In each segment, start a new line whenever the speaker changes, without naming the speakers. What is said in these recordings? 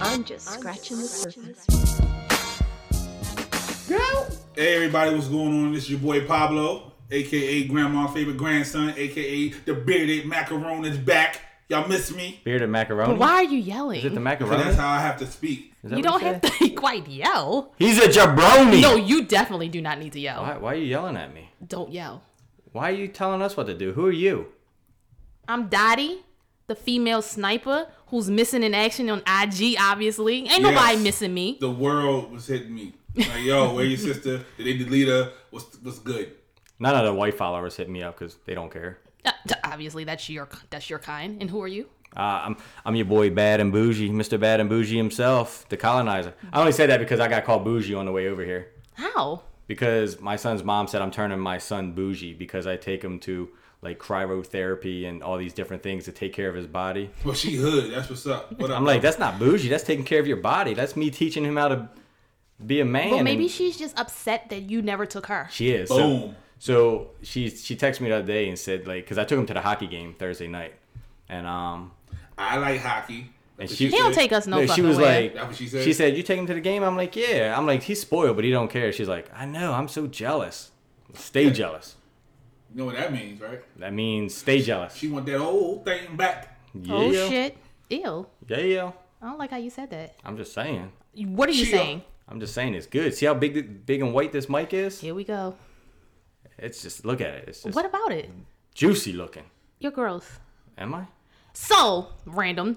I'm just scratching the surface.
Hey everybody, what's going on? This is your boy Pablo, aka Grandma's favorite grandson, aka the bearded macaron is back. Y'all miss me?
Bearded macaroni.
But why are you
Is it the
yelling?
So
macaroni?
that's how I have to speak.
Is that
You don't
what he
have
said?
to quite yell.
He's a jabroni.
No, you definitely do not need to yell.
Why, why are you yelling at me?
Don't yell.
Why are you telling us what to do? Who are you?
I'm Dottie, the female sniper who's missing in action on IG, obviously. Ain't
Yes.
nobody missing me.
The world was hitting me. Like, yo, where your sister? Did they delete her? What's what's good?
None of the white followers hit me up because they don't care.
Uh, t- obviously, that's your that's your kind. And who are you?
Uh, I'm I'm your boy Bad and Bougie, Mr. Bad and Bougie himself, the colonizer. I only say that because I got called bougie on the way over here
How?
because my son's mom said I'm turning my son bougie because I take him to like cryotherapy and all these different things to take care of his body.
Well, she hood. That's what's up. What up?
I'm like, that's not bougie. That's taking care of your body. That's me teaching him how to be a man.
Well, maybe
and-
she's just upset that you never took her.
She is. so-
Boom.
So, she she texted me the other day and said like, because I took him to the hockey game Thursday night, and um,
I like hockey.
and
That's what
she-
He don't
said.
take us no,
no,
fucking
she was
way.
like,
That's what she said?
she said, you take him to the game. I'm like, yeah. I'm like, he's spoiled, but he don't care. She's like, I know. I'm so jealous. Stay jealous.
You know what that means, right?
That means stay jealous.
She want that whole thing back.
Yeah.
oh shit, ew.
Yeah, yeah.
I don't like how you said that.
I'm just saying.
What are you
Chill.
saying?
I'm just saying it's good. See how big, big and white this mic is?
Here we go.
It's just look at it. It's just
What about it?
juicy looking.
Your growth.
Am I?
So random,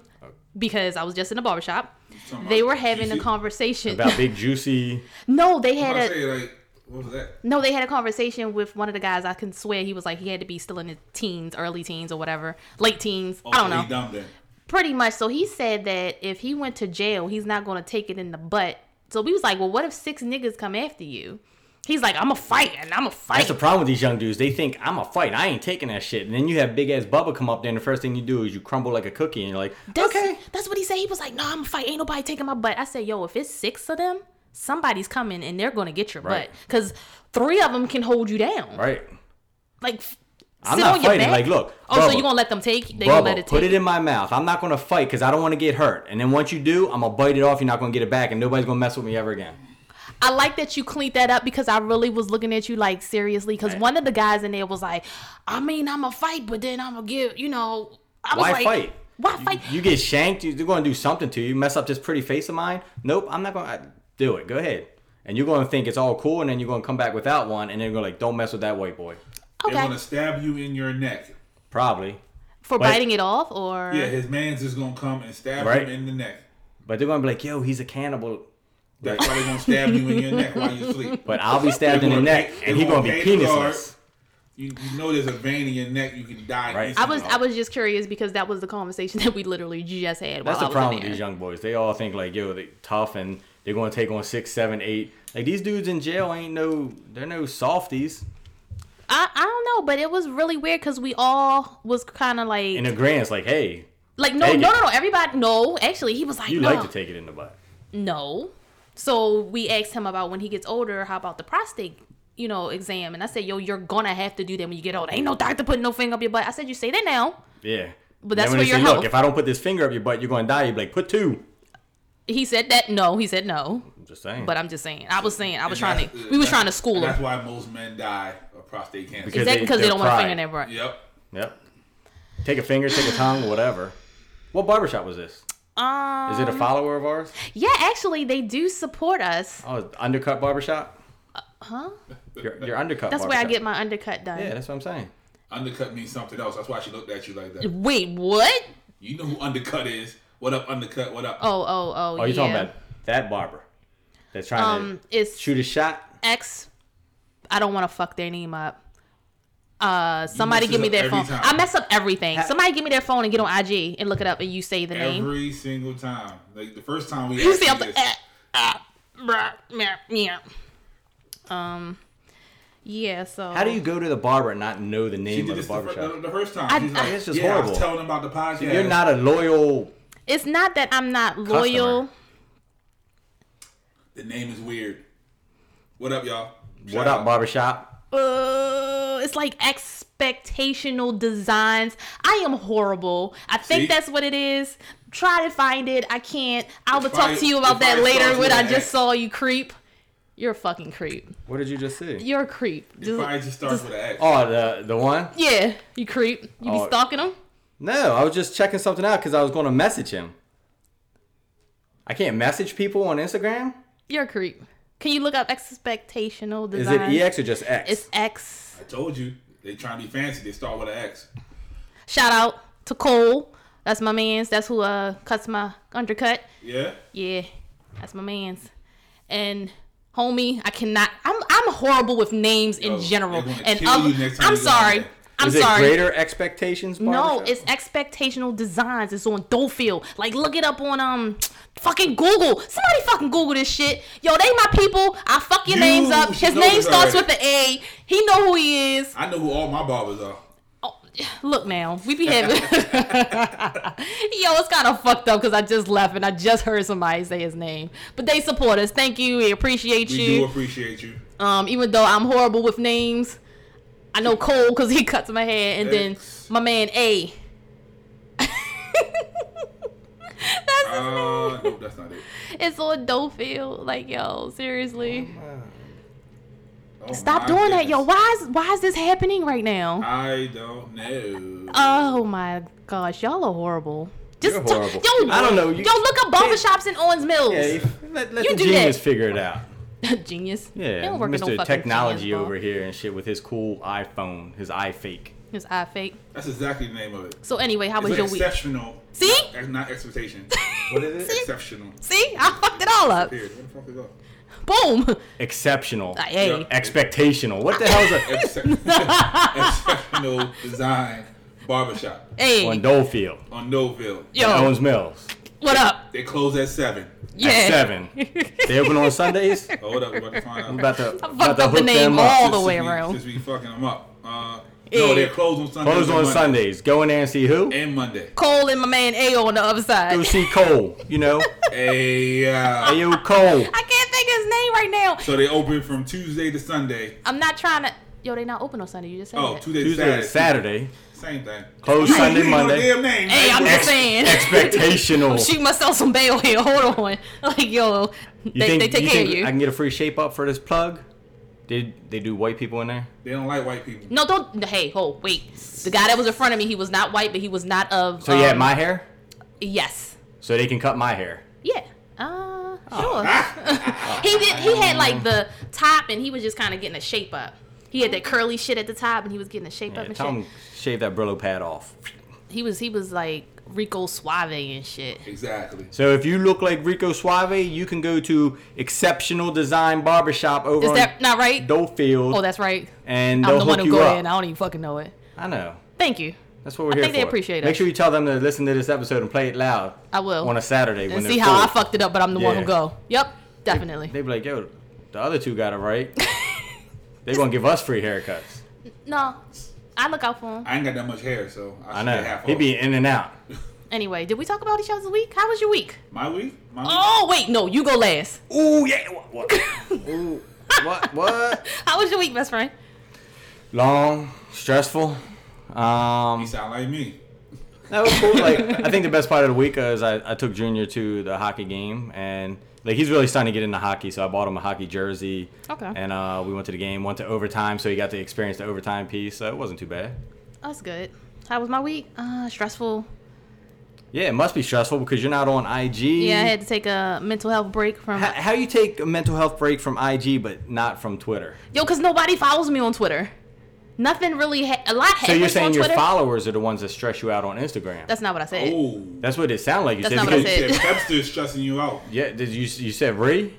because I was just in a barbershop.
Something
They
about
were having a
juicy-
conversation.
About big juicy.
no, they
I
had a
was about to say, like, what was that?
no, they had a conversation with one of the guys. I can swear he was like he had to be still in his teens, early teens or whatever, late teens. I don't
Oh,
know.
he dumb then.
Pretty much. So he said that if he went to jail, he's not going to take it in the butt. So we was like, well, what if six niggas come after you? He's like, I'm a fight and I'm a
That's
fight.
the problem with these young dudes. They think I'm a fight. I ain't taking that shit. And then you have big ass Bubba come up there, and the first thing you do is you crumble like a cookie, and you're like,
That's,
okay.
That's what he said. He was like, "No, I'm a fight. Ain't nobody taking my butt." I said, "Yo, if it's six of them, somebody's coming and they're gonna get your
Right.
butt because three of them can hold you down.
Right.
Like, f-
I'm
sit
not
on your
fighting.
back.
Like, look,
Oh, so
Bubba,
you gonna let them take? They gonna let
Bubba,
it
put
take?
it in my mouth. I'm not gonna fight because I don't want to get hurt. And then once you do, I'm gonna bite it off. You're not gonna get it back, and nobody's gonna mess with me ever again.
I like that you cleaned that up because I really was looking at you like seriously because one of the guys in there was like, "I mean, I'm a fight, but then I'm gonna give you know." I was
Why
like,
fight?
Why fight?
You get shanked. you- They're gonna do something to you. Mess up this pretty face of mine. Nope. I'm not gonna I, do it. Go ahead. And you're gonna think it's all cool, and then you're gonna come back without one, and then you're gonna like, don't mess with that white boy.
They
okay,
want to stab you in your neck.
Probably.
for
Wait.
biting it off or
Yeah, his man's just gonna come and stab him
Right.
in the neck.
But they're gonna be like, yo, he's a cannibal.
That's why they gonna stab you in your neck while you sleep.
But I'll be stabbed in the neck, and he's gonna be
They gonna
penisless.
You, you know there's a vein in your neck you can die.
Right.
I
instantly.
was I was just curious because that was the conversation that we literally just had. While
That's the
I was
problem
in
with
there.
these young boys. They all think like, yo, they tough, and they're gonna take on six, seven, eight. Like these dudes in jail ain't no, they're no softies.
I, I don't know, but it was really weird because we all was kind of like
In the grants, like, hey,
like no
take
no
it.
no no everybody no actually he was like
you
no
like to take it in the butt.
no. So we asked him about when he gets older, how about the prostate you know exam, and I said yo you're gonna have to do that when you get old. Ain't no doctor putting no finger up your butt. I said you say that now.
Yeah.
But
And
that's
then when
for
they
your
say,
health.
Look, if I don't put this finger up your butt, you're gonna die. You'd be like, put two.
He said that no. He said no.
I'm just saying.
But I'm just saying. I was saying. I was
And
trying
that's-
to. We was
that's-
trying to school
and That's
him.
why most men die of prostate cancer.
Because-
Exactly
they-
because they,
they're
don't want to
pride.
finger in their butt.
yep.
yep. Take a finger, take a tongue, whatever. What barbershop was this?
Um.
Is it a follower of ours?
Yeah, actually, they do support us.
Oh, undercut barbershop.
uh, Huh?
Your, your undercut.
That's where I
barbershop.
get my undercut done.
Yeah, that's what I'm saying.
Undercut means something else. That's why she looked at you like that.
Wait, what?
You know who undercut is. What up, undercut? What up?
Oh, oh, oh.
Oh, you're
yeah.
talking about that barber that's trying
um,
to
it's
shoot a shot.
X. I don't want to fuck their name up. Uh, somebody
mess
give
this
me
up
their
every
phone.
time.
I mess up everything.
Ha-
somebody give me their phone and get on IG and look it up and you say the name.
Every single time. Like the first time we
You
asked
see,
you
I'm like,
this,
eh, ah, bruh, meow, meow. Um, yeah. So
How do you go to the barber and not know the
she
name
did this
of the
the, fir-
barbershop?
the, the first time.
I-
She's like,
I- It's just
yeah, I
horrible.
was telling them about the podcast.
You're not a loyal.
It's not that I'm not loyal.
The name is weird. What up, y'all?
What
Shout
up,
out.
barbershop?
uh, it's like expectational designs. I am horrible. I think
See?
that's what it is. Try to find it. I can't. I will
If
talk
I-
to you about
if
that
I
later
saw
when
you
I
at-
just saw you creep. You're a fucking creep.
What did you just see?
You're a creep.
You
Dude.
probably just start with an X.
Oh, the the one?
Yeah, you creep. You be
Oh.
stalking him.
No, I was just checking something out because I was going to message him. I can't message people on Instagram.
You're a creep. Can you look up expectational
Is
design?
E
it EX or just X?
It's X.
I told you. They trying to be fancy. They start with an X.
Shout out to Cole. That's my man's. That's who uh cuts my undercut.
Yeah?
Yeah, that's my man's. And homie, I cannot. I'm I'm horrible with names in
Yo,
general.
they're gonna
And
kill
other,
you next time
I'm
you go out
sorry.
there.
I'm
Is it
sorry.
greater expectations?
No,
barbershop?
it's expectational designs. It's on Dofield. Like look it up on um fucking Google. Somebody fucking Google this shit. Yo, they my people. I fuck your
You
names up.
should
His
know
name
this
starts with
already.
an A. He know who he is.
I know who all my barbers are.
Oh, look now, we be having. Yo, it's kind of fucked up because I just left and I just heard somebody say his name. But they support us. Thank you. We appreciate
We do
you.
appreciate you.
Um, even though I'm horrible with names, I know Cole because he cuts my hair, and then
X.
my man A. That's his
Uh, nope, that's not it.
name. It's on Dofield. Like, yo, seriously,
Oh,
stop
my
doing that, yo.
goodness.
Why is why is this happening right now?
I don't know.
Oh my gosh, y'all are horrible. Just
You're
t-
horrible.
yo,
I don't know,
You,
you-
yo, look up barbershops in Owens Mills.
Yeah, you- let, let
You
the
do that.
genius figure it out.
genius. They
Yeah,
don't work at no
Mr.
fucking
Technology
genius bar.
over here and shit with his cool iPhone, his iFake.
His eye fake.
That's exactly the name of it.
So anyway, how was
It's
your week?
exceptional.
See?
That's not expectation.
What is
exceptional.
See, I fucked it all up.
Period. What the fuck is up?
Boom.
Exceptional.
Like, hey,
Yeah.
Expectational. What the hell is that?
Excep- exceptional design barbershop
hey,
On Dolefield.
on Noville.
yo,
Owens Mills.
what up?
They close at seven.
Yeah.
At seven. they open on Sundays.
Hold up, we're about to find out.
I'm about to, I'm about
fucked
to
up
hook
the name
them
all
up.
the way
since we,
around.
Since we fucking them up. Uh,
Yeah.
No, they're closed on Sunday.
Close on Sundays. Go in there and see who?
and Monday.
Cole and my man A on the other
Go
side.
see Cole. You know?
Hey, uh,
Hey, yo, Cole.
I can't think of his name right now.
so they open from Tuesday to Sunday.
I'm not trying to. Yo, they not open on Sunday. You just said
Oh,
that.
Tuesday,
Tuesday
to
and
Saturday.
Saturday.
Same thing.
Close
You ain't-
Sunday,
you ain't know the
Monday.
damn name,
Hey,
man.
I'm just
Ex-
saying.
expectational.
shoot myself some bail here. Hold on. Like, yo,
You
they,
think,
they take
you
care
think
of you.
I can get a free shape up for this plug? Did they do white people in there?
They don't like white people.
no, don't. Hey, hold, wait. The guy that was in front of me, he was not white, but he was not of.
So you had
um,
my hair?
Yes.
So they can cut my hair.
Yeah. Uh, sure. he did. He had like the top, and he was just kind of getting a shape up. He had that curly shit at the top, and he was getting a shape
Yeah,
up and
tell
shit.
'em shave that Brillo pad off.
He was. He was like Rico Suave and shit.
Exactly.
So if you look like Rico Suave, you can go to Exceptional Design Barbershop over
Is
on
that not right?
Dolefield,
Oh, that's right.
and
I'm
they'll
the one
hook
who
you
go
up.
in. I don't even fucking know it.
I know.
Thank you.
That's what we're
I
here
think they
for.
appreciate
Make
us.
sure you tell them to listen to this episode and play it loud.
I will.
On a Saturday when
And
they're
see how I
full.
fucked it up, but I'm the one who
Yeah.
go. Yep, definitely.
They be like, yo, the other two got it right. they gonna give us free haircuts.
No, I look out for him.
I ain't got that much hair, so I,
I
should Get
know.
half
He
off.
be in and out.
Anyway, did we talk about each other's week? How was your week?
my week. My week?
Oh wait, no, you go last.
Ooh yeah. What? What? Ooh. What? What?
How was your week, best friend?
Long, stressful. Um,
You sound like me.
That
Oh,
was cool. Like I think the best part of the week is I, I took Junior to the hockey game and like he's really starting to get into hockey, so I bought him a hockey jersey.
Okay.
And uh, we went to the game, went to overtime, so he got to experience the overtime piece. So it wasn't too bad.
That's good. How was my week? Uh, stressful.
Yeah, it must be stressful because you're not on IG.
Yeah, I had to take a mental health break from
How, how you take a mental health break from IG but not from Twitter?
yo, cause nobody follows me on Twitter. Nothing really. Ha- a lot.
So you're
happens on
saying your
Twitter.
followers are the ones that stress you out on Instagram?
That's not what I said.
Oh,
That's what it sounded like. You
That's
said
not what I
because-
said.
that Pepster is stressing you out.
Yeah, did you you said re?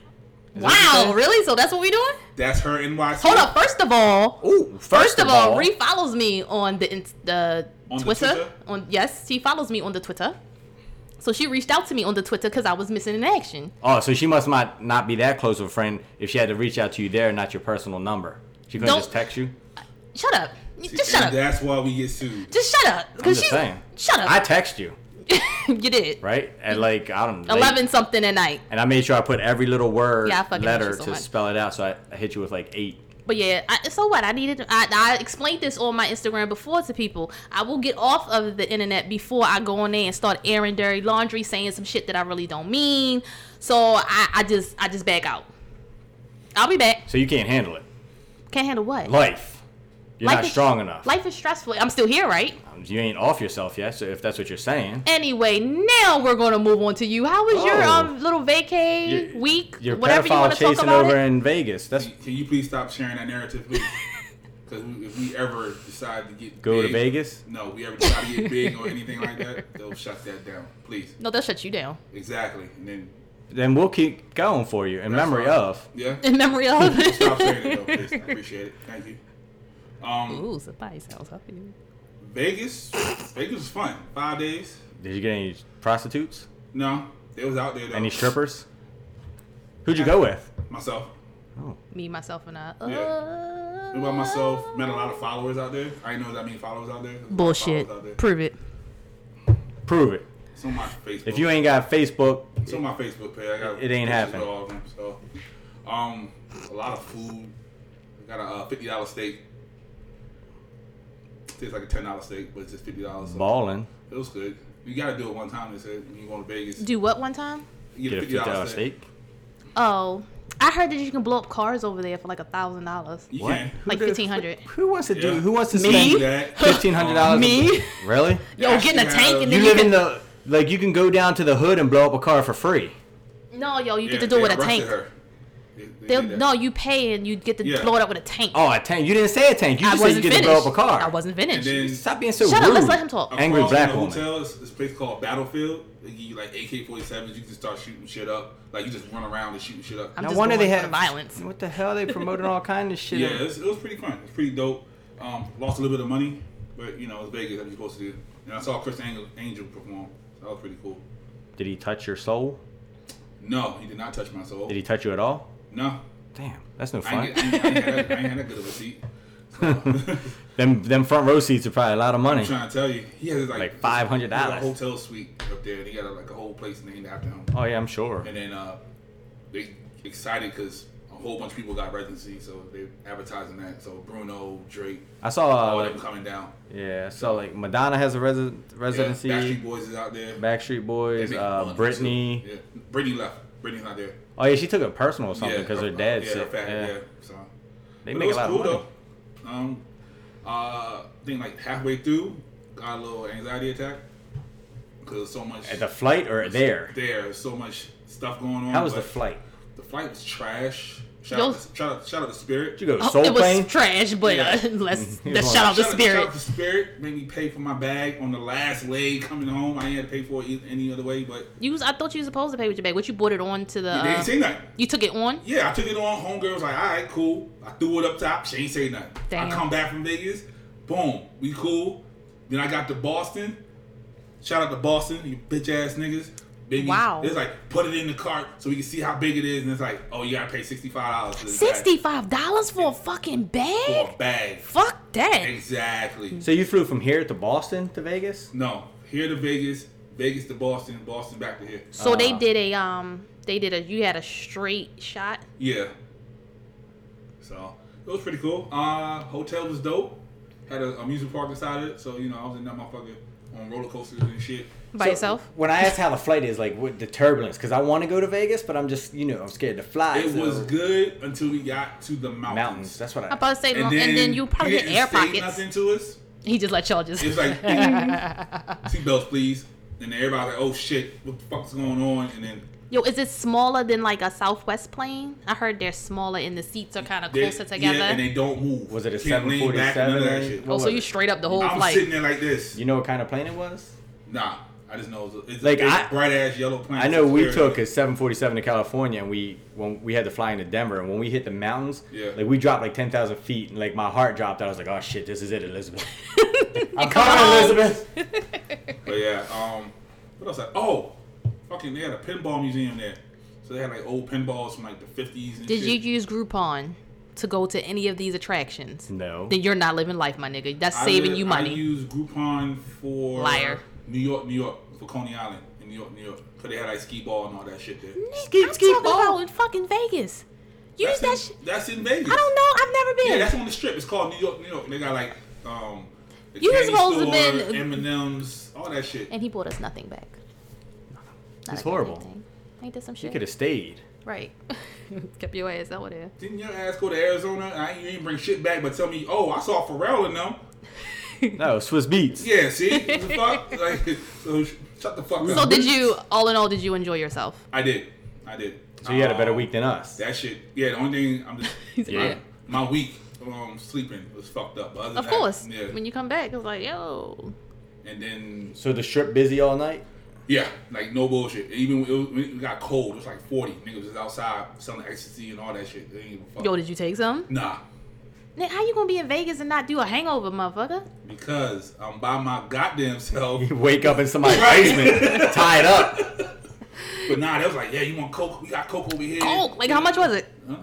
wow, really? So that's what we doing?
That's her NYC.
Hold up. First of all,
Ooh,
First of all, Ree follows me on the in- the
On the
Twitter.
Twitter?
On yes, she follows me on the Twitter. So she reached out to me on the Twitter because I was missing an action.
Oh, so she must not not be that close of a friend if she had to reach out to you there, not your personal number. She couldn't
Don't-
just text you.
Shut up! You- Just
and
shut up!
That's why we get sued.
Just shut up!
I'm
Because
just
she
saying.
shut
I
up.
text you
you did
right at like I don't know, late-
Mm. eleven something at night,
and I made sure I put every little word
Yeah, I fucking hate you
letter
so
to
much.
spell it out. So I, I hit you with like eight.
But yeah, I, so what? I needed. I, I explained this on my Instagram before to people. I will get off of the internet before I go on there and start airing dirty laundry, saying some shit that I really don't mean. So I, I just, I just back out. I'll be back.
So you can't handle it.
Can't handle what?
Life. You're
Life
not
is-
strong enough.
Life is stressful. I'm still here, right?
You ain't off yourself yet, so if that's what you're saying.
Anyway, now we're gonna move on to you. How was your
Oh.
um little vacay
Your-
week?
Your
Whatever you want
pedophile
to talk
chasing
about.
over
it?
in Vegas. That's
Can you please stop sharing that narrative, please? Because if we ever decide to get
go
big,
to Vegas.
no, we ever decide to get big or anything like that, they'll shut that down, please.
No, they'll shut you down.
Exactly, and then
Then we'll keep going for you in
that's
memory
fine.
of.
yeah.
In memory of.
Stop saying it though, please. I appreciate it. Thank you. Um,
Ooh, somebody sounds happy.
Vegas, Vegas was fun. Five days.
Did you get any prostitutes?
No, they was out there though.
Any strippers? Who'd you go with?
Myself.
Oh,
Me, myself, and I.
Yeah.
Uh,
Knew about myself. Met a lot of followers out there. I know what that means. Followers out there.
Bullshit.
Followers out there.
Prove it.
prove it.
It's on my Facebook.
If you ain't got Facebook,
It's on my Facebook page. I got
It ain't
pictures
happening.
of all of them, so, um, a lot of food. I got a uh, fifty dollar steak. Tastes like a ten dollar steak, but it's just fifty dollars. So
balling.
it was good. You gotta do it one time. They said when you go to Vegas,
Do what one time?
you
Get a fifty dollar steak.
Oh, I heard that you can blow up cars over there for like a thousand dollars,
You
What?
can.
like
the-
fifteen hundred.
Who wants to do?
Yeah.
Who wants to
You can do
spend
that.
fifteen hundred dollars?
Me?
Really?
Yo, get in a
Yeah.
tank and then
You
you,
live
can.
in the like you can go down to the hood and blow up a car for free.
no, yo, you
Yeah,
get to do it
they
with a
arrested
tank.
her. They- they
They'll,
did that.
no, you pay and you get to
Yeah.
blow it up with a tank.
Oh, a tank. You didn't say a tank. You
I
just said
wasn't
you get
finished.
to blow up a car.
I wasn't
And
finished.
then
Stop being so
Shut
rude.
up, let's let him talk.
Angry
across
black
from the
woman.
Hotel, this, this place called Battlefield. They give you like AK 47s. You can just start shooting shit up. Like you just run around and shooting shit up.
I'm
No
just
wonder they
going for
have
the violence.
What the hell? They promoting all kind of shit.
Yeah, it was, it was pretty fun. It's pretty dope. Um, lost a little bit of money, but you know, it's Vegas. That's what you're supposed to do. And I saw Chris Angel, Angel perform. So that was pretty cool.
Did he touch your soul?
No, he did not touch my soul.
Did he touch you at all?
No,
Damn, that's no
I
fun.
ain't, get- I, ain't, I, ain't had that, I ain't had that good of a seat. So,
them them front row seats are probably a lot of money.
I'm trying to tell you, he has like,
Like $500.
he got a hotel suite up there, and he got a, like a whole place named after him.
Oh yeah, I'm sure.
And then uh, they excited because a whole bunch of people got residency, so they're advertising that. So Bruno, Drake,
I saw uh,
all
like
them coming down.
yeah, I saw like Madonna has a resi-
Oh, Yeah,
residency.
Backstreet Boys is out there.
Backstreet Boys,
They make
uh,
fun,
Britney.
too. Yeah. Britney left. Britney's not there.
Oh yeah, she took it personal or something
Yeah,
because her
uh,
dad's
yeah, her
sick.
fat,
yeah.
yeah. So
They
But
make a lot of money.
though. Um, uh, I think like halfway through, got a little anxiety attack because so much
At the flight or there?
There, so much stuff going on.
How was the
but
flight?
The flight was trash. Shout
Yo-
out, to, shout out, shout out to Spirit.
Did you go to
Oh,
Soul
it was
Plane?
trash, but
Yeah.
uh, let's
Here's
let's
one.
shout out the
Shout Shout
spirit.
out to Spirit. Made me pay for my bag on the last leg coming home. I ain't had to pay for it e- any other way, but
You, was- I thought you were supposed to pay with your bag. What you bought it on to the?
they
Uh,
didn't say nothing.
you took it on.
Yeah, I took it on. Homegirl was like, all right, cool. I threw it up top. She ain't say nothing.
Damn.
I come back from Vegas. Boom. We cool. Then I got to Boston. Shout out to Boston, you bitch ass niggas. Baby,
Wow.
It's like, put it in the cart so we can see how big it is. And it's like, oh, you gotta pay $65 for this bag.
Sixty-five dollars for a fucking bag?
For a bag.
Fuck that.
Exactly.
So you flew from here to Boston to Vegas?
No, here to Vegas, Vegas to Boston, Boston back to here.
So
Uh.
they did a um, they did a you had a straight shot.
Yeah. So it was pretty cool. Uh, hotel was dope. Had a amusement park inside it, so you know I was in that motherfucker on roller coasters and shit.
By
So,
yourself?
When I asked how the flight is, like with the turbulence, because I want to go to Vegas, but I'm just, you know, I'm scared to fly.
It
so-
was good until we got to the mountains.
mountains. That's what I.
I'm about to say, and, then, you probably
he
hit
didn't
air
say
pockets.
Nothing to us.
He just let y'all just.
It was like seatbelts, please. And then everybody was like, "Oh shit, what the fuck's going on?" And then
Yo, is it smaller than like a Southwest plane? I heard they're smaller and the seats are kind of
they-
closer together.
Yeah, and they don't move.
Was it a
Can't lean back, none of that
747?
shit.
oh, so
was
you
it?
straight up the whole
I'm
flight.
sitting there like this.
You know what kind of plane it was?
Nah, I just know it was a, it's
Like,
a big,
I-
bright ass yellow plane.
I know
It's
we
weird.
took a 747 to California, and we when we had to fly into Denver, and when we hit the mountains,
Yeah.
like we dropped like 10,000 feet, and like my heart dropped. I was like, oh shit, this is it, Elizabeth.
home.
I'm coming, Elizabeth.
But yeah, um, what else? I, oh, fucking, they had a pinball museum there, so they had like old pinballs from like the fifties and
Did you
shit.
use Groupon to go to any of these attractions?
No.
Then you're not living life, my nigga. That's
I
saving
did-
you
I
money.
used Groupon for
Liar.
New York, New York for Coney Island in New York, New York, because they had like skee ball and all that shit there.
Nigga, I'm talking about in fucking Vegas. You use
that's
that
in,
shit.
That's in Vegas.
I don't know. I've never been.
Yeah, that's on the strip. It's called New York, New York. And they got like um, the
You was
candy
supposed to
store,
been-
M&M's, all that shit.
and he bought us nothing back. Not
It's
a good
horrible.
thing. Ain't that some
You
shit?
could have stayed.
Right. Kept your ass over there.
Didn't your ass go to Arizona? I ain't, you ain't bring shit back, but tell me, oh, I saw Pharrell in them.
No, Swiss Beats.
Yeah, see, What the fuck. Like, so sh- shut the fuck up.
So did you? All in all, did you enjoy yourself?
I did. I did.
So you had a better
Uh,
week than us.
That shit. Yeah, the only thing I'm just
He's like,
Yeah.
yeah.
my week um sleeping was fucked up. But other than
Of
that,
course.
Yeah.
When you come back, it's like, yo.
and then
So the strip busy all night.
yeah, like no bullshit. Even when it, was, when it got cold, it was like 40. Niggas was outside selling ecstasy and all that shit. They didn't give a fuck.
Yo, did you take some?
nah,
Nick, how you gonna be in Vegas and not do a hangover, motherfucker?
because I'm by my goddamn self.
You wake up in somebody's
Right.
basement, tied up.
but nah, they was like, yeah, you want coke? We got coke over here.
Coke. Like, how much was it?
Huh?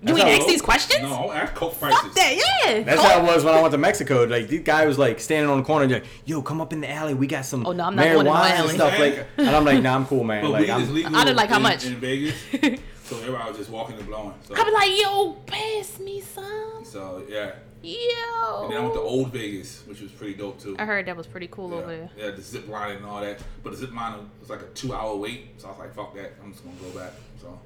You
That's
ain't
how
ask
low-
these questions?
No, I don't ask coke prices.
Fuck that, yeah.
That's
Coke.
how it was when I went to Mexico. Like this guy was like standing on the corner, like, "Yo, come up in the alley. We got some
Oh, no, I'm not going in no
marijuana and
alley.
stuff." Like, and I'm like, "Nah, I'm cool, man."
But
Like,
weed is
I'm,
legal
I did like how
in-
much.
in Vegas, so everybody was just walking and blowing. So,
I be like, yo, pass me some.
so yeah.
Yo.
And then I went to Old Vegas, which was pretty dope too.
I heard that was pretty cool over
Yeah,
there.
yeah, the zip line and all that. But the zip line was like a two hour wait, so I was like, fuck that, I'm just gonna go back. So,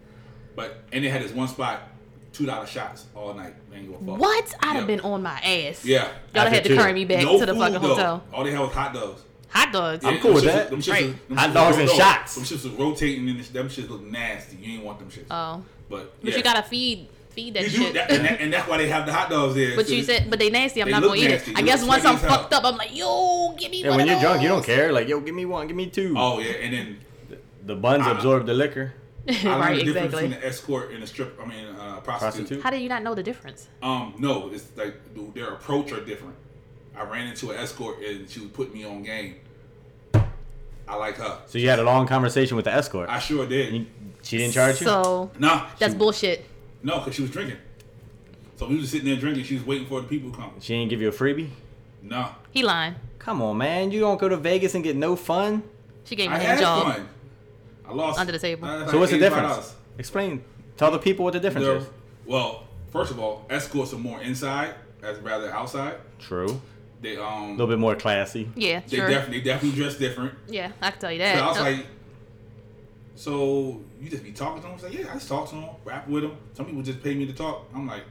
but and they had this one spot, two dollar shots all night. They ain't gonna fuck.
What? I'd
Yeah.
have been on my ass.
Yeah.
Y'all
After
had to
two.
carry me back
No
to the
food,
fucking
though.
hotel.
All they had was hot dogs.
Hot dogs.
Yeah,
cool
them
with
shits-
that.
Them shits,
Right.
was- them
Hot
shits
dogs
was-
and
no,
shots.
Them shits was rotating, and this- them shits look nasty. You ain't want them shits.
Oh.
but
But
yeah.
you gotta feed feed that
You do
shit.
that, and, that, and that's why they have the hot dogs there.
but
so
you
it's-
said, but they nasty. I'm
They
not
look
gonna eat it.
nasty.
I
They
guess
look
once I'm
nasty as hell.
fucked up, I'm like, yo, give me
and
one
when
of
you're drunk, you don't
those.
care. Like, yo, give me one, give me two.
Oh yeah, and then
The buns
I-
absorb the liquor.
I learned
right,
the difference
exactly.
between an escort and a strip. I mean, uh, prostitute.
Prostitute?
How did you not know the difference?
Um, no, it's like th- their approach are different. I ran into an escort and she was putting me on game. I like her.
So you had a long conversation with the escort.
I sure
And
did.
you- she didn't charge you.
So
Nah,
that's
she,
bullshit.
no, because she was drinking. So we was sitting there drinking. She was waiting for the people to come.
She didn't give you a freebie.
Nah,
He lying.
Come on, man. You don't go to Vegas and get no fun.
She gave me
I
a
had
hand job.
fun. I lost
Under the table.
Uh,
So what's the
$85.
difference? Explain. Tell the people what the difference
They're-
is.
Well, first of all, escorts are more inside as rather outside.
True.
They
A
um
little bit more classy.
Yeah,
they
sure.
definitely definitely dress different.
yeah, I can tell you
So
that.
I was
Uh,
like, so you just be talking to him? I was like, yeah, I just talk to him, rap with him. Some people just pay me to talk. I'm like,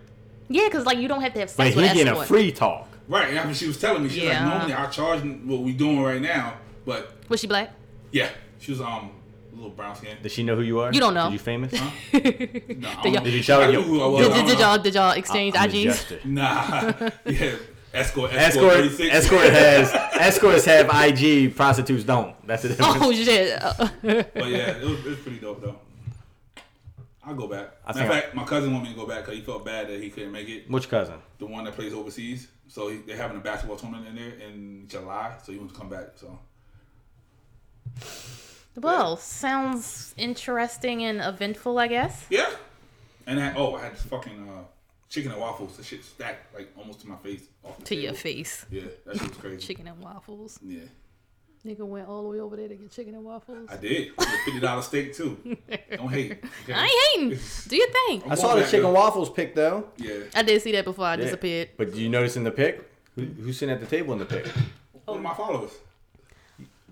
yeah, because like you don't have to have
But
sex
he
with
getting a
escort.
free talk.
right. And after she was telling me, she was
Yeah.
like, normally I charge them what we doing right now, but
Was she black?
yeah, she was um a little brown skin.
Does she know who you are?
You don't know.
Are you famous?
did,
Nah, I
Did
don't-
y'all- Did you tell
I
her
knew
you-
who I was.
did,
I don't
did
know.
y'all did y'all exchange
I'm a
IGs?
jester.
Nah, yeah, escort, escort,
Escort,
36.
escort has escorts have IG, prostitutes don't. That's the difference.
Oh shit! Uh,
But yeah, it was, it was pretty dope though. I'll go back. Matter
I
of
think I-
fact, my cousin wanted me to go back because he felt bad that he couldn't make it.
Which cousin?
the one that plays overseas. So he, they're having a basketball tournament in there in July. So he wants to come back. So
well, sounds interesting and eventful, I guess.
yeah. And I, oh, I had this fucking uh, chicken and waffles. The shit stacked like almost to my face. Off the
To your
table.
face,
Yeah, that shit was crazy.
chicken and waffles.
Yeah,
Nigga went all the way over there to get chicken and waffles.
I did. It was Fifty dollar steak too. Don't hate. Okay.
I ain't hating. Do your thing.
I saw the
back,
chicken
though.
waffles pick though.
Yeah.
I did see that before I disappeared.
But do you notice in the pic? Who, who's sitting at the table in the pic?
One of my followers.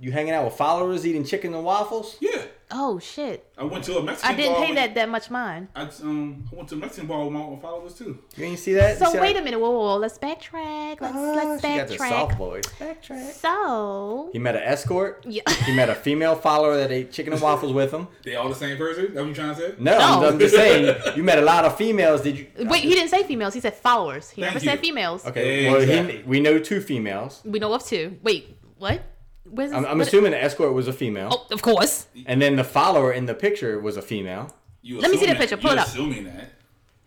You hanging out with followers eating chicken and waffles?
Yeah.
Oh shit!
I went to a Mexican.
I didn't
bar
pay
with-
that that much mind.
I um I went to a Mexican bar with my own followers too.
You ain't see that?
So wait a minute. Whoa, whoa, whoa. let's backtrack. Let's let's
Ah, She got the soft
backtrack.
boy. Backtrack.
So
He met an escort.
yeah.
He met a female follower that ate chicken and waffles with him.
They all the same person? That what you trying to say?
No, I'm,
No.
I'm just saying. You met a lot of females. Did you?
Wait, he didn't say females. He said followers. He
Thank
never
you.
said females.
Okay. Well,
Exactly.
he, we know two females.
We know of two. Wait, what? Where's
I'm,
this-
I'm
what-
assuming the escort was a female,
Oh, of course.
and then the follower in the picture was a female.
You
Let me see
assuming-
that picture. Pull
you
it up.
Assuming that.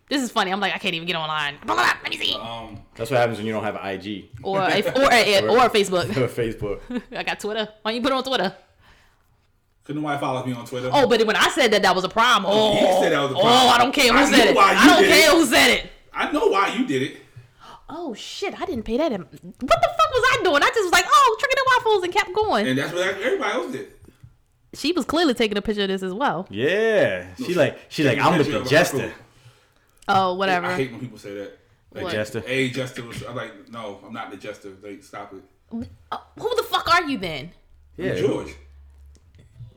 This is funny. I'm like, I can't even get online. Pull it up. Let me see.
Um.
That's what happens when you don't have an IG
Or a, or a, or a Facebook.
or Facebook.
I got Twitter. Why you put it on Twitter?
Couldn't nobody follow me on Twitter?
Oh, but when I said that, that was a problem. Oh,
You said that was a problem.
Oh, I don't care who
I
said
knew
it.
why you
I don't
did
care
it.
who said it.
I know why you did it.
Oh shit! I didn't pay that. What the fuck was I doing? I just was like, oh, chicken and waffles, and kept going.
And that's what everybody else did.
she was clearly taking a picture of this as well.
Yeah, she like she like I'm with
Picture
the
of her
jester.
food.
Oh, whatever.
I hate when people say that. Like,
What?
Jester.
Hey, Jester. Was, I'm like, no, I'm not the Jester. Like, stop it.
Uh, Who the fuck are you then?
Yeah.
George.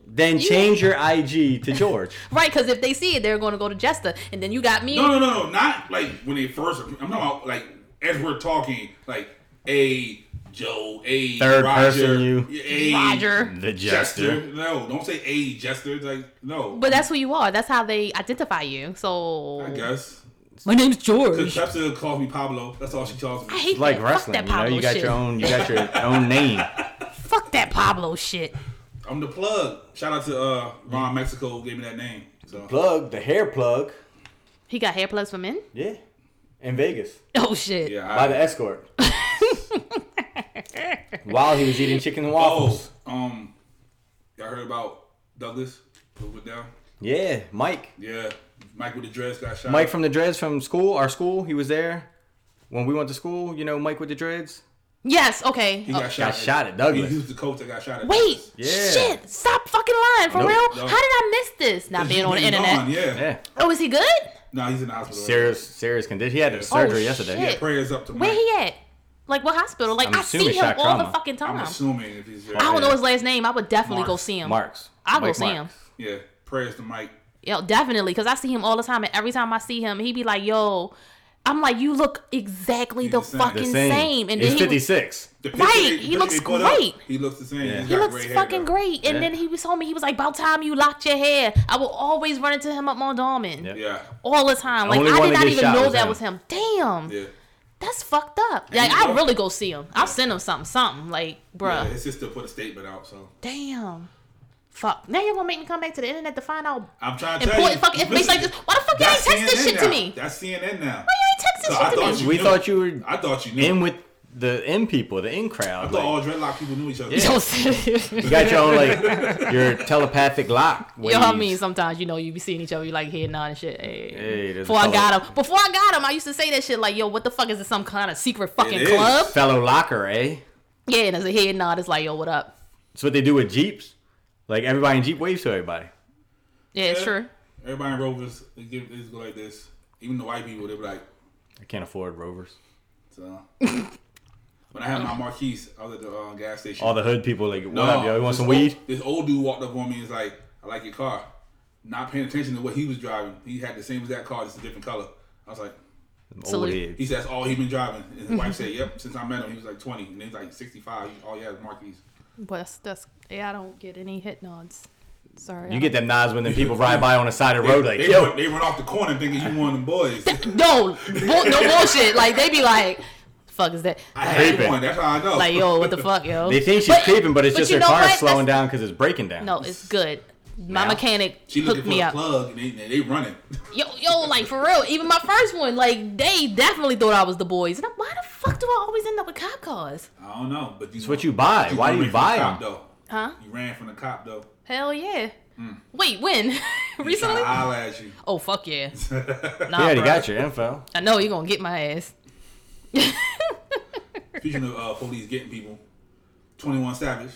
Then
You-
change your IG to George.
Right, because if they see it, they're going to go to Jester, and then you got me.
No, no, no, no. Not like when they first. I'm talking about like as we're talking, like a Joe, a
Third
Roger,
person, you.
a
Roger.
the
Jester. No, don't say a Jester. Like no,
But that's who you are. That's how they identify you.
I
So
guess.
my name's
Because
George.
Pepsi calls me Pablo. That's all she calls me.
I hate
Like
that.
wrestling,
Fuck that
you know,
Pablo
you got
shit.
your own, you got your own name.
Fuck that Pablo shit.
I'm the plug. Shout out to uh, Ron Mexico who gave me that name. So
Plug the hair plug.
He got hair plugs for men.
Yeah, in Vegas
Oh shit.
yeah,
by
I,
the escort. While he was eating chicken and waffles.
oh, um, y'all heard about Douglas who went down?
Yeah, Mike.
Yeah, Mike with the dress got shot.
Mike from the Dreads from school, our school. He was there when we went to school. You know, Mike with the Dreads.
Yes. Okay.
he
Oh,
got shot.
Got shot at
He,
Douglas.
he was the coach that got shot at.
Wait.
Douglas.
Yeah.
Shit. Stop fucking lying. For
Nope.
real.
No.
How did I miss this? Not being on the
He's
internet.
gone, yeah.
Yeah,
Oh, is he good?
No, he's in the hospital. right
serious, serious condition. He had
Oh,
a surgery yesterday.
now.
shit.
Yeah, prayers up to Mike.
Where he at? Like what hospital? Like
I'm
i
assuming
see him all
shock
the
trauma.
fucking
I'm
time.
assuming if he's there.
I don't
Yeah.
know his last name. I would definitely go
Marks.
see him.
Marks.
I'll go
Mike
see him.
Marks.
Yeah, prayers to Mike.
Yo, definitely, because I see him all the time, and every time I see him, he be like, "Yo," I'm like, "You look exactly
You
the,
the same."
fucking
The
same."
same.
And
He's
then he, was-
56.
The
Right,
picture
he
the picture
looks
they put up,
great.
he looks the same.
Yeah.
He's
he
got
looks
gray hair,
fucking
though.
great. And
Yeah.
then he was told me he was like, "About time you locked your hair." I will always run into him up on Dorman
Yeah.
Yeah,
all the time.
The
Like
only
I
one
did
that
not
gets
even
shot
know
was
that
him.
was him. Damn,
yeah.
that's fucked up. Like
you
I
know-
really go see him. I'll send him something, something. Like bruh,
yeah. His sister put a statement out, so
damn. Fuck. Now you're gonna make me come back to the internet to find out
I'm trying to tell
important
you.
fucking information like this. Why the fuck you ain't
That's
text this
CNN
shit
now.
to me?
That's CNN now.
Why you ain't text this
So I
shit to me?
thought you
We
knew.
thought you were
I thought you knew.
in with the in people, the in
I
crowd.
thought
Like,
all dreadlock people knew each other.
Yo, serious.
you got your own like your telepathic lock.
Yo, I
waves.
mean, sometimes you know you be seeing each other, you like head nod and shit. Hey,
Hey, there's a
before I
fellow-
got him, before I got him, I used to say that shit like, "Yo, what the fuck is this? Some kind of secret fucking
is.
club?"
fellow locker, eh?
Yeah, and as a head nod, it's like, "Yo, what up?"
That's what they do with jeeps. Like everybody in jeep waves to everybody.
Yeah, it's
Yeah.
true.
Everybody in Rovers they give they just go like this. Even the white people, they be like,
I can't afford Rovers.
so. when I had my Marquise, I was at the uh, gas station.
All the hood people like, what
No,
up, yo? You want
this
some
old-
weed?
This old dude walked up on me and was like, I like your car. Not paying attention to what he was driving. He had the same as that car, just a different color. I was like,
Old
Salute.
head.
he said that's all he been driving. And his wife said, Yep, since I met him, he was like 20. And then he's like 65. He- All he has is Marquise.
But that's, that's yeah, I don't get any hit nods. Sorry.
You get them nods when them people ride by on the side of the road like,
they,
yo,
run, they run off the corner thinking you one of them boys.
no, bull, no bullshit. Like they be like, "Fuck is that?"
I had
Creeping.
one. That's how I know.
Like, "Yo, what the fuck, yo?"
They think she's
But-
creeping, but it's
but
just
you
her
know
car is
what?
slowing
That's-
down because it's breaking down.
No, it's good. My
Now?
mechanic
She looking
hooked
for
me
a
up.
plug and they, they, they running.
Yo, yo, like for real. Even my first one, like they definitely thought I was the boys. And I'm, why the fuck do I always end up with cop cars?
I don't know. But you,
It's what you buy. Why do
ran
you
from the
buy
cop,
them?
though.
Huh?
You ran from the cop, though.
Hell yeah. Wait, when?
He's trying
Recently?
to holler at you.
Oh fuck yeah.
He
Nah,
already
bruh.
got your info.
I know you're gonna get my ass.
Speaking of uh, police getting people, 21 Savage.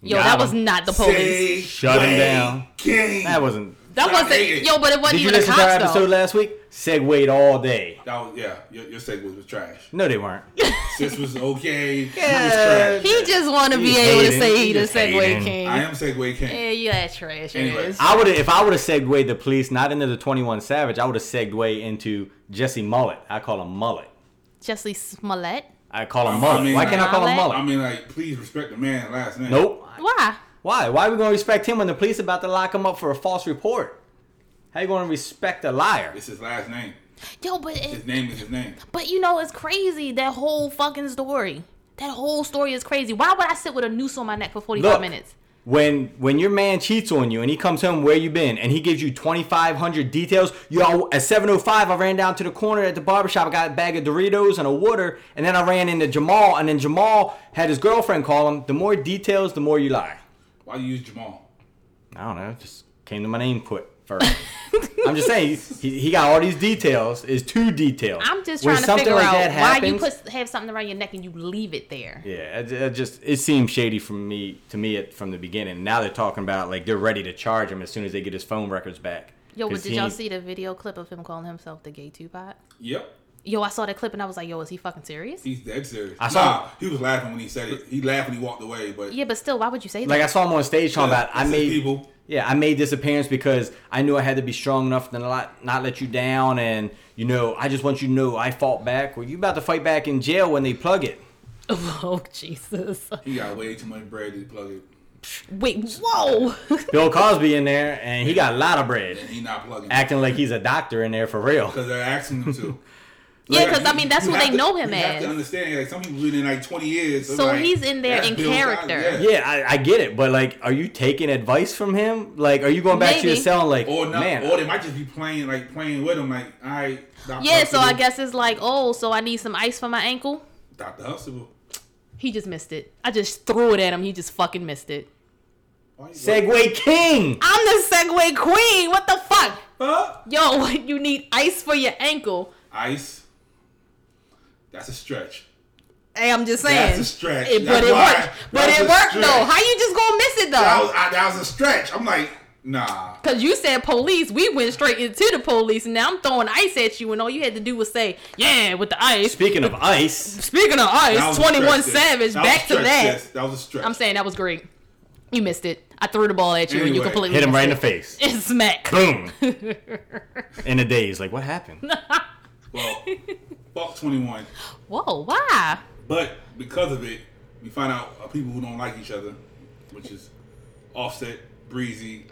Yo,
Got
that
him.
was not the police.
Say
Shut him
Wayne
down.
King.
That wasn't.
That
I hate
wasn't.
it.
Yo, but it wasn't
Did you
even the
listen to our
cops
episode
though.
last week? Segwayed all day.
That was, yeah, your, your segment was trash.
No, they weren't.
Sis was okay. He
Yeah.
was trash.
He just want to
He
be able to
hating.
say he
He
the
just
Segway
hating.
King.
I am Segway King.
Yeah, you that trash
Anyway.
ass.
I would have if I would have segued the police not into the Twenty One Savage. I would have segued into Jesse Mullet. I call him Mullet.
Jesse Smollett.
I call him
I
Mullet.
mean,
Why can't I call him
Mullet?
Mullet?
I mean, like, please respect the man last name.
nope.
Why?
Why? Why are we gonna respect him when the police about to lock him up for a false report? How you gonna respect a liar?
It's his last name.
Yo, but it,
His name is his name.
But you know, it's crazy. That whole fucking story. That whole story is crazy. Why would I sit with a noose on my neck for 45
Look.
minutes?
When when your man cheats on you and he comes home where you been and he gives you twenty five hundred details, y'all at seven oh five I ran down to the corner at the barbershop, I got a bag of Doritos and a water, and then I ran into Jamal and then Jamal had his girlfriend call him. The more details, the more you lie.
Why you use Jamal?
I don't know. Just came to my name put first. I'm just saying he, he got all these details. Is too detailed.
I'm just
When
trying to
something
figure
like
out
that
why you
happens-
put have something around your neck and you leave it there.
Yeah, it, it just it seemed shady from me to me at, from the beginning. Now they're talking about like they're ready to charge him as soon as they get his phone records back.
Yo, but
'Cause
did y'all
he-
see the video clip of him calling himself the gay Tupac?
Yep.
Yo, I saw that clip and I was like, yo, is he fucking serious?
He's dead serious.
I saw-
Nah, he was laughing when he said it. He laughed when he walked away, but
Yeah, but still, why would you say that?
Like I saw him on stage talking
Yeah,
about I
it's his
made
people.
Yeah, I made this appearance because I knew I had to be strong enough to not not let you down, and you know I just want you to know I fought back. Well, you about to fight back in jail when they plug it.
oh Jesus!
he got way too much bread to plug it.
Wait, whoa!
Bill Cosby in there, and he got a lot of bread,
He not plugging.
acting like he's a doctor in there for real.
Because they're asking him to.
Yeah,
Like,
'cause, I mean, that's
you
who
have
they
to-
know him
you have to
as.
understand, like some people been in like twenty years.
So
like,
he's in there
that's
in
Bill Cosby,
character.
Yeah, I, I get it, but like, are you taking advice from him? Like, are you going back to your
Maybe.
cell and like,
Or not,
man,
or they might just be playing like playing with him. Like, all right, Dr.
yeah, so
Huxtable-
I guess it's like, oh, so I need some ice for my ankle.
Dr. Huxtable.
He just missed it. I just threw it at him. He just fucking missed it.
Why you-
Segway King?
I'm the Segway Queen. What the fuck?
Huh?
Yo, you need ice for your ankle.
Ice. That's a stretch.
Hey, I'm just saying.
That's a stretch.
It- but
That's
it
why-
worked. But
that's
it
a
worked
stretch.
though. How you just gonna miss it
That
though?
was, I, that was a stretch. I'm like, nah.
Cause you said police. We went straight into the police, and now I'm throwing ice at you, and all you had to do was say, "Yeah, with the ice."
Speaking of ice,
Speaking of
That
ice,
was a
21
stretch, sis.
Savage.
That was a
Back to
stretch,
that.
sis. That was a stretch.
I'm saying that was great. You missed it. I threw the ball at you and you
Anyway.
completely
hit him
missed
right in the
it.
face.
It's smack.
Boom. In a daze, like what happened?
Well, fuck 21.
Whoa, why?
But because of it, we find out are people who don't like each other, which is Offset, Breezy,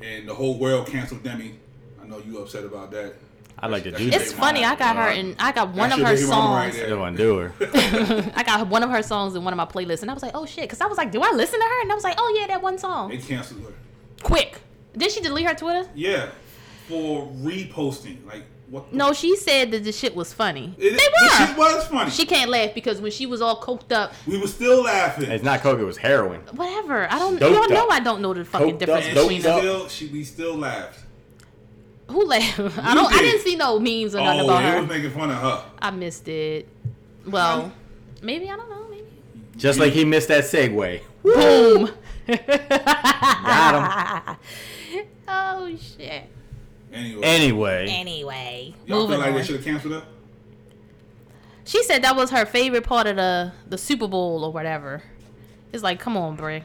and the whole world canceled Demi. I know you upset about that.
I'd like to
That
do
shit
that.
It's funny. I got her
Uh,
and I got one
that
of
shit
her
hit my mama
songs.
there.
Don't want to do her.
I got one of her songs in one of my playlists, and I was like, "Oh shit!" Because I was like, "Do I listen to her?" And I was like, "Oh yeah, that one
They
song."
canceled her.
Quick. Did she delete her Twitter?
Yeah, for reposting. Like what? the-
No, she said that the shit was funny. they
It- this shit
were.
was funny.
She can't laugh because when she was all coked up,
we were still laughing.
It's not coke. It was heroin.
whatever. I don't.
Doped
Y'all know
up.
I don't know the fucking
Doped up,
difference
and
doped
she
between them.
up.
still, she we still laughed.
Who laughed? I don't. I
did.
didn't see no memes or nothing
Oh,
about
they
her.
was making fun of her.
I missed it. Well, maybe I don't know. Maybe.
Just like he missed that segue.
Boom.
Got
oh shit.
Anyway,
Anyway,
Anyway,
y'all feel
moving
like
on.
they should have canceled her.
She said that was her favorite part of the the Super Bowl or whatever. It's like, come on, Brie.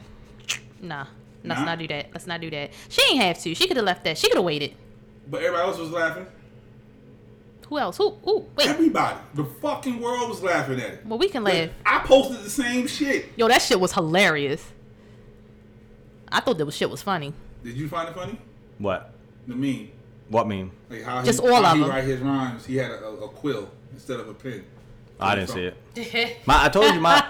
Nah, let's
Nah.
not do that. Let's not do that. She ain't have to. She could have left that. She could have waited.
But everybody else was laughing.
Who else? Who? Ooh, wait.
Everybody, the fucking world was laughing at it.
Well, we can laugh.
I posted the same shit.
Yo, that shit was hilarious. I thought that was shit was funny.
Did you find it funny?
what?
The meme,
What meme?
like how
Just
he,
all
how
of
he
them.
write his rhymes. He had a, a, a quill instead of a pen.
I didn't see it. My, I told you my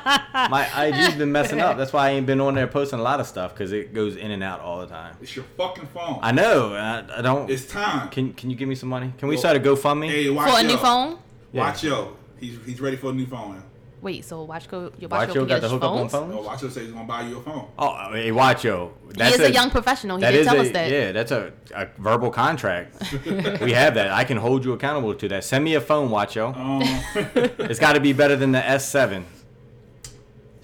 my IG's been messing up. That's why I ain't been on there posting a lot of stuff because it goes in and out all the time.
It's your fucking phone.
I know. I, I don't.
it's time.
Can Can you give me some money? Can we
Well,
start a GoFundMe?
hey, watch
For a
yo.
new phone.
Watch yo. He's he's ready for a new phone.
Wait, so watch go. Your watch,
Watcho
go
got the hookup on
phones?
Now.
phones.
Oh, watch yo says he's gonna buy you a phone.
Oh, hey, Watcho. That's
he is a, young professional. He
that
did
is
tell
a,
us that.
yeah. That's a, a verbal contract. we have that. I can hold you accountable to that. Send me a phone, Watcho.
Um,
It's got to be better than the S7.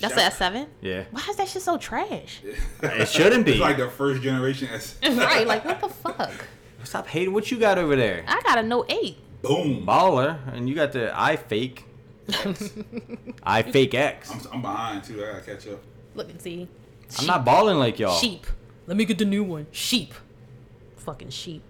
That's a S seven.
Yeah.
Why is that shit so trash?
It shouldn't be.
it's like the first generation. S.
right, like what the fuck?
Stop hating. What you got over there?
I got a Note eight.
Boom. I'm,
Baller, and you got the I fake. I fake X.
I'm behind too. I gotta catch up.
Look and see.
I'm not balling like y'all.
Sheep. Let me get the new one. Sheep. Fucking sheep.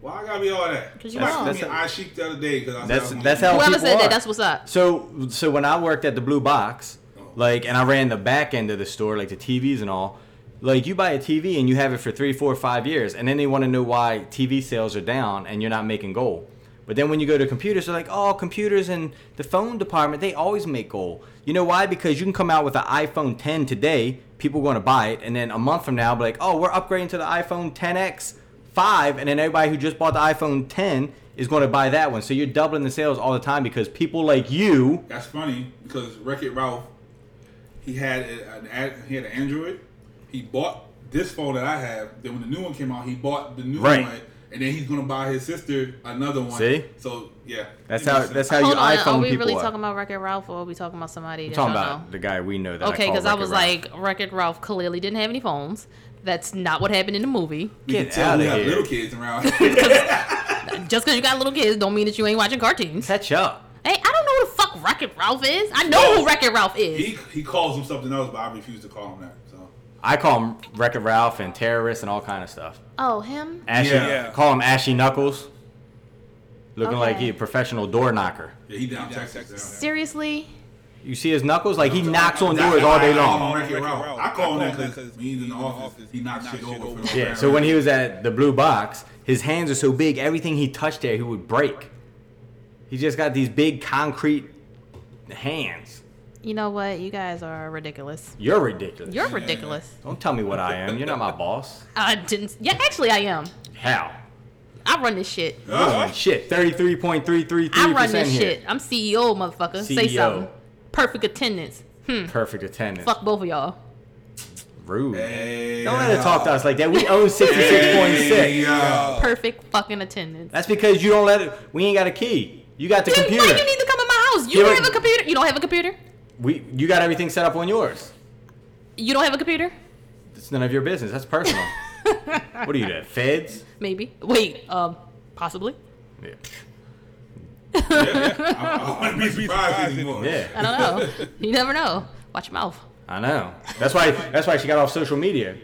Why I gotta be all that?
'Cause you wrong.
Somebody called me
That's-
an eye sheep the other day because I said
That's-
I was
that's
gonna-
how-
Whoever
Oh, people
said
are.
that, that's what's up.
So so when I worked at the Blue Box, like, and I ran the back end of the store, like the TVs and all. Like you buy a TV and you have it for three, four, five years, and then they want to know why TV sales are down and you're not making goal. But then when you go to computers, they're like, oh, computers and the phone department, they always make goal. You know why? Because you can come out with an iPhone 10 today, people are going to buy it, and then a month from now, be like, oh, we're upgrading to the iPhone 10X 5, and then everybody who just bought the iPhone 10 is going to buy that one. So you're doubling the sales all the time because people like you
That's funny because Wreck It Ralph, he had a- an ad, he had an Android. He bought this phone that I have. Then when the new one came out, he bought the new
Right.
one. and then he's gonna buy his sister another one.
See?
So yeah,
That's
it
how.
makes sense.
That's how you
Hold on,
iPhone
are we
people
really
are.
talking about Wreck-It Ralph or are we talking about somebody
I'm
that
talking
y'all
about
know?
the guy we know that.
Okay,
because
because I was like, Wreck-It Ralph clearly didn't have any phones. That's not what happened in the movie.
You can
Get
tell
outta
we have
here.
little kids around.
Just because you got little kids don't mean that you ain't watching cartoons. Hey,
catch up.
I don't know who the fuck Wreck-It Ralph is. I know who Wreck-It Ralph is.
he he calls him something else, but I refuse to call him that. So
I call him Wreck-It Ralph and terrorists and all kind of stuff.
Oh, him?
Ashy,
Yeah.
Yeah.
call him Ashy Knuckles. Looking like
Okay.
he a professional door knocker.
yeah, he down Texas. down
Seriously?
You see his knuckles? Like he knocks on
there.
doors all day
I call him
long.
Wreck-It Ralph.
Ralph.
I call
I
him
call
that
him
because
that
he's in the
'cause
office. He knocks shit over. for no
Yeah.
apparent
So when he
reason.
was at the Blue Box, his hands are so big, everything he touched there, he would break. He just got these big concrete hands.
You know what? You guys are ridiculous.
You're ridiculous.
You're ridiculous.
Don't tell me what I am. You're not my boss.
I didn't. Yeah, actually, I am.
How?
I run this shit.
Uh,
Shit, thirty-three point three three
I
three
run
percent
this
here. E
shit. I'm CEO, motherfucker. Say
CEO.
something. Perfect attendance. Hmm.
Perfect attendance.
Fuck both of y'all.
Rude.
hey,
Don't let her talk to us like that. We own sixty-six point
Hey,
six.
uh,
Perfect fucking attendance.
That's because you don't let it. We ain't got a key. You got the
Then
computer.
Why you need to come in my house? You
Give
don't
it-
have a computer. You don't have a computer.
we you got everything set up on yours.
You don't have a computer.
It's none of your business. That's personal. what are you, the feds?
Maybe. Wait. Um. Possibly.
Yeah.
I, I wouldn't be surprised anymore.
I
yeah,
don't know. you never know. Watch your mouth.
I know. That's why. That's why she got off social media.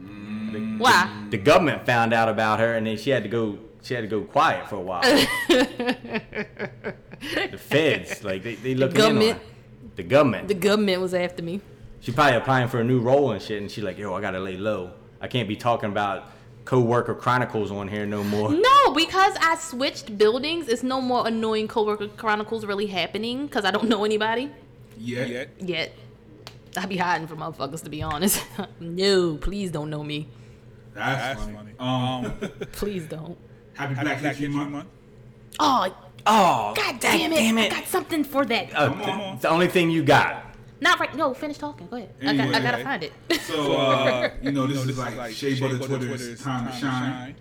Mm.
Why?
The government found out about her, and then she had to go. She had to go quiet for a while. the feds, like they, they looking in on
government.
her. The government.
The government was after me.
She probably applying for a new role and shit, and she like, yo, I gotta lay low. I can't be talking about co-worker chronicles on here no more.
No, because I switched buildings. It's no more annoying coworker chronicles really happening because I don't know anybody
Yeah.
Yeah.
yet. I be hiding from motherfuckers to be honest. no, please don't know me.
That's,
That's
funny.
funny.
Um,
Please don't.
happy Black,
Black
History
History
Month.
Month.
Oh,
Oh,
god damn it.
damn
I
it.
got something for that.
Uh,
Come on.
it's the only thing you got.
Not right. No, finish talking. Go ahead. I, got, I gotta
Anyway.
find it.
So, uh, you know, this,
So
is like Shea Butter Twitter's time, to shine.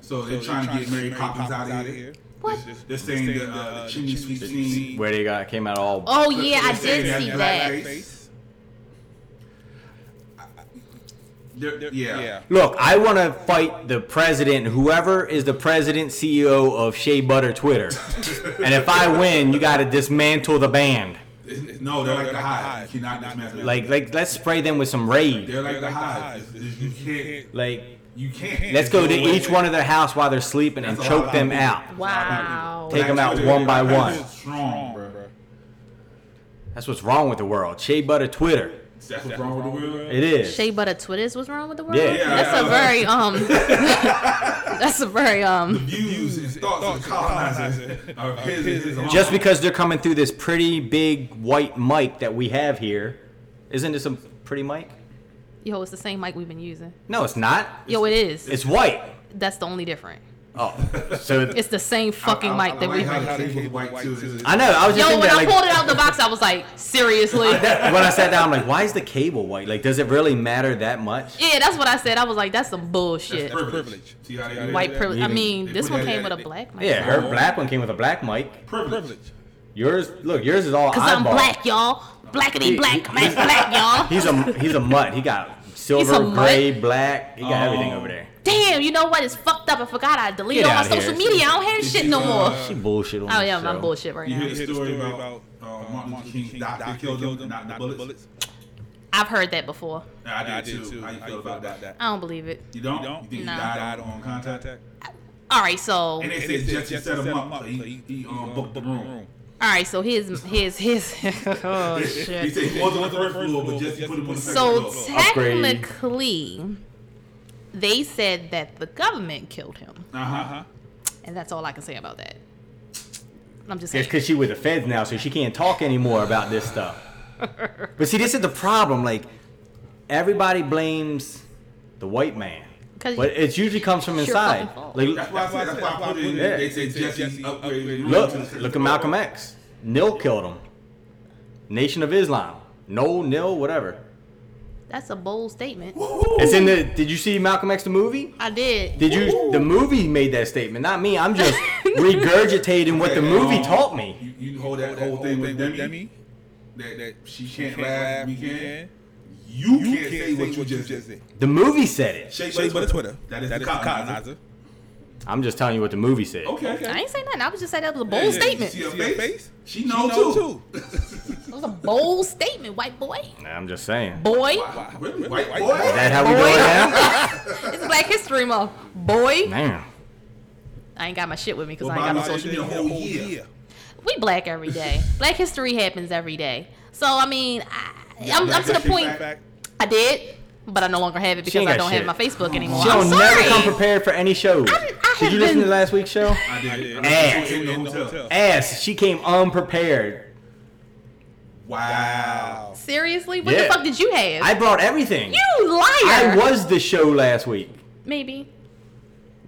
So they're trying to get Mary Poppins out of here.
what?
They're saying the, uh, the chimney sweep scene.
Where they got came out all.
Oh yeah, I
They're saying
did see
that's
that.
blackface. They're- they're- yeah.
Yeah.
Look, I want to fight the president, whoever is the president CEO of Shea Butter Twitter. and if I win, you got to dismantle the band.
It's- No, they're like the
They're like the
hive.
hive.
You cannot dismantle them.
Like, like, let's spray them with some raid.
they're like the
like the
hive.
hive.
It's- it's- You can't.
Like,
You can't.
let's go to
There's no way.
each one of their house while they're sleeping and
That's a
choke
lot
them
of people.
out.
Wow.
Take 'em out
Twitter,
one by
Black
one.
Twitter's Strong, bro.
That's what's wrong with the world. Shea Butter Twitter.
That's what's wrong with the world.
It is.
Shea butter Twitters was wrong with the world.
Yeah. Yeah,
that's
I-
a very um. that's a very um.
views and thoughts of the colonizer are his and his alone.
Just because they're coming through this pretty big white mic that we have here, isn't this a pretty mic?
Yo, it's the same mic we've been using.
No, it's not.
Yo, it is.
It's white.
that's the only different.
Oh, so
It's the same fucking
I- I-
mic that
I
we.
like how the
heard.
table was white too. It's-
I know. I was just
Yo,
thinking
when
that,
I
like,
pulled it out the box, I was like, seriously.
that- when I sat down, I'm like, why is the cable white? Like, does it really matter that much?
Yeah, that's what I said. I was like, that's some bullshit.
privilege.
privilege.
See how they do
White
that?
privilege. I
They
mean, this
put
one
that-
came with a
they-
black mic.
Yeah, her black one came with a black mic.
Privilege.
Privilege.
Yours, look, yours is all
Cause I'm
eyeball.
black, y'all. Blackity
He-
black, black, black, y'all.
He's a he's a mutt. He got silver,
mutt?
gray, black. He got everything
Oh.
over there.
Damn, you know what? It's fucked up. I forgot I deleted
Get
all my
outta here.
social media. I don't have shit no more.
Uh,
She bullshit on
Oh
this
yeah, my
show.
bullshit right
You
now.
hear the story about uh, Martin Luther King's doctor killed him, not the bullets?
I've heard that before.
Nah, I
I
did too. How you feel about that?
I don't believe it.
You don't?
You don't?
You think he
Nah.
died on contact?
All right, so
And they
It
said
is
Jesse set him up, so
so
he he, um, booked the room.
all right, so here's here's his. oh
He
shit.
said he wasn't on the first floor, but Jesse put him on the second
So
floor.
Upgrade.
technically, they said that the government killed him,
Uh-huh.
and that's all I can say about that. I'm just
It's
saying.
because she with the feds now, so she can't talk anymore about this stuff. But see, this is the problem. Like, everybody blames the white man,
'Cause
but it usually comes from
it's your
inside.
fucking fault.
Like,
That's why I said, that's why I put it in.
Yeah.
They said Jesse upgraded the room to the
Look,
second
look at
floor.
Malcolm X. Nil killed him. Nation of Islam. No, nil, whatever.
That's a bold statement.
It's in the. Did you see Malcolm X the movie?
I did.
Did you? The movie made that statement, not me. I'm just regurgitating what the movie taught me.
You, you hold that, whole thing with Demi, That, that she can't, laugh, we can. You, can't, say what you just said.
The movie said it.
Shake,
Shake but Twitter.
That is the colonizer.
I'm just telling you what the movie said.
Okay, okay.
I ain't saying nothing. I was just saying that was a bold
yeah, you
statement.
See her
See her
face?
face?
She knows
know
too.
It was a bold statement, white boy.
I'm just saying.
Boy,
White, white
White
boy.
Is that how we doing
it's Black History Month. Boy,
now? Man.
I ain't got my shit with me because
Well,
I ain't
Bobby
got my
said
social
you
media.
know- whole year.
We black every day. black history happens every day. So I mean, I, I'm, I'm to the
Black
point.
History
Back.
I did, but I no longer have it
She
because
ain't
I
got
don't have my Facebook anymore.
She'll
I'm
never
sorry.
come prepared for any shows.
I
Did
have
you listen
been-
to last week's show?
I did.
Ass.
In the hotel.
Ass. She came unprepared.
Wow.
Seriously, what
Yeah.
the fuck did you have?
I brought everything.
you liar.
I was the show last week.
maybe.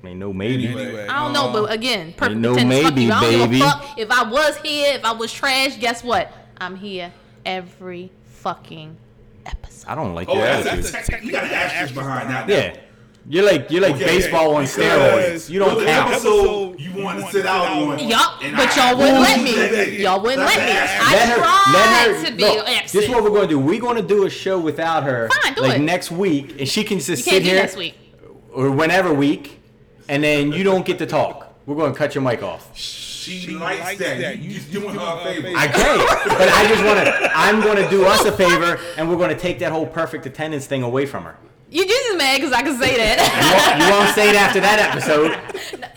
I mean, no, maybe.
Anyway.
I don't know, but again, perfect
no
attendance. fuck
Uh, maybe,
you. I don't
baby.
give a fuck if I was here, if I was trash. Guess what? I'm here every fucking episode.
I don't like
Oh,
your
that's,
attitude.
that's a tech- You got an asterisk behind that.
yeah. You're like you're like
Okay,
baseball
okay.
on
Because
steroids. You don't
Well, the
count.
Episode you want to sit out on.
Yup,
and
but
I
y'all wouldn't let
approved
me.
it.
Y'all wouldn't
That's
let me.
an asterisk.
I tried to be
look, This is
absent.
what we're going to do. We're going to do a show without her,
Fine, do
like
it.
next week, and she can just
You
sit
can't do
here
next week.
or whenever week, and then you don't get to talk. We're going to cut your mic off.
She, likes, that. You just doing her a favor.
I can't. but I just want to. I'm going to do us a favor, and we're going to take that whole perfect attendance thing away from her.
You just is mad because I can say
You
that.
won't, you won't say it after that episode.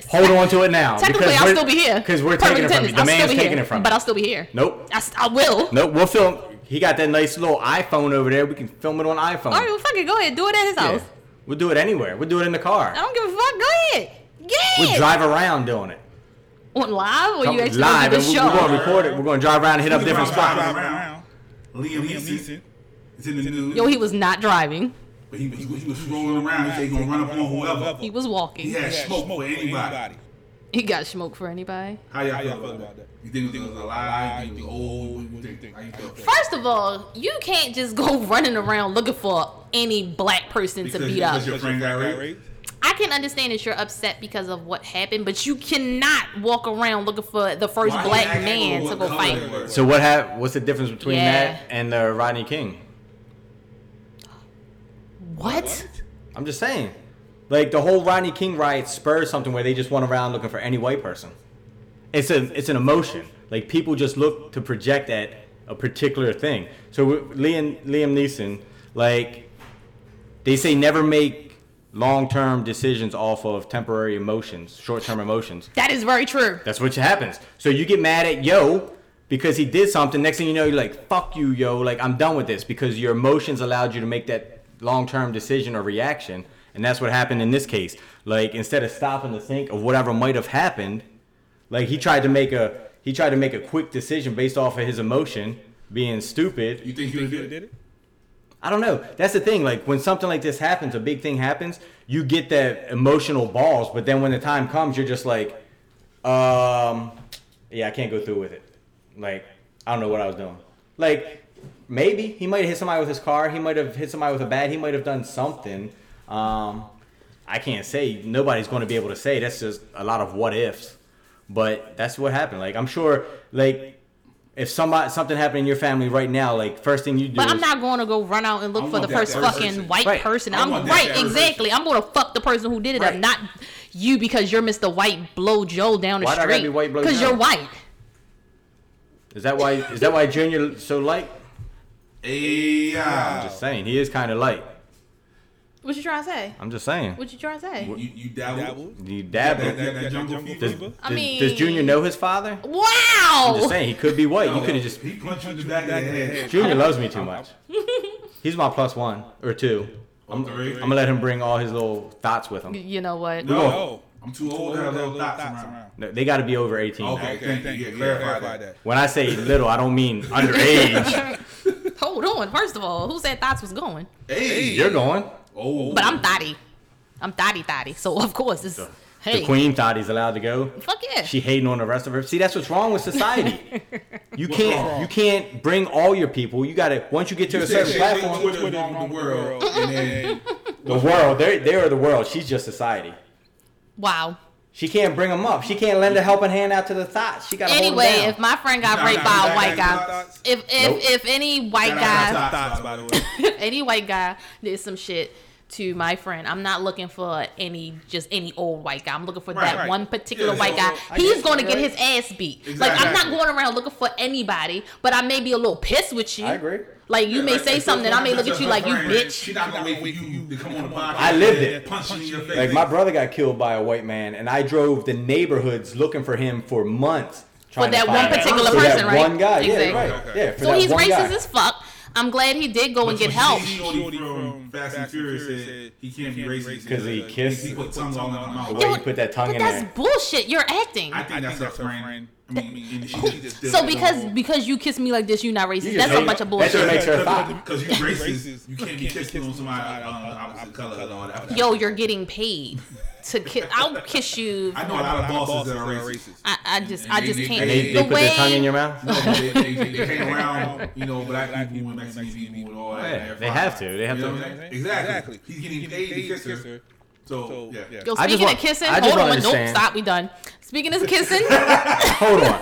Hold on to it now.
Technically, I'll still be here.
Because we're
Perfect
taking it from you.
attendance,
The
I'll still
man's
be
taking
here,
it from
But
you.
I'll still be here.
Nope.
I, s- I will.
Nope. We'll film. He got that nice little iPhone over there. We can film it on iPhone.
All right, well, fuck it. Go ahead. Do it at his
Yeah.
house.
We'll do it anywhere. We'll do it in the car.
I don't give a fuck. Go ahead.
We'll
Yeah.
drive around doing it.
On live or you actually
live.
do the
and we-
show?
We're going to record it. We're going to drive around and hit up
We
different
drive around.
spots.
Liam Neeson is in the news.
Yo, he was not driving.
but he, he, he was rolling around. He said he gonna run up on whoever.
He was walking.
He had smoke for anybody.
He got smoke for anybody.
How y'all feel about that? You think it was a lie? You think it was old? You think how you feel?
First of all, you can't just go running around looking for any black person to beat up.
Because your friend got raped.
I can understand that you're upset because of what happened, but you cannot walk around looking for the first
Why
black
you asking
man
what
to go
color
fight.
they were?
So what hap- What's the difference between
Yeah.
that and uh, Rodney King?
What?
I'm just saying. Like the whole Rodney King riot spurred something where they just went around looking for any white person. It's a it's an emotion. Like people just look to project at a particular thing. So with Liam Liam Neeson, like they say, never make long term decisions off of temporary emotions, short term emotions.
That is very true.
That's what happens. So you get mad at yo because he did something. Next thing you know, you're like, fuck you, yo. Like, I'm done with this because your emotions allowed you to make that long term decision or reaction. And that's what happened in this case. Like, instead of stopping to think of whatever might have happened, like he tried to make a he tried to make a quick decision based off of his emotion, being stupid.
You think he did
Did
it?
it?
I don't know. That's the thing. Like when something like this happens, a big thing happens, you get that emotional balls, but then when the time comes, you're just like, um, yeah, I can't go through with it. Like I don't know what I was doing. Like maybe he might have hit somebody with his car. He might have hit somebody with a bat. He might have done something. Um, I can't say. Nobody's going to be able to say. That's just a lot of what ifs. But that's what happened. Like I'm sure. Like if somebody something happened in your family right now, like first thing you do.
But
is,
I'm not going to go run out and
I
look for
want
the
that
first
third
fucking
person.
white
Right.
person.
I
I'm
want that
right,
third person.
exactly. I'm going to fuck the person who did it up,
Right.
not you because you're Mr. White Blow Joe down the
Why do I gotta
street.
be White Blow
Because
Joe?
you're white.
Is that why? Is that why Junior so light?
Hey,
I'm
yeah.
just saying he is kind of light.
What you trying to say?
I'm just saying.
What you trying to say?
You you dabble.
You
That,
dabble.
that, that jungle
Does,
fever.
I
does-
mean-
does Junior know his father?
Wow.
I'm just saying he could be white. You could have just.
He punched you in the back of the head.
Junior loves me too much. He's my plus one or two.
I'm
I'm gonna let him bring all his little thoughts with him.
You know what?
No,
No.
I'm too old to have little thoughts around.
No, They got to be over 18. now.
Okay,
Okay,
thank you. Yeah, clarify that.
When I say little, I don't mean underage.
Hold on. First of all, who said thoughts was going?
Hey,
You're going.
Oh,
But I'm thotty. I'm thotty thotty. So of course it's Hey.
The queen thought he's allowed to go.
Fuck yeah.
She hating on the rest of her. See, that's what's wrong with society. you
What's
can't
wrong?
you can't bring all your people. You gotta once you get to a
said
certain
shit, nigga,
platform,
Twitter is wrong with the world, and then
the world they they are the world. She's just society.
wow.
She can't bring them up. She can't lend a helping hand out to the thoughts. She got
Anyway, if my friend got
Nah,
raped
nah,
by
nah,
a white
nah,
guy,
nah.
if if
Nope.
if any white
Shout
guy
out to Thoughts, by the way.
any white guy did some shit to my friend, I'm not looking for any just any old white guy. I'm looking for
Right,
that
right.
one particular
Yeah,
white
so-
guy.
I
He's
guess
going to
you're
get
right.
his ass beat. Like I'm not
Exactly.
going around looking for anybody, but I may be a little pissed with you.
I agree.
Like you
Yeah,
may
like,
say
if
something, I may
your
look at
friend
you
is
like
her
you
friend,
bitch.
She not gonna wait for you to come on the podcast.
I lived it.
Punch you in your face.
Like my brother got killed by a white man, and I drove the neighborhoods looking for him for months. trying to
that
find
one
him.
particular
For that
person, right?
One guy, yeah,
Exactly.
right,
Okay.
yeah. For
So
that
he's
one
racist
guy.
as fuck. I'm glad he did go and get help.
She shorty from Fast and Furious said he can't be racist
'Cause he kissed-
He put tongue all in her mouth.
The way you put that tongue
But
in
that's
there.
bullshit. You're acting.
I think that's her friend. I mean, and she- she just did
So
it.
because because you kiss me like this, you're not racist.
just
That's a
hate-
bunch of
that's
bullshit.
just makes her a thought.
Because you racist, you can't be kissing on somebody um, opposite color and all that.
Yo, you're getting paid to kiss. I'll kiss you.
I know a lot of bosses that are racist.
I, I just
And
I
they-
just
they-
can't.
And they, they
the
put
way
their tongue in your mouth.
No, they, they, they, they hang around, you know, black people and Mexican people and all that.
Yeah,
and they're
they
fine.
have to. They have
You know
to.
what I'm saying? Exactly. He's getting paid to kiss her. So, yeah.
yo,
I just
speaking
want-
of kissing,
I
hold
just
on,
want to
nope,
understand.
stop, we done. Speaking of kissing,
Hold on.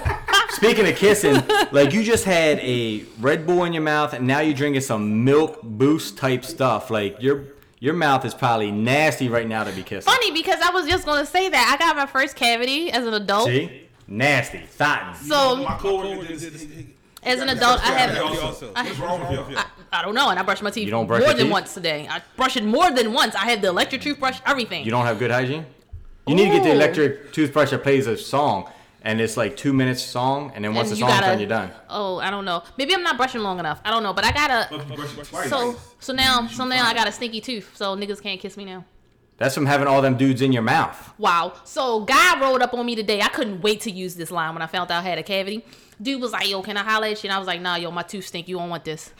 Speaking of kissing, like you just had a Red Bull in your mouth, and now you're drinking some milk boost type stuff. Like your your mouth is probably nasty right now to be kissing.
funny because I was just gonna say that I got my first cavity as an adult.
See, nasty, thoughts.
So
My coworker did this.
as an adult, I have
also. What's wrong with you?
I, I don't know, and I brush my teeth
You don't
more
brush your
than
teeth?
once a day. I brush it more than once. I have the electric toothbrush, everything.
You don't have good hygiene. You need to get the
Ooh.
electric toothbrush that plays a song, and it's like two minutes song, and then once
And
the
you
song's
gotta-
done, you're done.
Oh, I don't know. Maybe I'm not brushing long enough. I don't know, but I got to
Fuck, you brush it twice.
So so now so now I got a stinky tooth, so niggas can't kiss me now.
That's from having all them dudes in your mouth.
Wow. So guy rolled up on me today. I couldn't wait to use this line when I found out I had a cavity. Dude was like, "Yo, can I holla at you?" And I was like, "Nah, yo, my tooth stink. You don't want this."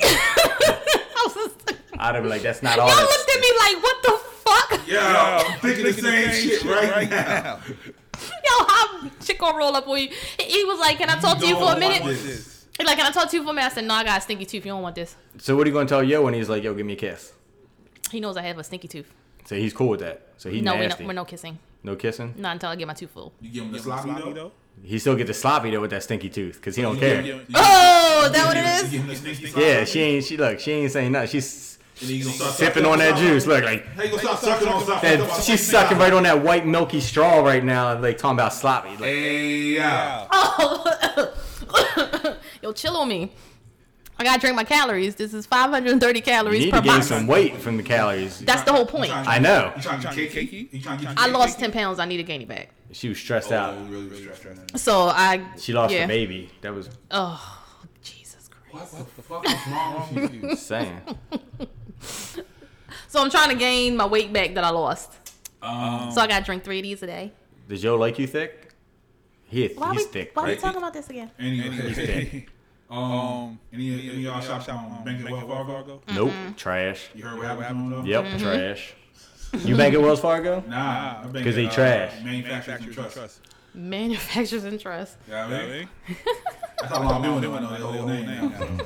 I was just,
I'd have been like, that's not all.
y'all
That's,
looked at me like, "What the fuck?"
Yeah, I'm thinking the same shit right now.
Yo, how Chico roll up on you? He- He was like, "Can I talk to you for a
Don't
minute?"
want this.
He like, "Can I talk to you for a minute?" I said, "No, I got a stinky tooth. You don't want this."
so what are you gonna tell Yo when he's like, Yo, give me a kiss?
He knows I have a stinky tooth.
So he's cool with that. So he's
no, we're,
nasty.
no, we're no kissing.
no kissing.
Not until I get my tooth full.
You give him the sloppy though?
He still get the sloppy though with that stinky tooth because he don't
You
care.
give him- you
Oh, is that what
give him-
it is?
you give him the stinky sloppy?
Yeah, she ain't. She look. She ain't saying nothing. She's
And then you gonna start
sipping
sucking
on that
something.
juice. Look like
How you gonna stop sucking on something?
that. She's sucking right on that white milky straw right now. Like talking about sloppy. Like
Hey, yeah.
Yo, chill on me. I gotta drink my calories. This is 530
you
calories
need
per
to gain
box.
some weight from the calories.
That's the whole point.
I know.
You trying to get cakey? You trying to get
I lost 10 pounds. I need to gain it back.
She was stressed
Oh,
out.
really, really stressed.
So I.
She lost
yeah.
her baby. That was
Oh, Jesus Christ.
What the fuck is wrong with you?
saying.
So I'm trying to gain my weight back that I lost.
Um,
so I gotta drink three of these a day.
Does Joe like you thick? He
Why
he's
we,
thick.
why we
right?
talking about this again?
Anyway,
dead.
um, any any of y'all shop on Bank of Wells Fargo?
Nope. Trash.
You heard what happened to them? though?
Yep.
Mm-hmm.
Trash. You bank at Wells Fargo?
Nah, uh,
'Cause they trash.
Manufacturers and trust.
Manufacturers and Trust.
Yeah, I mean, that's how long I've been with them. I know their whole name. now.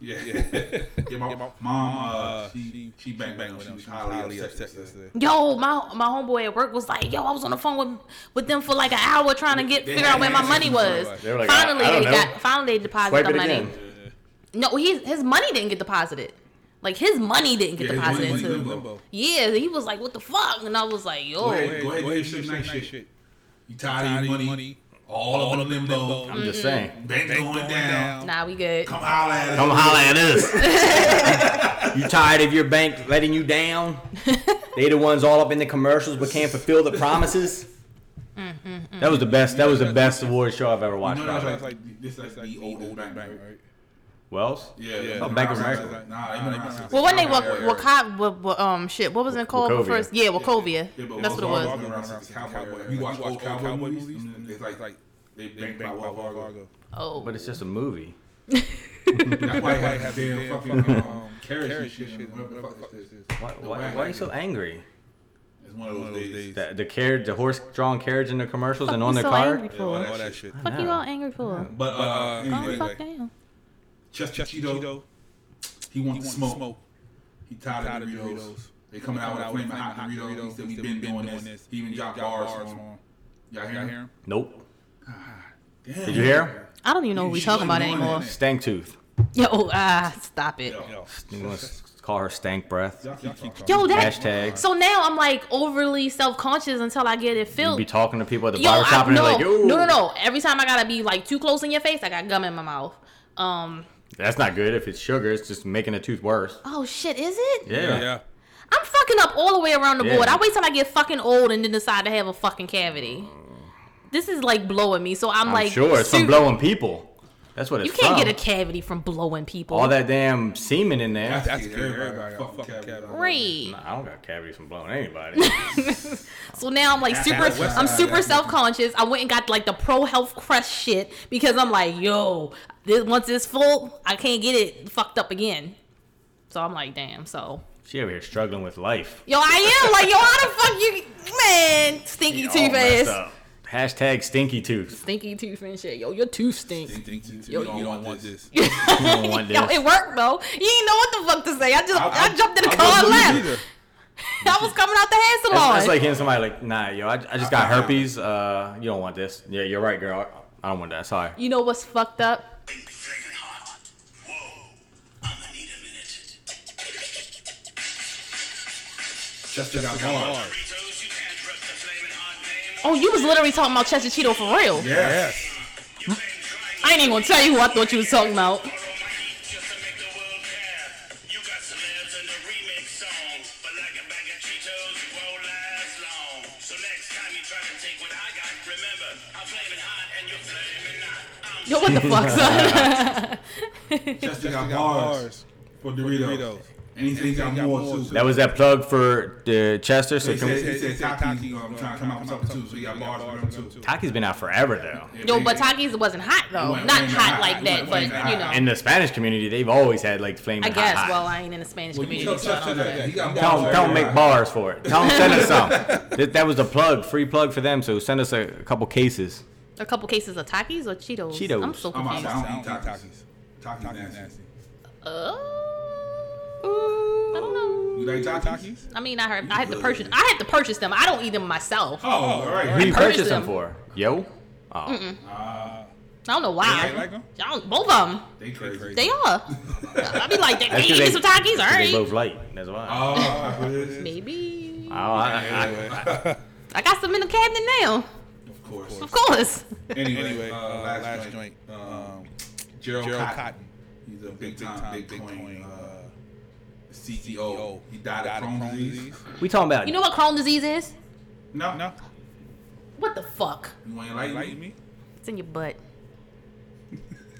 Yeah, yeah. My mom, uh, she she bang bang. She was highly upset. yesterday.
Yo, my my homeboy at work was like, "Yo, I was on the phone with with them for like an hour trying to get
They
figure out
had
where my
answers
money
for it.
was."
They were like, I-
finally,
I don't
they
know.
got finally they deposited
Swipe
the
it
money.
again.
No, he his money didn't get deposited. Like his money didn't get
Yeah, his
deposited
money was
into.
limbo.
Yeah, he was like, "What the fuck?" And I was like, "Yo,
Go ahead, go ahead, go ahead, shit, night shit. You tired of your money? All on the limbo.
I'm
Mm-hmm.
just saying.
Bank going down.
nah, we good."
Come holler at us.
Come holla at us. you tired of your bank letting you down? They the ones all up in the commercials but can't fulfill the promises.
Mm,
That was the best. That was the best award show I've ever watched.
No, no,
by the way.
it's like this is like the old old bank, right?
Wells.
Yeah, yeah.
Oh, Bank of America.
Nah, they been around since-
Well, when they
Yeah,
what
yeah, yeah.
Wacov, what, what, um shit, what was it called
Wachovia.
first? Yeah, Wachovia.
Yeah, but
That's what it
Wells Fargo
was.
been around since Cowboy era. You watch old cowboy movies, and it's like like they bank by Wells Fargo.
Oh,
But it's just a movie.
That's why they have damn fucking um, carriage and shit. and whatever the fuck this is.
Why, why, why are you so angry?
It's It's one of those,
One of those
days.
days.
The, the carriage, the horse-drawn carriage in the commercials and on
you so
their car.
angry
Yeah, all
for?
that shit.
Fuck you all angry for?
But uh,
uh,
Calm the
anyway,
fuck down.
Chester
Chester
Cheeto,
Cheeto,
he wants
he
to
wants
smoke.
smoke.
He tired,
Tired
of
of
Doritos.
Doritos.
They coming out with a
Out
flaming
with
hot
flaming hot
Doritos. He
Doritos.
said
He
we've
said,
been
"We've been
doing
doing
this.
this."
He even
He
dropped
dropped
bars
bars
on
on
him. Y'all hear
Y'all hear
him?
him?
Nope.
Damn.
Did you hear? him?
I don't even know what we talking about
shouldn't
anymore.
want
Stank tooth.
Yo, ah, stop it.
Yo.
Yo,
You want to call her stank breath?
Y'all keep talking.
Yo, that.
Hashtag.
So now I'm like overly self conscious until I get it
You
filled.
be talking to people at the
Yo,
barber shop
I,
and
no,
they're like, yo,
no, no, no. Every time I gotta be like too close in your face, I got gum in my mouth. Um.
That's not good. If it's sugar, it's just making the tooth worse.
Oh shit, is it?
Yeah.
yeah, yeah.
I'm fucking up all the way around the
Yeah.
board. I wait till I get fucking old and then decide to have a fucking cavity. This is like blowing me, so I'm,
I'm
like,
sure it's
ser-
from blowing people. That's what it's
You can't
from.
get a cavity from blowing people.
All that damn semen in there.
That's,
That's
it.
good.
Everybody,
Everybody
got
got
fucking
fucking
cavities.
Great.
Nah, I don't got cavities from blowing anybody.
So now I'm like
That's
super,
how the West
I'm
Side
super
is.
self conscious. I went and got like the pro health crest shit because I'm like, yo, this, once it's full, I can't get it fucked up again. So I'm like, damn. So
she over here struggling with life.
yo, I am like, yo, how the fuck you, man, stinky
All
tooth ass,
messed up. Hashtag stinky tooth.
stinky tooth and shit. Yo, your tooth stinks.
Think- think- think-
You
you
don't want this.
You don't want
Yo,
this.
it worked though. You didn't know what the fuck to say. I just, I, jumped in the
I
car and
wouldn't
left.
either.
I was coming out the hair salon.
That's like hearing somebody like, nah, yo, I, I just got herpes. Uh, you don't want this. Yeah, you're right, girl. I don't want that. Sorry.
you know what's fucked up?
Big friggin' hot. Whoa. I'ma need a minute.
Chester got bars.
Burritos, you can't rub the flaming hot name
Oh, you was literally talking about Chester Cheeto for real.
Yes.
You claim trying
I ain't even gonna tell you who I thought you was talking about.
to borrow my heat just to make the world care. You got celebs in the remix song. But like a bag of Cheetos, it won't last long. So next time you try to take what I got, remember, I'm flaming hot and you're flaming hot. I'm
Yo, what the fuck, son?
Chester got bars
Bars.
for Doritos.
Doritos.
And he said he got more too.
That was that plug for the Chester. So
He
can
said,
we,
he said Taki um, trying to come out with something too, so he got bars for them too.
Taki's been out forever though.
Yo, but Takis wasn't hot though.
wasn't-
Not
wasn't
hot
hot.
like
It
that,
wasn't-
but
wasn't hot.
you know.
In the Spanish community, they've always had like flaming
I guess.
hot. hot.
Well, I ain't in the Spanish
Well, you
community,
tell
so I
Chester
don't know
that. He
that.
got
Tell
bars.
them,
for
tell them
everybody.
make bars for it. Tell them send us some. that, that was a plug, free plug for them. So send us a, a couple cases.
A couple cases of Takis or Cheetos.
Cheetos.
I'm so
I'm
confused.
outside. I don't eat
I don't eat
Takis. Takis nasty.
Oh, I don't know.
You like Takis?
Takis?
I mean, I heard I had to purchase. I had to purchase them. I don't eat them myself.
Oh, all
Who you
right.
Purchase
purchase them
them.
for? Yo. Oh.
I don't know
You ain't
why.
like 'em?
Y'all, both of them.
They crazy.
They are. I be like, they, they
'cause
eating some Takis,
'cause They
alright?
both light. That's why.
Oh, that's what it is.
Maybe.
oh, I, I,
I got some in the cabinet now.
Of course.
Of course.
Anyway,
Anyway,
uh,
uh,
last
last
joint.
joint.
um,
Gerald
Gerald Cotton.
Cotton.
He's a big
Big
time,
time,
big
big
Bitcoin
coin,
uh,
uh,
CEO.
CEO.
He died of
Died of
Crohn's
Crohn's
disease.
disease.
we talking about
You know what Crohn's disease is?
No, no.
What the fuck?
You want to
Enlighten
enlighten me?
me?
It's in your butt.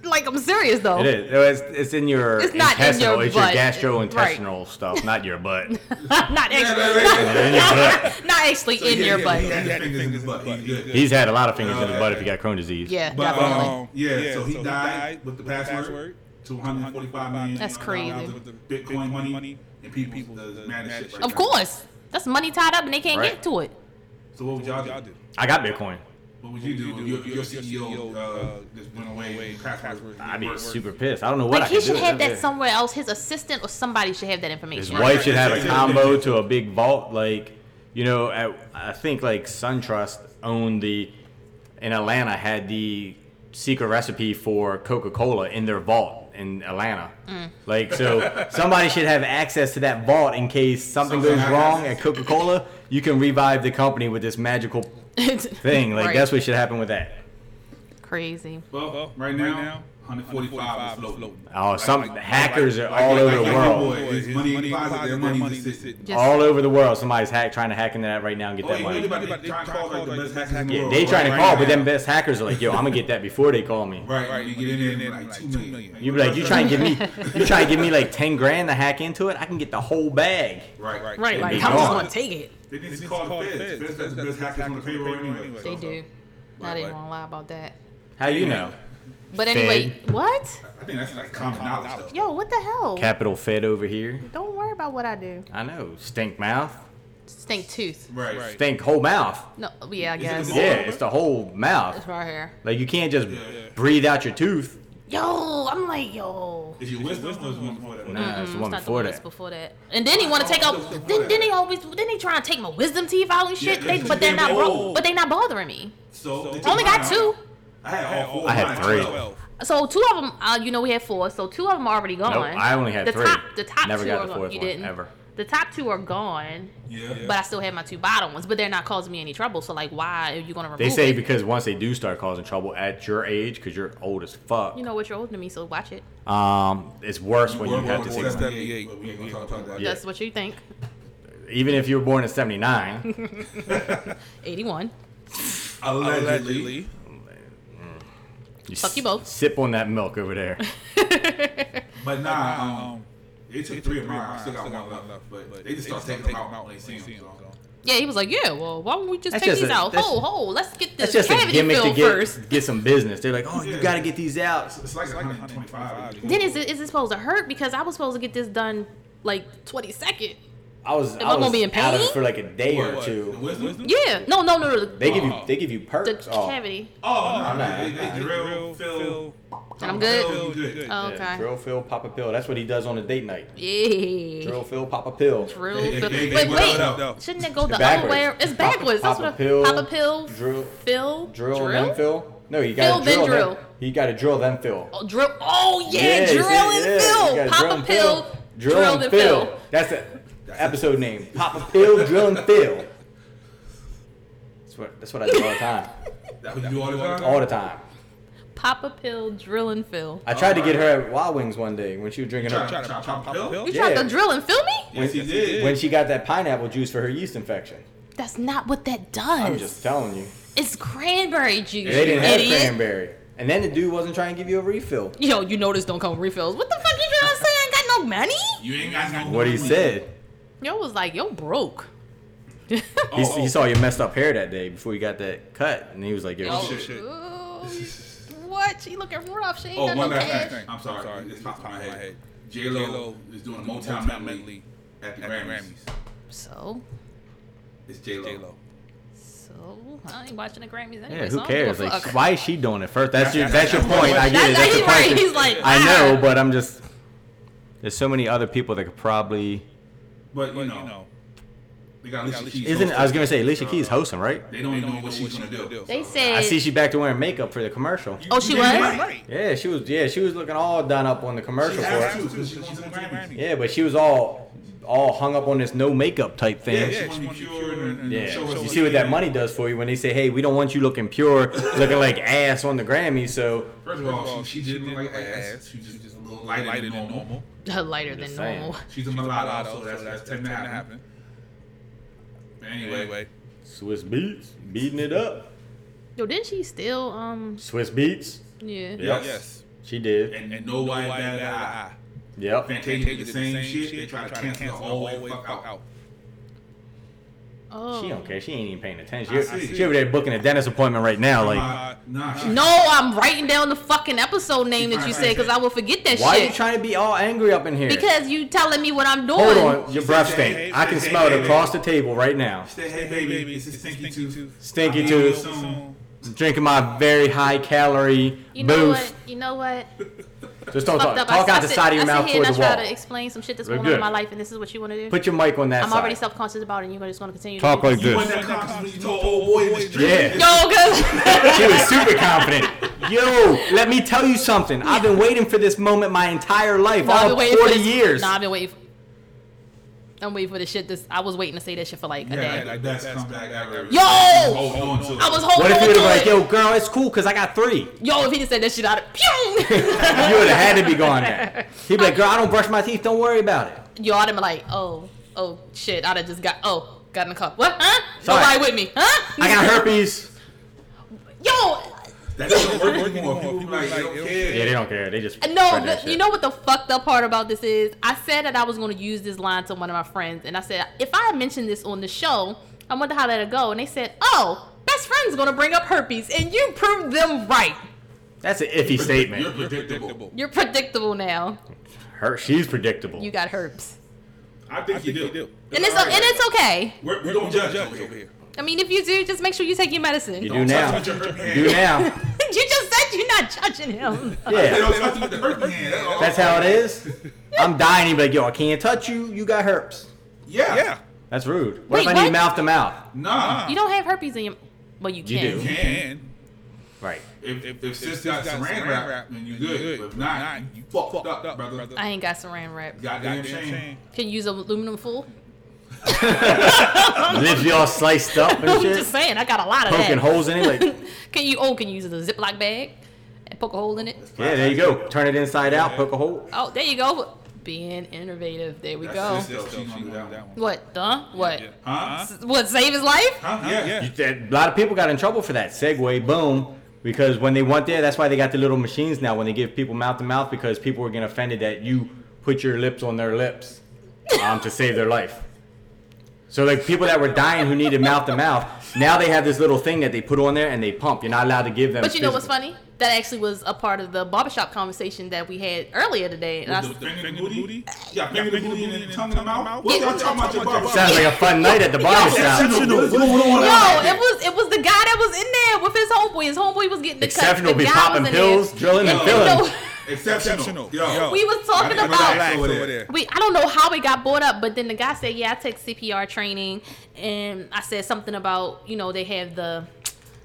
like I'm serious though.
It is. No, It's, it's in your
It's not in
intestinal.
your
it's
butt.
your gastrointestinal stuff, not your butt.
not actually,
In your butt.
not actually in
Yeah,
your
yeah,
butt.
He
Yeah,
had his fingers in his butt. He's good.
He's had a lot of fingers in his
Okay.
butt if he got Crohn's disease.
But,
definitely.
um, yeah, so he died with the password. to 145 million.
That's
dollars
crazy.
worth of Bitcoin money and people does mad as shit right
of
now.
course. That's money tied up and they can't
Right.
get to it.
So what would y'all,
Y'all
do?
do.
I got Bitcoin.
What would you do?
You do.
if Your, your,
Your
CEO
CEO,
uh,
uh,
just went away. and Password.
I'd be
worked.
super pissed. I don't know what I
Like
could
he
do.
should have that
Yeah.
somewhere else. His assistant or somebody should have that
His
information.
wife should have
Yeah,
a
yeah,
combo
yeah.
to a big vault. Like, you know, at, I think like SunTrust owned the, in Atlanta, had the secret recipe for Coca Cola in their vault in Atlanta. Like, so somebody should have access to that vault in case something
Something
goes
happens.
wrong at Coca Cola. You can revive the company with this magical thing. Like,
Right.
that's what should happen with that.
Crazy.
Well,
Well,
right
right
now,
now,
145 is floating.
Oh, some
like-
hackers
like-
are all over
like
the
your
world.
boy, his money in the closet, their money just sitting.
Just
all over the world, somebody's hack trying to hack into that right now and get
Oh,
that
you
money.
know, they about
Everybody-
to try and call like the best hackers in the
Yeah,
world.
they trying to
right
call,
now.
but them best hackers are like, yo, I'm gonna get that before they call me.
Right, right. You get in
Right, you
there
get
and
in
like
like
two
two
million.
million.
You be like, you trying to give me, you trying to give me like ten grand to hack into it? I can get the whole bag.
Right, right.
Right.
Right, like
be
I'm just
gone.
gonna take it.
They need to call the feds. Feds got the best hackers on the payroll anyway.
They do. I
Right,
didn't
right.
want to lie about that.
How you know?
But anyway, what?
I think that's like common knowledge though.
Yo, what the hell?
Capital Fed over here.
Don't worry about what I do.
I know, stink mouth.
stink tooth.
Right.
Right.
Think whole mouth.
No, yeah, I
Is
guess.
it
It's
the
Yeah, it's the whole mouth.
right here.
Like you can't just
yeah.
breathe out your tooth.
Yo, I'm like, yo.
Is your wisdom or is one before that?
Nah, it's the
Mm,
one
not the
before
one that's
that.
Before that, and then he want to take
Oh,
out.
it's before
Then, then
that.
they always. Then they trying to take my wisdom teeth out and shit.
Yeah,
they,
it's
but they're not.
getting
Bro-
old.
but they not bothering me.
So they took
Only got
mine out.
two.
I had all four.
I had
mine,
three.
twelve.
So two of them, uh, you know, we had four. So two of them are already gone.
I only had
the
three.
Top, the top
Never
two
got
are
the
gone.
fourth
you
one,
didn't
ever.
The top two are gone,
Yeah.
but I still had my two bottom ones. But they're not causing me any trouble. So like, why are you gonna remove?
They say
it?
because once they do start causing trouble at your age, because you're old as fuck,
you know what you're older than me, so watch it.
um, it's worse when you
We're
have
going
to
to
take.
that's
them.
78, but we ain't gonna talk about that.
That's what you think.
Even if you were born in '79,
81.
Allegedly.
Allegedly.
you
Fuck you both.
Sip on that milk over there.
But nah, um,
Um,
they took three of mine. I still got one left. But they just start taking them out when they see them. so.
Yeah, he was like, yeah. Well, why don't we just
That's
take
just
these
a-
out?
that's-
Ho, ho. Let's get this
That's just a
cavity
gimmick to
filled
get
first.
get some business. They're like, oh, you
Yeah.
got to get these out.
It's like 125.
Then is it is it supposed to hurt? Because I was supposed to get this done like 22nd.
I was, I
I'm
was
gonna be in
out of it
pain?
for like a day or
What? The
two.
wisdom?
Yeah. No, no, no. no.
They
The,
give you, they give you
the
perks. Oh,
cavity.
Oh, no,
not-
they, they, they drill,
Drill,
fill,
Phil,
And I'm good.
fill, you good.
Oh,
yeah,
okay.
Drill, fill, pop a pill. That's what he does on a date night.
Yeah.
Drill, fill, pop a pill.
Drill.
They-
fill-
they- they
wait,
went
wait.
out, though.
Shouldn't it go the other
backwards.
way? It's
Pop-
backwards. That's
pop
what
a
I-
pill,
Pop a pill.
drill-
Fill.
Drill, and then fill. No, you
Fill,
got to
then
drill.
drill.
Then, you got to drill, then fill.
Oh, drill. Oh yeah.
Yeah,
drill
yeah, yeah. You
and fill.
gotta
Pop
drill
a
and
pill.
Drill, and fill. That's the episode name. Pop a pill, drill and fill. That's what that's what I do all the time.
That what you do all the time?
All the time.
Pop a pill. Drill and fill.
I tried to get her at Wild Wings one day when she was drinking
Try
her.
to chop a pill?
You
Yeah.
tried to drill and fill me?
Yes, he did.
When she got that pineapple juice for her yeast infection.
That's not what that
I'm
does.
just telling you.
It's cranberry juice.
They didn't
you
have
idiot.
cranberry. And then the dude wasn't trying to give you a refill.
Yo, you know this don't come with refills. What the fuck you trying to say? I ain't got no money.
You ain't got no
What he
money.
said.
Yo was like, yo broke.
He, he saw your messed up hair that day before you got that cut, and he was like, "Yo,
Oh,
shit.
ooh, what? She looking rough. She ain't
Oh,
got
one
no
last
cash.
thing. I'm sorry.
I'm sorry.
It's popped in my
It's popped in my
head.
head.
J Lo
J-Lo
is doing a
doing a
Motown
Motown
medley
medley
at the
at the
Grammys.
Grammys.
So,
It's J Lo.
J-Lo.
so I ain't watching the Grammys anyway.
yeah,
so I
who
don't give
cares?
a
Like,
fuck.
why is she doing it first? That's your that's your
that's-
point. I get it.
That's,
That's
he's
your question.
right. He's like,
I know,
ah.
but I'm just. There's so many other people that could probably.
But you
But, you
know,
know,
they got Alicia Keys.
Isn't I was
hosting.
gonna say Alicia Keys hosting, Uh, right?
They don't even
don't
know what she's gonna do.
They
I
said.
see she back to wearing makeup for the commercial.
Oh, she
They
was?
might.
right.
Yeah, she was. Yeah, she was looking all done up on the
She
commercial
has
for
to
it.
'cause she's going to the Grammys.
Yeah, but she was all all hung up on this no makeup type
Yeah,
thing.
she
yeah,
wanna
she
be
wanna be
pure
pure
and- and
Yeah,
show us
you
what
see what that
she
money does for you when they say, "Hey, we don't want you looking pure, looking like ass on the Grammy." So
is. First of all, she, she didn't look like ass. She was just a little lighter,
Lighter
than
than
normal.
normal.
lighter than
Just saying.
normal.
She's a mulatto, so that's, that's tend to happen. But anyway,
Anyway,
Swiss Beats beating it up.
Yo, didn't she still? Um,
Swiss Beats,
yeah.
Yeah. Yes.
yes.
she did.
and, and no white
Nobody
bad
batted
eye.
an
Yep.
Fantasia did the same shit. They tried to cancel the whole way fuck out.
Oh.
She don't care. She ain't even paying attention.
I
She,
see.
she over there booking a dentist appointment right now. Like,
Uh, nah, she,
No, I'm writing down the fucking episode name that you
Right,
said because
right.
I will forget that
why are
shit.
you trying to be all angry up in here?
because you telling me what I'm doing.
hold on, your breath
said,
stink.
"Hey,
I can
hey,
smell
hey,
it across the table right now.
said, hey baby, it's a stinky tooth.
Stinky
I'll be
tooth.
with you soon.
Drinking my very high calorie
You know
booth.
what? You know what?
Just don't talk.
Fucked up.
Talk
I,
out
I
the
sit-
side of your
I sit
mouth
here
toward the
and I try to
wall.
explain some shit that's
We're
going on in
good.
my life, and this is what you want to do.
Put your mic on that
I'm
side.
already self-conscious about it. and You're just going to continue.
Talk
to do
like
You
this.
wasn't that conscious when you told old boy in the street.
Yeah.
No, because
She was super confident. Yo, let me tell you something. I've been waiting for this moment my entire life, all 40
this.
years.
Nah, I've been waiting. For, I'm waiting for this shit. This I was waiting to say that shit for like a
Yeah,
day.
like the best comeback ever.
Yo!
Hold on to it.
I was holding
what if you
on
would
to
have
it.
like, yo, girl, it's cool because I got three? You
Yo, if he just said that shit out of pew,
would have had to be gone there. He'd be like, girl, I don't brush my teeth. Don't worry about it.
yo, I'd have been like, oh, oh shit, I'd have just got oh. Got in the car. What? Huh?
Sorry.
Nobody with me. Huh?
I got herpes.
Yo,
That doesn't work anymore. People be like, they don't
Yeah,
care.
they don't care. They just.
No,
spread that
but
shit.
you know what the fucked up part about this is? I said that I was going to use this line to one of my friends, and I said, if I mentioned this on the show, I wonder how that'll go. And they said, oh, best friend's going to bring up herpes, and you proved them right.
That's an iffy
You're
statement.
predictable.
Predictable.
You're predictable now.
Her, she's predictable.
You got herpes.
I think, you, do.
And it's, and it's okay.
We're, we don't judge over here.
I mean, if you do, just make sure you take your medicine.
You
You,
do now.
Touch me with your herpy
Do
hand.
now.
just said you're not judging him.
They
Yeah.
don't touch me with the herpy hand. all.
That's how it is. I'm dying. He'd be like, yo, I can't touch you. You got herpes.
Yeah.
Yeah.
That's rude. What
Wait,
if I need
what?
mouth to mouth?
Nah.
you don't have herpes in your. Well, you
You
can.
do.
Can.
Right.
If, if, if sis
sis
got
got
saran
saran
wrap,
wrap,
then you
then you
good.
good.
But if
If
not,
not,
you fucked, up, brother.
I ain't got saran wrap.
Goddamn,
Goddamn
shame.
shame.
Can you use aluminum foil?
Lips all sliced up
I'm
and shit.
just saying, I got a lot of
Poking
that.
holes in it. Like,
Can you? Oh, can you use a Ziploc bag and poke a hole in it?
yeah, there you go. Turn it inside out. Poke a hole.
Oh, there you go. Being innovative. There we
That's
go.
just-
Still, she gonna do that one.
What? Duh? What?
Yeah.
Huh?
What? Save his life?
Huh? Yeah.
Yeah.
You- that- a lot of people got in trouble for that segue boom because when they went there that's why they got the little machines now when they give people mouth to mouth because people were getting offended that you put your lips on their lips um, to save their life so like people that were dying who needed mouth to mouth now they have this little thing that they put on there and they pump you're not allowed to give them
But you know what's
physical-
funny? That actually was a part of the barbershop conversation that we had earlier today. And I,
The
s-
finger in the
Finger
booty?
booty?
Yeah, finger in the booty and the tongue in the mouth? What
Yeah.
y'all talking about your barber?
sounds like a fun night at the barbershop
Exceptional. What's going on
yo,
out
it
there?
was it was the guy that was in there with his homeboy. His homeboy was getting the cut.
exceptional
The
be
guy
popping
was in
pills
there.
drilling and
Yeah.
filling
No,
Exceptional.
Exceptional.
Yo.
Yo.
we was talking
I- I-
about
Relax
Over
over
there.
there.
We, I don't know how it got brought up, but then the guy said, "Yeah, I take CPR training," and I said something about you know they have the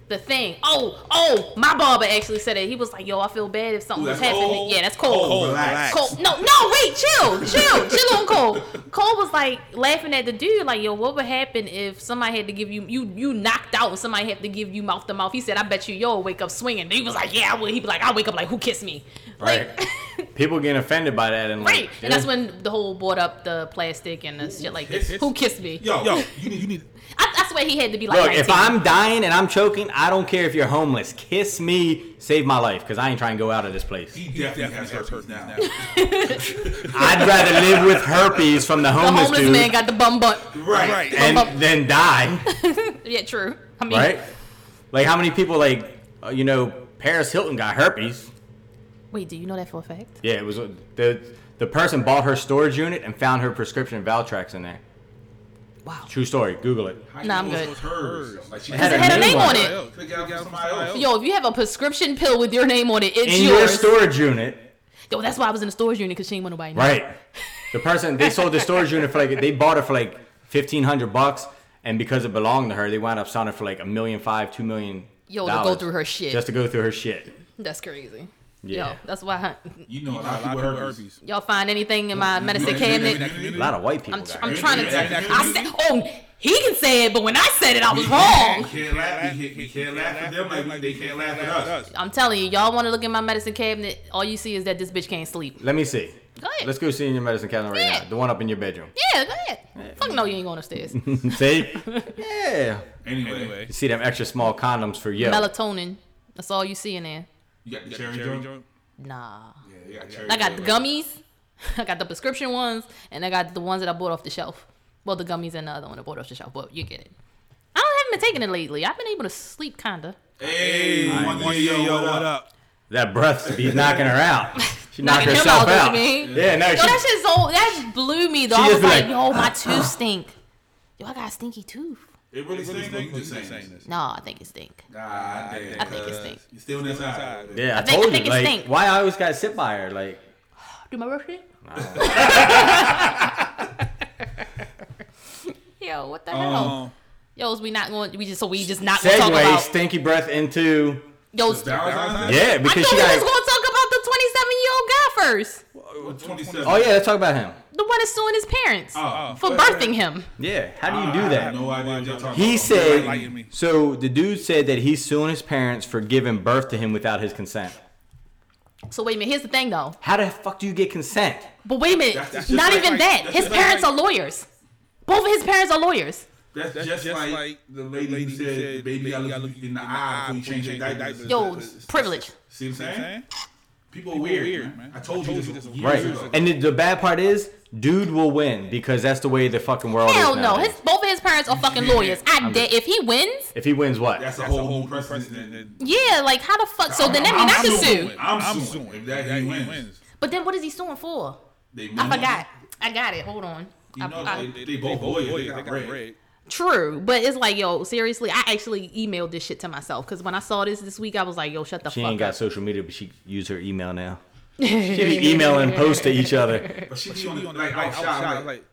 the thing. Oh, oh, my barber actually said it. He was like, "Yo, I feel bad if something
Ooh,
was
that's
happening."
cold.
Yeah, that's cold.
Cold,
Cold.
relax.
No, no, wait, chill, chill, chill on Cole. Cole was like laughing at the dude, like, "Yo, what would happen if somebody had to give you you you knocked out and somebody had to give you mouth to mouth?" He said, "I bet you you'll wake up swinging." He was like, "Yeah, I will." He'd be like, "I wake up like who kissed me?" Like,
right people getting offended by that and like
Right, and that's when the whole brought up the plastic and the shit like this.
It's-
Who kissed me?
Yo, yo, you need, you need.
I, that's why he had to be like.
Look, if
19.
I'm dying and I'm choking, I don't care if you're homeless. Kiss me, save my life, because I ain't trying to go out of this place.
He definitely has herpes now.
I'd rather live with herpes from the
the
homeless,
homeless
dude
man got the bum butt.
Right.
Right.
and then die,
Yeah, true. I mean,
right? Like how many people, like uh, you know, Paris Hilton got herpes.
wait, do you know that for a fact?
Yeah, it was uh, the the person bought her storage unit and found her prescription Valtrex in there.
Wow.
True story. Google it.
How you
Nah, I'm
know it's
good.
hers? Like she
Because
Had
it
a
had a name
name on
on
it.
it.
Pick out somebody else.
Yo, if you have a prescription pill with your name on it, it's
In your
yours.
storage unit,
Yo, that's why I was in the storage unit because she ain't want nobody. to know.
Right. The person they sold the storage unit for like they bought it for like fifteen hundred bucks, and because it belonged to her, they wound up selling it for like a million five, two million.
Yo, to go
dollars
through her shit.
Just to go through her shit.
That's crazy.
Yeah.
Yo, that's why
You know a lot of
A
people
lot
with
of
herpes.
herpes.
y'all find anything in my medicine
You ain't in that
cabinet.
A
community?
lot of white people.
I'm, tr-
got
I'm
it.
trying to.
Yeah.
I said, oh, he can say it, but when I said it, I was wrong.
We can't laugh. We can't, we can't laugh at them like they can't laugh at us.
I'm telling you, y'all want to look in my medicine cabinet, all you see is that this bitch can't sleep.
Let me see.
Go ahead.
Let's go see in your medicine cabinet right
Yeah.
now. The one up in your bedroom.
yeah, go ahead. Fuck no, you ain't going upstairs.
see? Yeah.
Anyway,
Anyway.
You see them extra small condoms for yo.
Melatonin. That's all you see in there.
you got the
Cherry
cherry joint.
joint?
Nah.
Yeah, you got cherry
I got the
joint.
gummies. I got the prescription ones, and I got the ones that I bought off the shelf. Well, the gummies and the other one I bought off the shelf, but you get it. I don't haven't been taking it lately. I've been able to sleep kinda.
Hey, one
One
year, yo, what up?
up?
That breath be knocking her out. She knocked
Knocking him
herself
out,
out.
doesn't mean-
Yeah, no,
Yo,
she,
that shit's so that blew me though.
She
I was
just be
like,
like, "Ah,
yo, my tooth stink. Yo, I got a stinky tooth.
It really stinks.
You
You
just
just saying
saying
this.
this.
No, I think it stink.
God damn.
I think
Uh,
it stink.
You still on that side?
side.
yeah, I,
I think- I
told
think
you.
it
Like,
stink.
why I always got sit by her? Like,
Do my birthday? Yo, what the hell?
Um,
Yo, is we not going? We just so we just not gonna talk
segue
about
stinky breath into
yo.
Valentine's Day?
yeah
I
because
thought
she
we
got
was gonna talk about the 27 year old guy first,
Well, 27.
Oh yeah, let's talk about him.
the one that's suing his parents
Oh.
for birthing him.
Yeah, how do you
I
do
have
that?
No idea what y'all talking
He
about.
You're
said.
enlightening me.
So the dude said that he's suing his parents for giving birth to him without his consent.
So wait a minute. Here's the thing though.
How the fuck do you get consent?
But wait a minute.
That's- that's just
not
like-
even that.
that's
his
just like-
parents are lawyers. Both of his parents are lawyers.
That's,
That's
just,
just
like,
like
the lady who
who
said,
said,
"Baby, I
"Baby, I
look
look
you in the eye before you change your diapers."
Yo,
It's- it's-
privilege.
See what I'm saying?
saying?
People are weird,
weird,
man.
man.
I told you this was years
Right.
ago.
And the, the bad part is, dude will win because that's the way the fucking world
Hell
is
no.
nowadays.
His both of his parents are fucking lawyers. I dare if he wins,
if he wins, what?
That's a
That's a
whole new
whole
precedent. that-
precedent.
yeah. Like how the fuck? So then that
I'm-
means I can
I'm
sue.
suing. I'm
I'm
suing.
suing.
If that
That
he
he
wins.
wins.
But then what is he suing for?
They
I forgot. I got it. Hold on.
You
I-
know,
I-
they, they both lawyers. They, got red.
True, but it's like, yo, seriously, I actually emailed this shit to myself because when I saw this this week, I was like, yo, shut the
She
fuck
ain't
up.
got social media, but she use her email now. She be emailing posts to each other.
But she,
But
be
she
on
be
the,
on
like,
like,
outside,
outside,
like,
like,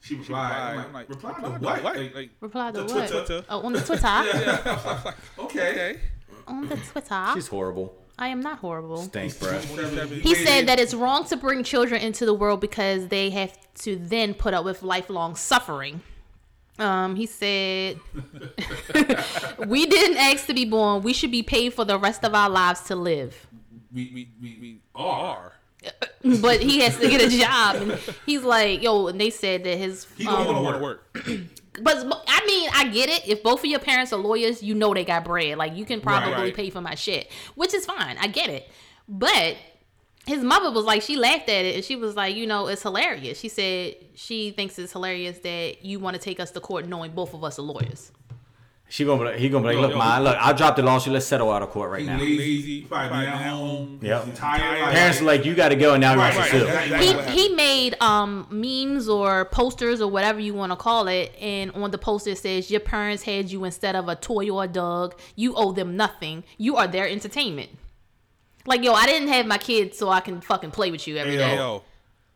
she replied. I'm like, reply to what? Like,
Like,
Reply to
The
what?
Twitter.
Oh, on the Twitter.
okay.
okay.
On the Twitter.
She's horrible.
I am not horrible.
Thanks, bro.
He said that it's wrong to bring children into the world because they have to then put up with lifelong suffering. Um, he said, "We didn't ask to be born. We should be paid for the rest of our lives to live."
we, we, we, we are.
But he has to get a job. And he's like, "Yo," and they said that his.
He
um,
going to
Go
work.
to work.
But but, I mean, I get it. If both of your parents are lawyers, you know they got bread. Like you can probably
right.
pay for my shit, which is fine. I get it. But his mother was like, she laughed at it and she was like, you know, it's hilarious. She said she thinks it's hilarious that you want to take us to court knowing both of us are lawyers.
She gonna be, he gonna be like,
Yo,
look,
yo.
ma, look, I dropped the lawsuit. Let's settle out of court right
He
now.
lazy, probably down home.
Yep.
He's tired.
Parents are like, you got to go, and now
Right,
you
right,
have to sue.
exactly.
He,
That's what
he made um, memes or posters or whatever you want to call it, and on the poster it says, "Your parents had you instead of a toy or a dog. You owe them nothing. You are their entertainment." Like yo, I didn't have my kids so I can fucking play with you every
Hey,
day.
Yo,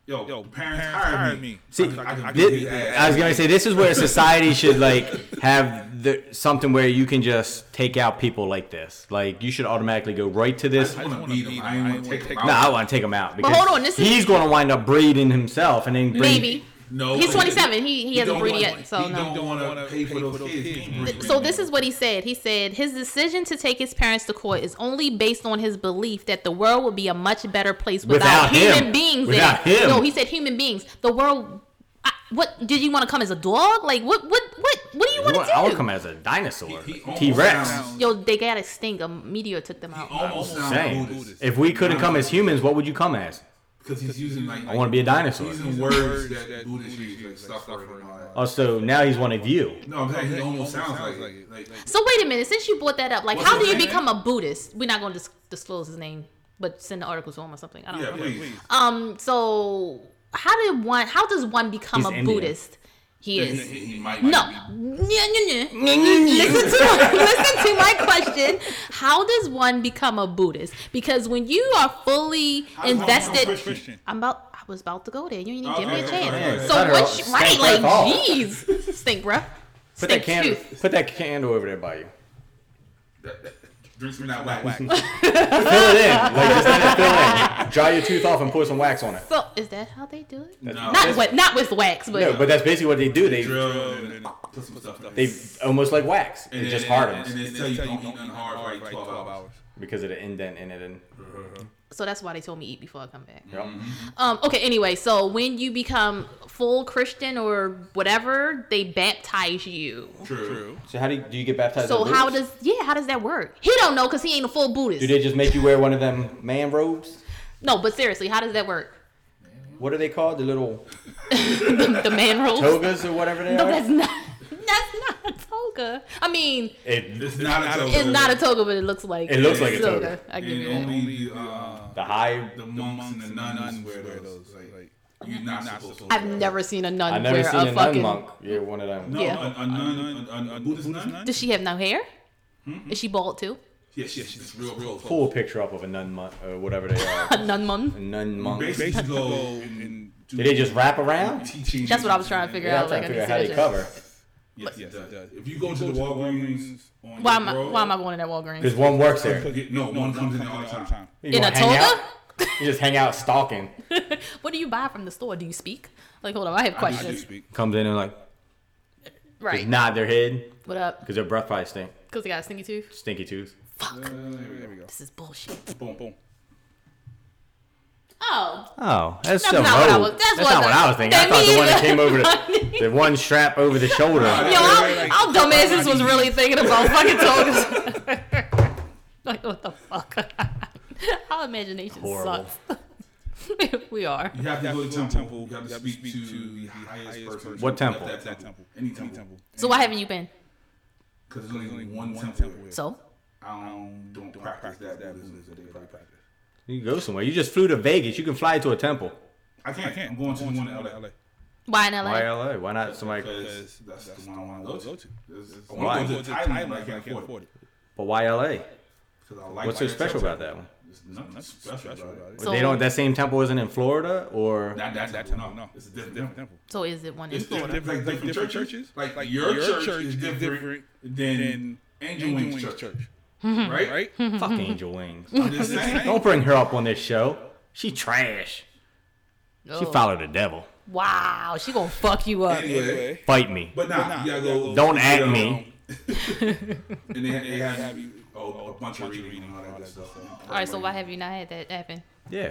Yo,
yo,
parents, hired me.
See,
I, can- I,
thi-
can beat his ass.
I was gonna say this is where society should like have the, something where you can just take out people like this. Like you should automatically go right to this.
I just want to beat him. I ain't want to take him
No, I
out.
want to take him out
But
because
hold on, this is-
he's going to wind up breeding himself and then bring,
Maybe.
No,
He's 27. He he, hasn't
don't
breed
want-
yet, so
he
no.
don't want to pay for those kids. He breed.
So this is what he said. He said his decision to take his parents to court is only based on his belief that the world would be a much better place without,
Without him.
human beings. in
Without
it.
him.
No, he said human beings. The world. I, what did you want to come as a dog? Like what? What? What? What do you want
I
to
would
do?
come as a dinosaur,
He- he almost
T Rex.
sounds-
Yo, they got extinct. A meteor took them out.
almost sound
Same.
Buddhist
If we couldn't come as humans, what would you come as?
because he's using like
I want to be a dinosaur.
Using words that Buddhists use, like suffering and all that.
Also, Oh, now he's one of you.
No, I'm saying he almost sounds like it. Like,
So wait a minute. Since you brought that up, like,
What's
how do
his
you
name?
become a Buddhist? We're not going to dis- disclose his name, but send the article to him or something. I don't
yeah,
know.
please.
Um. So how did one? How does one become
He's
a
Indian.
Buddhist? He
He,
is.
he might,
No.
might be-
Nya, nya, nya. Listen to my, listen to my question. How does one become a Buddhist? Because when you are fully
does one
invested,
become Christian?
I'm about. I was about to go there. You didn't
Oh,
give me a
okay, okay,
chance.
okay.
So
Better
once, you,
stink
right? Like,
breath off.
jeez, stink, bruh.
Put
Stink
that candle.
tooth.
Put that candle over there by you.
Drink some of that wax.
Fill it in. Like just let it fill in. Dry your tooth off and pour some wax on it.
So is that how they do it?
No.
Not with not with wax, but,
No, but that's basically what they do. They
Drill and then put some stuff up.
they almost like wax. It
And
just
then-
hardens
And then tell you don't eat nothing hard for like 12 hours.
because of the indent in it. And
so that's why they told me eat before I come back.
Yep.
Um, okay, anyway, so when you become full Christian or whatever, they baptize you.
True.
so how do you, do you get baptized?
So
as a
how
Buddhist?
does yeah, how does that work? He don't know because he ain't a full Buddhist.
do they just make you wear one of them man robes?
no, but seriously, how does that work?
What are they called? The little
The, the man rolls. No,
togas or whatever they
that's
are.
not that's not a toga. I mean,
It,
It's not a
it's not a toga, but it looks like
It looks
a
like a toga.
I give
And
you that.
only the, uh,
the high.
the monks and the nuns wear those. Like, you're not supposed to.
I've never seen a nun
I've never
wear
seen
a
a
fucking.
nun monk. Yeah, one of them.
No,
Yeah.
a, a nun, a, a, a Buddhist nun.
Does she have no hair? Is she bald too?
Yes, yes, she's real, real.
Pull a picture up of a nun monk or whatever they are.
A nun mum.
nun monk.
Basically, go and do
Do they just wrap around?
teaching.
That's what I was trying to figure
Yeah,
out.
I'm trying
Like,
to
I
figure
need
out how
to
they cover.
Yes, it does. If you go to the Walgreens, on
Why
the
am I,
road,
why am I going to that Walgreens?
Because one works there. You
Get, no, one comes in all the time.
In a
wanna hang
toga?
out? You just hang out stalking.
What do you buy from the store? Do you speak? Like, hold on, I have
I do
questions.
speak.
Comes in and like
Right.
nod their head
What up?
because their breath probably stink.
Because they got a stinky tooth.
Stinky tooth.
This is bullshit.
Boom, boom.
Oh,
Oh, that's
That's
so
not what I
old.
was- that's
That's
what
not what
I-
I was thinking. I
that
thought the
me
one that
either.
came over the, the one strap over the shoulder.
yo, how, how dumbasses was really thinking about fucking togas? like, what the fuck? Our imagination
Horrible.
sucks. we are.
You have to go to
go
temple.
to temple.
You have to speak to the highest person.
What temple?
At that temple. Any temple.
So why haven't you been?
Because there's only one temple.
So?
I don't, don't practice that Buddhism that they practice.
You can go somewhere. You just flew to Vegas. You can fly to a temple.
I can't. I can't. I'm going to the one in LA.
Why in LA?
Why uh, LA? Why not somebody?
Because that's,
that's
the one I want to go to. It's- I
Why?
want to go to Thailand, but I can't afford it.
But why LA?
'Cause I like
What's
my
so special
ancestors.
about that one?
There's nothing special about it.
So,
they don't. That same temple isn't in Florida, or
Not that
That
temple,
temple,
no.
no.
It's a different temple.
so is it one in
It's
Florida?
different,
Florida.
like different,
Different
churches.
churches.
Like,
Like,
your,
your
church,
church
is
is
different,
different
than,
than
Angel Wings, church, right?
right?
Mm-hmm,
fuck Angel Wings.
I'm just saying.
Don't bring her up on this show. She trash. She
Oh.
followed the devil.
Wow, she gonna fuck you up.
Anyway,
Fight me.
but nah, you gotta go.
Don't
you
at
gotta
me.
go- and they, they have you oh, a bunch of reading and all that good stuff.
All right, so why have you not had that happen?
Yeah.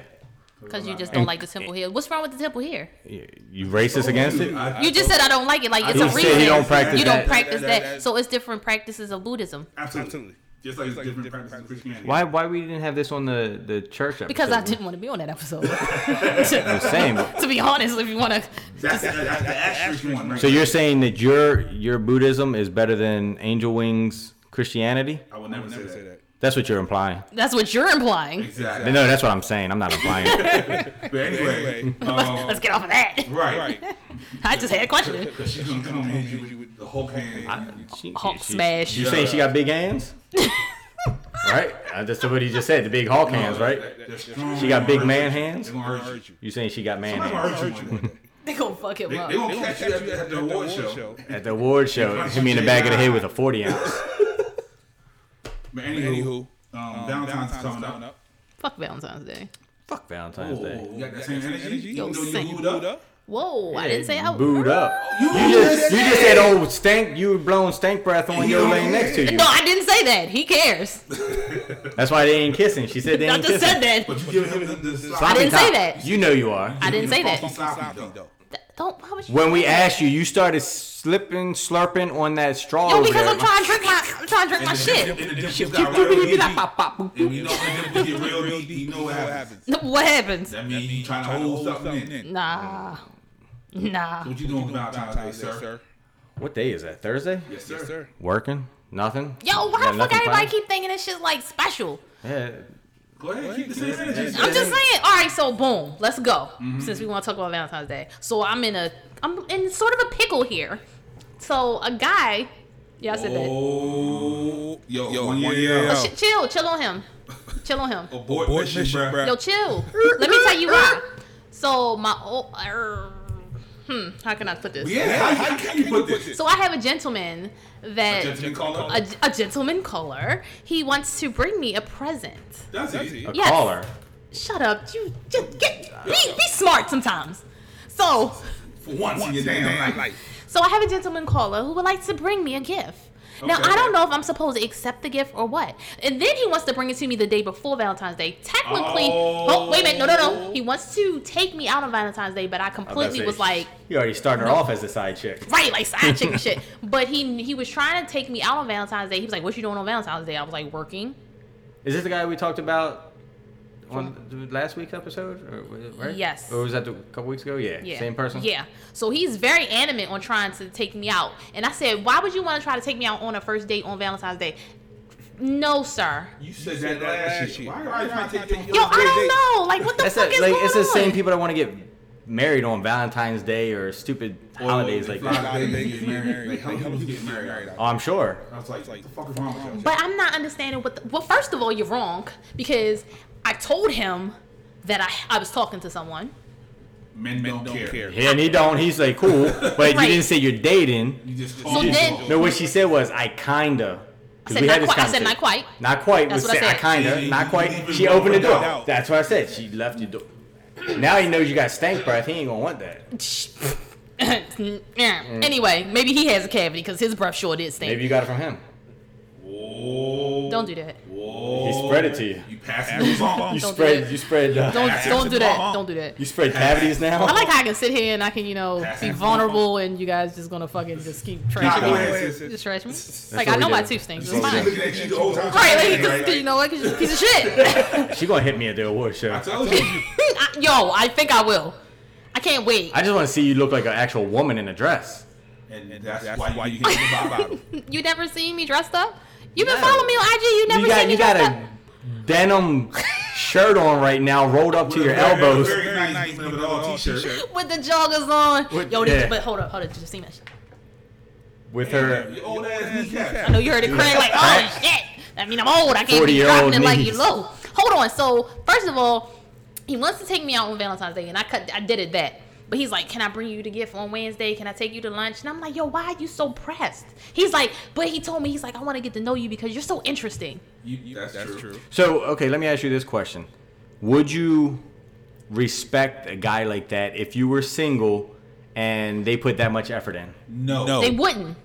Because you just don't like the temple here. What's wrong with the temple here?
You racist against it?
I- I
You just said I don't like it. Like it's
You
a
said
reason.
you don't practice
You don't
that.
practice
That-
that.
that- that-
So it's different practices of Buddhism.
Absolutely.
Absolutely.
Just like it's
like
different,
different
practices of
practices.
Christianity.
Why why we didn't have this on the, the church episode?
Because I didn't want to be on that episode.
I'm saying. but-
to be honest, if you want to,
That's, that's, that's the asterisk one, right?
So you're saying that your your Buddhism is better than Angel Wings Christianity?
I would never,
Never say
say that.
that.
That's what you're implying.
that's what you're implying.
Exactly.
No, that's what I'm saying. I'm not implying. it.
But anyway,
Anyway.
um,
Let's get off of that.
right.
Right.
I just had a question.
Because she's gonna come and hit you with the Hulk hand.
She-
Hulk
she-
smash.
You saying she got big hands? right? Uh, That's what he just said. The big Hulk hands, right? She got big man hands?
They're gonna hurt you.
You saying she got man
They're
hands?
gonna hurt you. one day.
They gonna fuck him
They,
up.
they gonna catch you at, at the award show.
At the award show, hit me in the back of the head with a 40 ounce.
But anywho,
Anywho,
um,
um,
Valentine's, is coming
coming
up.
Fuck Valentine's Day.
Fuck
Oh,
Valentine's Day.
you got that same energy?
energy?
Even though
Yo,
you booed up?
Whoa, I didn't say I was.
Booed up.
You,
You just, you just said old stank. You were blowing stank breath on your lane next to you.
No, I didn't say that. He cares.
That's why they ain't kissing. She said they
I
ain't
just
kissing.
said that.
But you give him the, the
I
sloppy
didn't say
Top.
that.
You know you are.
I didn't say that.
sloppy though.
Th- Don't. How much?
When we asked you, you started slipping, slurping on that straw
Yo,
over
because
there.
I'm trying to drink my. I'm trying to drink my shit.
And the dimples got real deep. And we know when the dimples get real deep, you know what happens.
No, What happens?
That means you trying to hold something in.
Nah, nah.
What you doing for Valentine's Day, sir?
What day is that? Thursday?
Yes,
Yes,
sir.
sir.
Working? Nothing?
Yo,
You
why
got
the fuck
nothing
everybody
planned?
keep thinking this shit's like special?
Yeah.
Go ahead, keep the same energy.
I'm just saying. All right, so boom, let's go.
Mm-hmm.
Since we want to talk about Valentine's Day, so I'm in a, I'm in sort of a pickle here. So a guy, yeah, I said that.
Oh, yo,
Yo,
one
one
year.
year
out.
out.
Ch- chill, chill on him, chill on him.
Abort
Boy,
mission,
mission,
bruh.
bruh.
Yo, chill. Let me tell you why. So my, old, er, hmm, how can I put this?
Yeah, how, how can you put this?
So I have a gentleman that
Gentleman caller.
a, a gentleman caller. He wants to bring me a present.
That's
That's
it.
it.
A
Yes.
caller.
Shut up. You just get be, be smart sometimes. So
For once in your damn life.
so I have a gentleman caller who would like to bring me a gift. Now
Okay.
I don't know if I'm supposed to accept the gift or what. And then he wants to bring it to me the day before Valentine's Day. Technically, oh, wait a minute, no, no, no. He wants to take me out on Valentine's Day, but I completely was like,
You already started her off as a side chick.
right, like side chick and shit. But he he was trying to take me out on Valentine's Day. He was like, "What you doing on Valentine's Day?" I was like, "Working."
Is this the guy we talked about on the last week's episode? Or, was it- right?
Yes.
Or was that the, a couple weeks ago? Yeah.
Yeah.
Same person?
Yeah. So he's very adamant on trying to take me out. And I said, Why would you want to try to take me out on a first date on Valentine's Day? No, sir.
You said that last year. Why are you trying to take
Yo, I don't know. Like, what the
That's
fuck
that-
is
like,
going
it's
on?
the same people that want to get married on Valentine's Day or stupid holidays like
fly
that.
out.
How many people get married?
Oh, I'm sure.
I was like, what the fuck is wrong with you?
But I'm not understanding what. The, well, first of all, you're wrong because I told him that I, I was talking to someone.
Men don't
Don't
care.
care.
Yeah, and he don't. He's like, cool. But you
Right.
didn't say you're dating.
You just
So
call it
then-
wrong.
No, what she said was, I kinda. 'Cause
said
we had
not
this
quite- I said
conversation.
not quite.
Not quite.
That's
was
what I
said, I
said.
kinda.
You-
not
you
quite.
leave it
She
wrong
opened the door.
without doubt.
That's what I said. She left the door. now he knows you got stank breath. He ain't gonna want that.
anyway, maybe he has a cavity because his breath sure did stink.
Mm. Maybe you got it from him.
Whoa.
Don't do that.
Whoa.
He spread it to you.
You passing the bomb.
You
Don't do
spread.
that.
you spread. Uh,
Don't
Ask him
don't
to
do that.
bomb.
Don't do that.
you spread cavities now.
I like how I can sit here and I can, you know,
Pass
be
that
vulnerable, and you guys just gonna fucking just keep trashing
Nah,
me.
go ahead, sis.
Just trash me. like
what
I
we
know my
do.
tooth stinks.
That's
It's
what we
fine.
do.
Looking at you the whole time.
Right, like, cause, 'cause you know what? Cause you're a piece of shit.
she gonna hit me at the award show.
I told you.
I- Yo, I think I will. I can't wait.
I just want to see you look like an actual woman in a dress.
And that's,
That's
why,
why
you
you
hit the bottle.
You never seen me dressed up? You been
No.
following me on IG. You never
you got
seen me
you got
dressed up.
a denim shirt on right now, rolled up to your elbows.
Very nice, nice at all t-shirt.
with the joggers on.
With-
Yo, they,
yeah.
but hold up, hold up, just see that shit.
With
Her
her,
old ass
I
kneecap.
know you heard it crack like, oh shit. I mean, I'm old. I can't be
40-year-old
dropping it like you
knees.
low. Hold on. So first of all, he wants to take me out on Valentine's Day, and I cut. I did it that. But he's like, "Can I bring you the gift on Wednesday? Can I take you to lunch?" And I'm like, "Yo, why are you so pressed?" He's like, "But he told me he's like, I want to get to know you because you're so interesting."
You- That's true.
so okay, let me ask you this question: Would you respect a guy like that if you were single and they put that much effort in?
No.
No.
They wouldn't.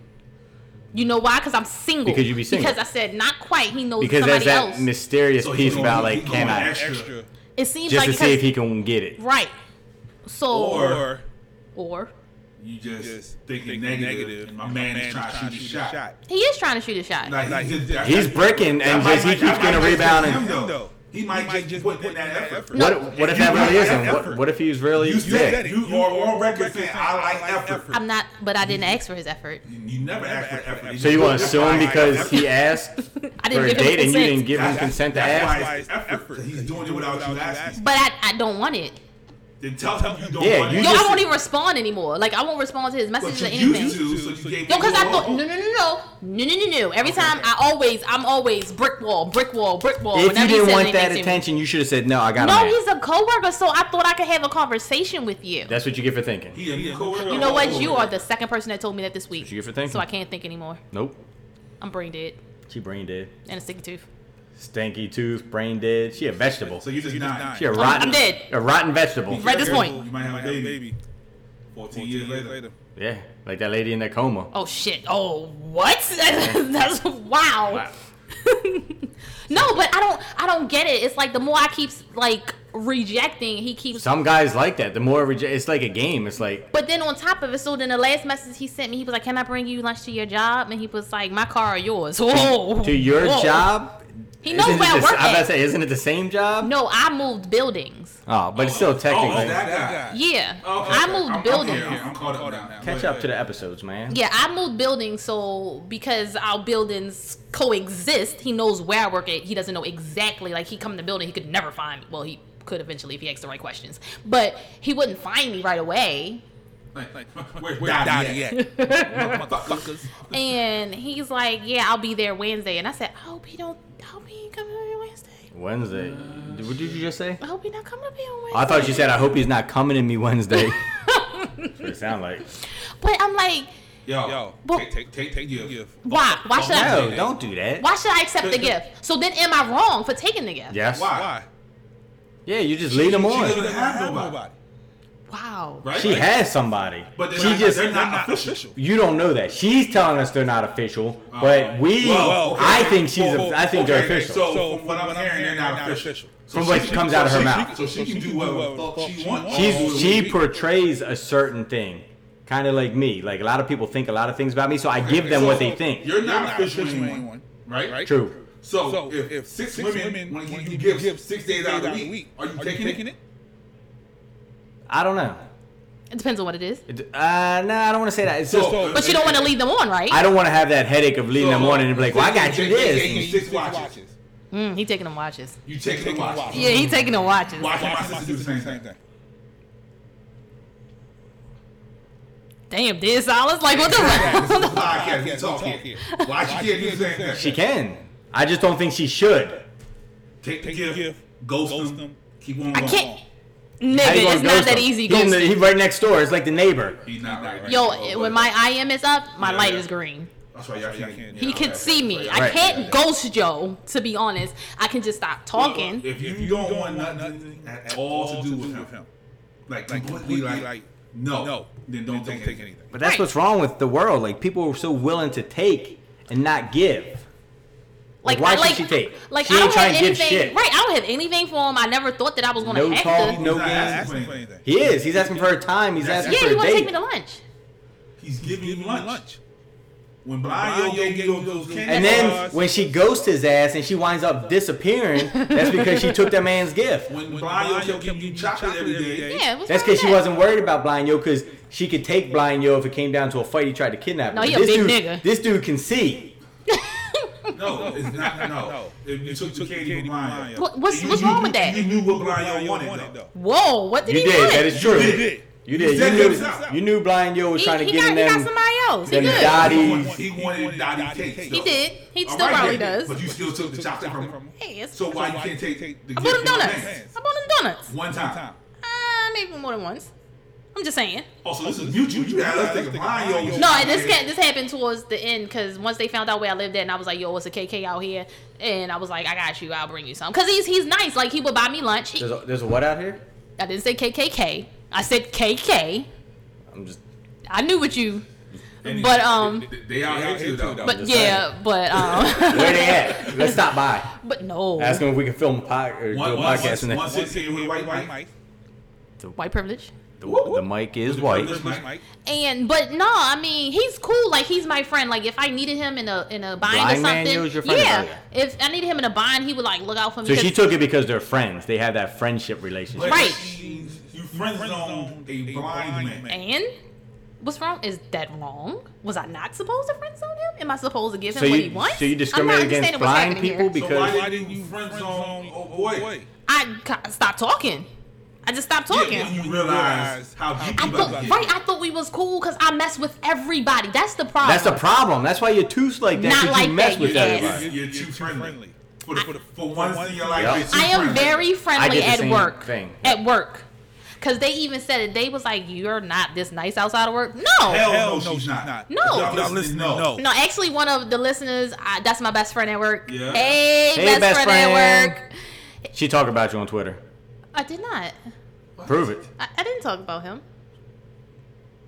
You know why? Because I'm single.
Oh. Because you be single.
Because I said not quite. He knows
Because
somebody
there's that
else.
mysterious
So he
piece
going-
about
he
like,
going
can I?
extra.
Extra.
it seems
Just
like
to see if
because-
he can get it.
right. So
Or-
Or
or
You just,
just
thinking, negative,
thinking negative,
and my man is trying to shoot his shot.
he is trying to shoot a shot.
Like,
Like,
he's, just-
he's bricking
That
and
might-
just he
that
keeps
might
getting a
just
rebound
be
and-
him, though.
though.
He might just put in that effort.
No.
What, what if
You
that really
like
isn't? What,
effort.
what if he was really
You said
thick?
that. You are on record saying, "I like effort."
I'm not, but I didn't ask for his effort.
You never ask for effort.
So you want
That's
to assume
why-
because he asked
I
for
didn't
a
give him
date and you
consent.
didn't give him
That's-
consent to
that's
ask?
why it's effort. He's doing it without you asking.
But I, I don't want it.
Then tell him you don't
Yeah,
want
you
it.
Yo,
just-
I won't even respond anymore. Like I won't respond to his messages
But
or
you
anything.
used to, so you gave
No,
me
because I
a-
thought no, no, no, no, no, no, no, no. Every
Okay,
time
okay.
I always, I'm always brick wall, brick wall, brick wall.
If you
whenever he
didn't
says
want that
anything to me.
attention, you should have said, no, I got
No,
a man.
he's a coworker, so I thought I could have a conversation with you.
That's what you get for thinking.
He, he a coworker.
You know what?
Oh.
You are the second person that told me that this week.
you get for thinking.
So I can't think anymore.
Nope.
I'm brain dead
She brain dead.
and a sticky tooth.
Stinky tooth, brain dead. She a vegetable.
So you're just not.
She a
I'm-
rotten,
I'm dead.
A rotten vegetable.
Right this point.
You might have a baby. 14 years later.
Yeah, like that lady in that coma.
Oh shit! Oh what? That's wow.
Wow.
No, but I don't. I don't get it. It's like the more I keep like rejecting, he keeps.
Some guys like that. The more reje- it's like a game. It's like
But then on top of it, so then the last message he sent me, he was like, "Can I bring you lunch to your job?" And he was like, "My car or yours?" Whoa.
to your
Whoa.
job.
He knows
isn't it
where I
the-
work
I'm about to
at.
say, isn't it the same job?
No, I moved buildings.
Oh, but it's still
Oh,
technically.
oh, that guy.
Yeah,
Okay,
I
okay.
moved
I'm- I'm
buildings.
here, I'm caught up now.
Catch
Go
up to
ahead.
the episodes, man.
Yeah, I moved buildings, so because our buildings coexist, he knows where I work at. He doesn't know exactly. Like he come in the building, he could never find me. Well, he could eventually if he asked the right questions, but he wouldn't find me right away.
Like, Where where Dottie at? Motherfuckers.
And he's like, "Yeah, I'll be there Wednesday." And I said, "I hope he don't. I hope he ain't coming up here Wednesday.
Wednesday. What did you just say?
I hope he not coming up here on Wednesday."
I thought you said, I hope he's not coming to me Wednesday. That's what it sound like.
But I'm like,
Yo,
Yo,
Well-
take, take, take, take gift.
why? Why should
Oh, No,
I?
don't do that.
Why should I accept the gift? So then, am I wrong for taking the gift?
Yes.
Why?
Why?
Yeah, you just lead him
She
on.
doesn't have nobody,
Nobody.
Wow.
right?
She
Like,
has somebody.
But they're
she
not,
just
they're not,
Not
official.
official.
you don't know that. She's telling us they're not official, but we
Whoa, Oh. okay.
I think she's
Whoa,
I think they're
Okay,
official.
So,
So
from what I'm hearing, they're not official. So
From what
she-
comes
so
out of her
she-
mouth.
So she can do whatever the fuck she wants.
She's she
So
portrays a certain thing. Kind of like me. Like a lot of people think a lot of things about me, so I give them what they think.
You're not
not
official
official
anyone,
anyone,
right?
right?
True.
So,
So
if,
if
six,
six
women
women
want to
wanna
give you
give
gifts
gifts
six days out of the week, are you taking it?
I don't know.
It depends on what it is.
It- Uh, no, I don't want to say that. It's
So-
just
so-
But you don't want to lead them on, right?
I don't want to have that headache of leading
So,
them on and be like, "Well, I got you
they- they- they-
this."
they- Six watches.
Mm, he taking them watches.
You take the
Taking
watch.
the watch.
Yeah, he taking the watches.
Watching my
Watch
sister do the same thing.
Damn, did Solace? Like, what
Yeah,
the?
this is a podcast. We
Yes,
talk
we talk
here.
here.
Why she can't do the same thing?
She can. I just don't think she should.
Take the
Take the
gift,
gift, ghost
ghost them,
them.
keep on
I
going.
can't.
How
Nigga,
you gonna
it's not
ghost
that
him?
easy.
He, in the,
Ghost.
he right next door. It's like the neighbor.
He's not right.
Yo,
right.
when my IM is up, my
Yeah,
light
yeah.
is green.
That's why y'all can't.
He
He
yeah,
could
okay.
see me. I
Right.
can't ghost Joe, to be honest. I can just stop talking.
If you, if you don't want nothing at all to do with him, like completely
completely
like
like,
no,
no,
then don't take anything.
anything.
But that's
Right.
what's wrong with the world. Like people are so willing to take and not give. Like, why
I,
should
like,
she take?
Like,
she
I
ain't
don't have
trying to give
anything.
shit.
Right, I don't have anything for him. I never thought that I was going to
No
have
talk,
to.
no
He's not
game.
asking for anything.
He is. He's asking for her time. He's
That's-
asking
yeah,
for
you
a
want to take me
date.
to lunch.
He's giving you lunch.
Lunch.
When Brian Yo
Brian Yo
gave
gave
you
you
those
those
candy
And then when she ghosts his ass and she winds up disappearing, that's because she took that man's gift.
when Brian Yo gave you chocolate every day,
Yeah, what's
That's
wrong
because
with
she
that?
wasn't worried about Blind Yo, because she could take Blind Yo if it came down to a fight. He tried to kidnap her.
No, he
But
a big
dude,
nigga.
This dude can see.
no, No, it's not. No,
No.
It, it took the candy from Lion.
What, what's
You-
what's
you-
wrong with that?
You knew what
Lion
Lion
Yo
wanted,
wanted,
though.
though.
Whoa, what did
You
he
did.
want?
That is true.
did it.
You did.
He
You
said
knew,
himself.
you knew Blind Yo was
he,
trying to
he
get
got,
in
he
them.
got somebody else. He
them
good.
dot-
He wanted,
Daddy.
he wanted Dottie cakes.
He
though.
did. He
All
still
right,
probably
yeah,
does.
But you still took the chocolate from him.
Hey, it's,
So why you
why
can't take the
I bought him
gift from
donuts.
him?
I bought him donuts.
One time.
Time.
Uh, maybe more than once. I'm just saying.
Oh, so this is mutual. You gotta let us think of Lion. was-
No, and this ca- this happened towards the end because once they found out where I lived at, and I was like, "Yo, it's a KK out here," and I was like, "I got you. I'll bring you some." Because he's he's nice. Like he would buy me lunch. He-
There's a, there's a what out here?
I didn't say KKK. I said KK.
I'm just.
I knew what you.
And
But um,
they- they out here too, though.
but
just
yeah, but um,
Where they at? Let's stop by.
but no,
Ask them if we can film a, pod, or
One-
do a
one-
podcast. in there.
one- Sixteen with white Mike.
white privilege.
the, the mic is white.
This Mike.
Mike.
And but no, I mean he's cool. Like he's my friend. Like if I needed him in a in a bind
Blind
or
man,
something,
you was your friend
yeah.
earlier.
If I needed him in a bind, he would like look out for me.
So
'cause-
she took it because they're friends. They have that friendship
But
relationship.
Right.
she- You friend zoned a blind man.
And what's wrong? Is that wrong? Was I not supposed to friend zone him? Am I supposed to give him
So
what
you
he wants?
so you
I'm not
discriminate against
understanding what's
blind
happening
people
here.
So
because
why didn't you friend zone old boy?
I ca- stopped talking. I just stopped
Yeah,
talking.
when you realize how deep
I
you about to
thought,
get.
right, I thought we was cool because I mess with everybody. That's the problem.
that's the problem. That's why you're too like that.
Not
'cause
like
you mess
that,
with
you ass.
everybody.
You're, you're too friendly. For, the, for, the, for once in your
Yup.
life, you're too
I am
friendly.
very friendly
the
at
same
work.
thing.
At work. Cause they even said it. They was like, "You're not this nice outside of work." No,
Hell,
Hell
no, she's, not.
No.
Y'all
Y'all
listening,
listening,
no.
no.
No, actually, one of the listeners, I, that's my best friend at work.
Yeah.
Hey,
Hey,
best,
best
friend,
friend.
at work.
She talked about you on Twitter.
I did not.
Prove it.
I, I didn't talk about him.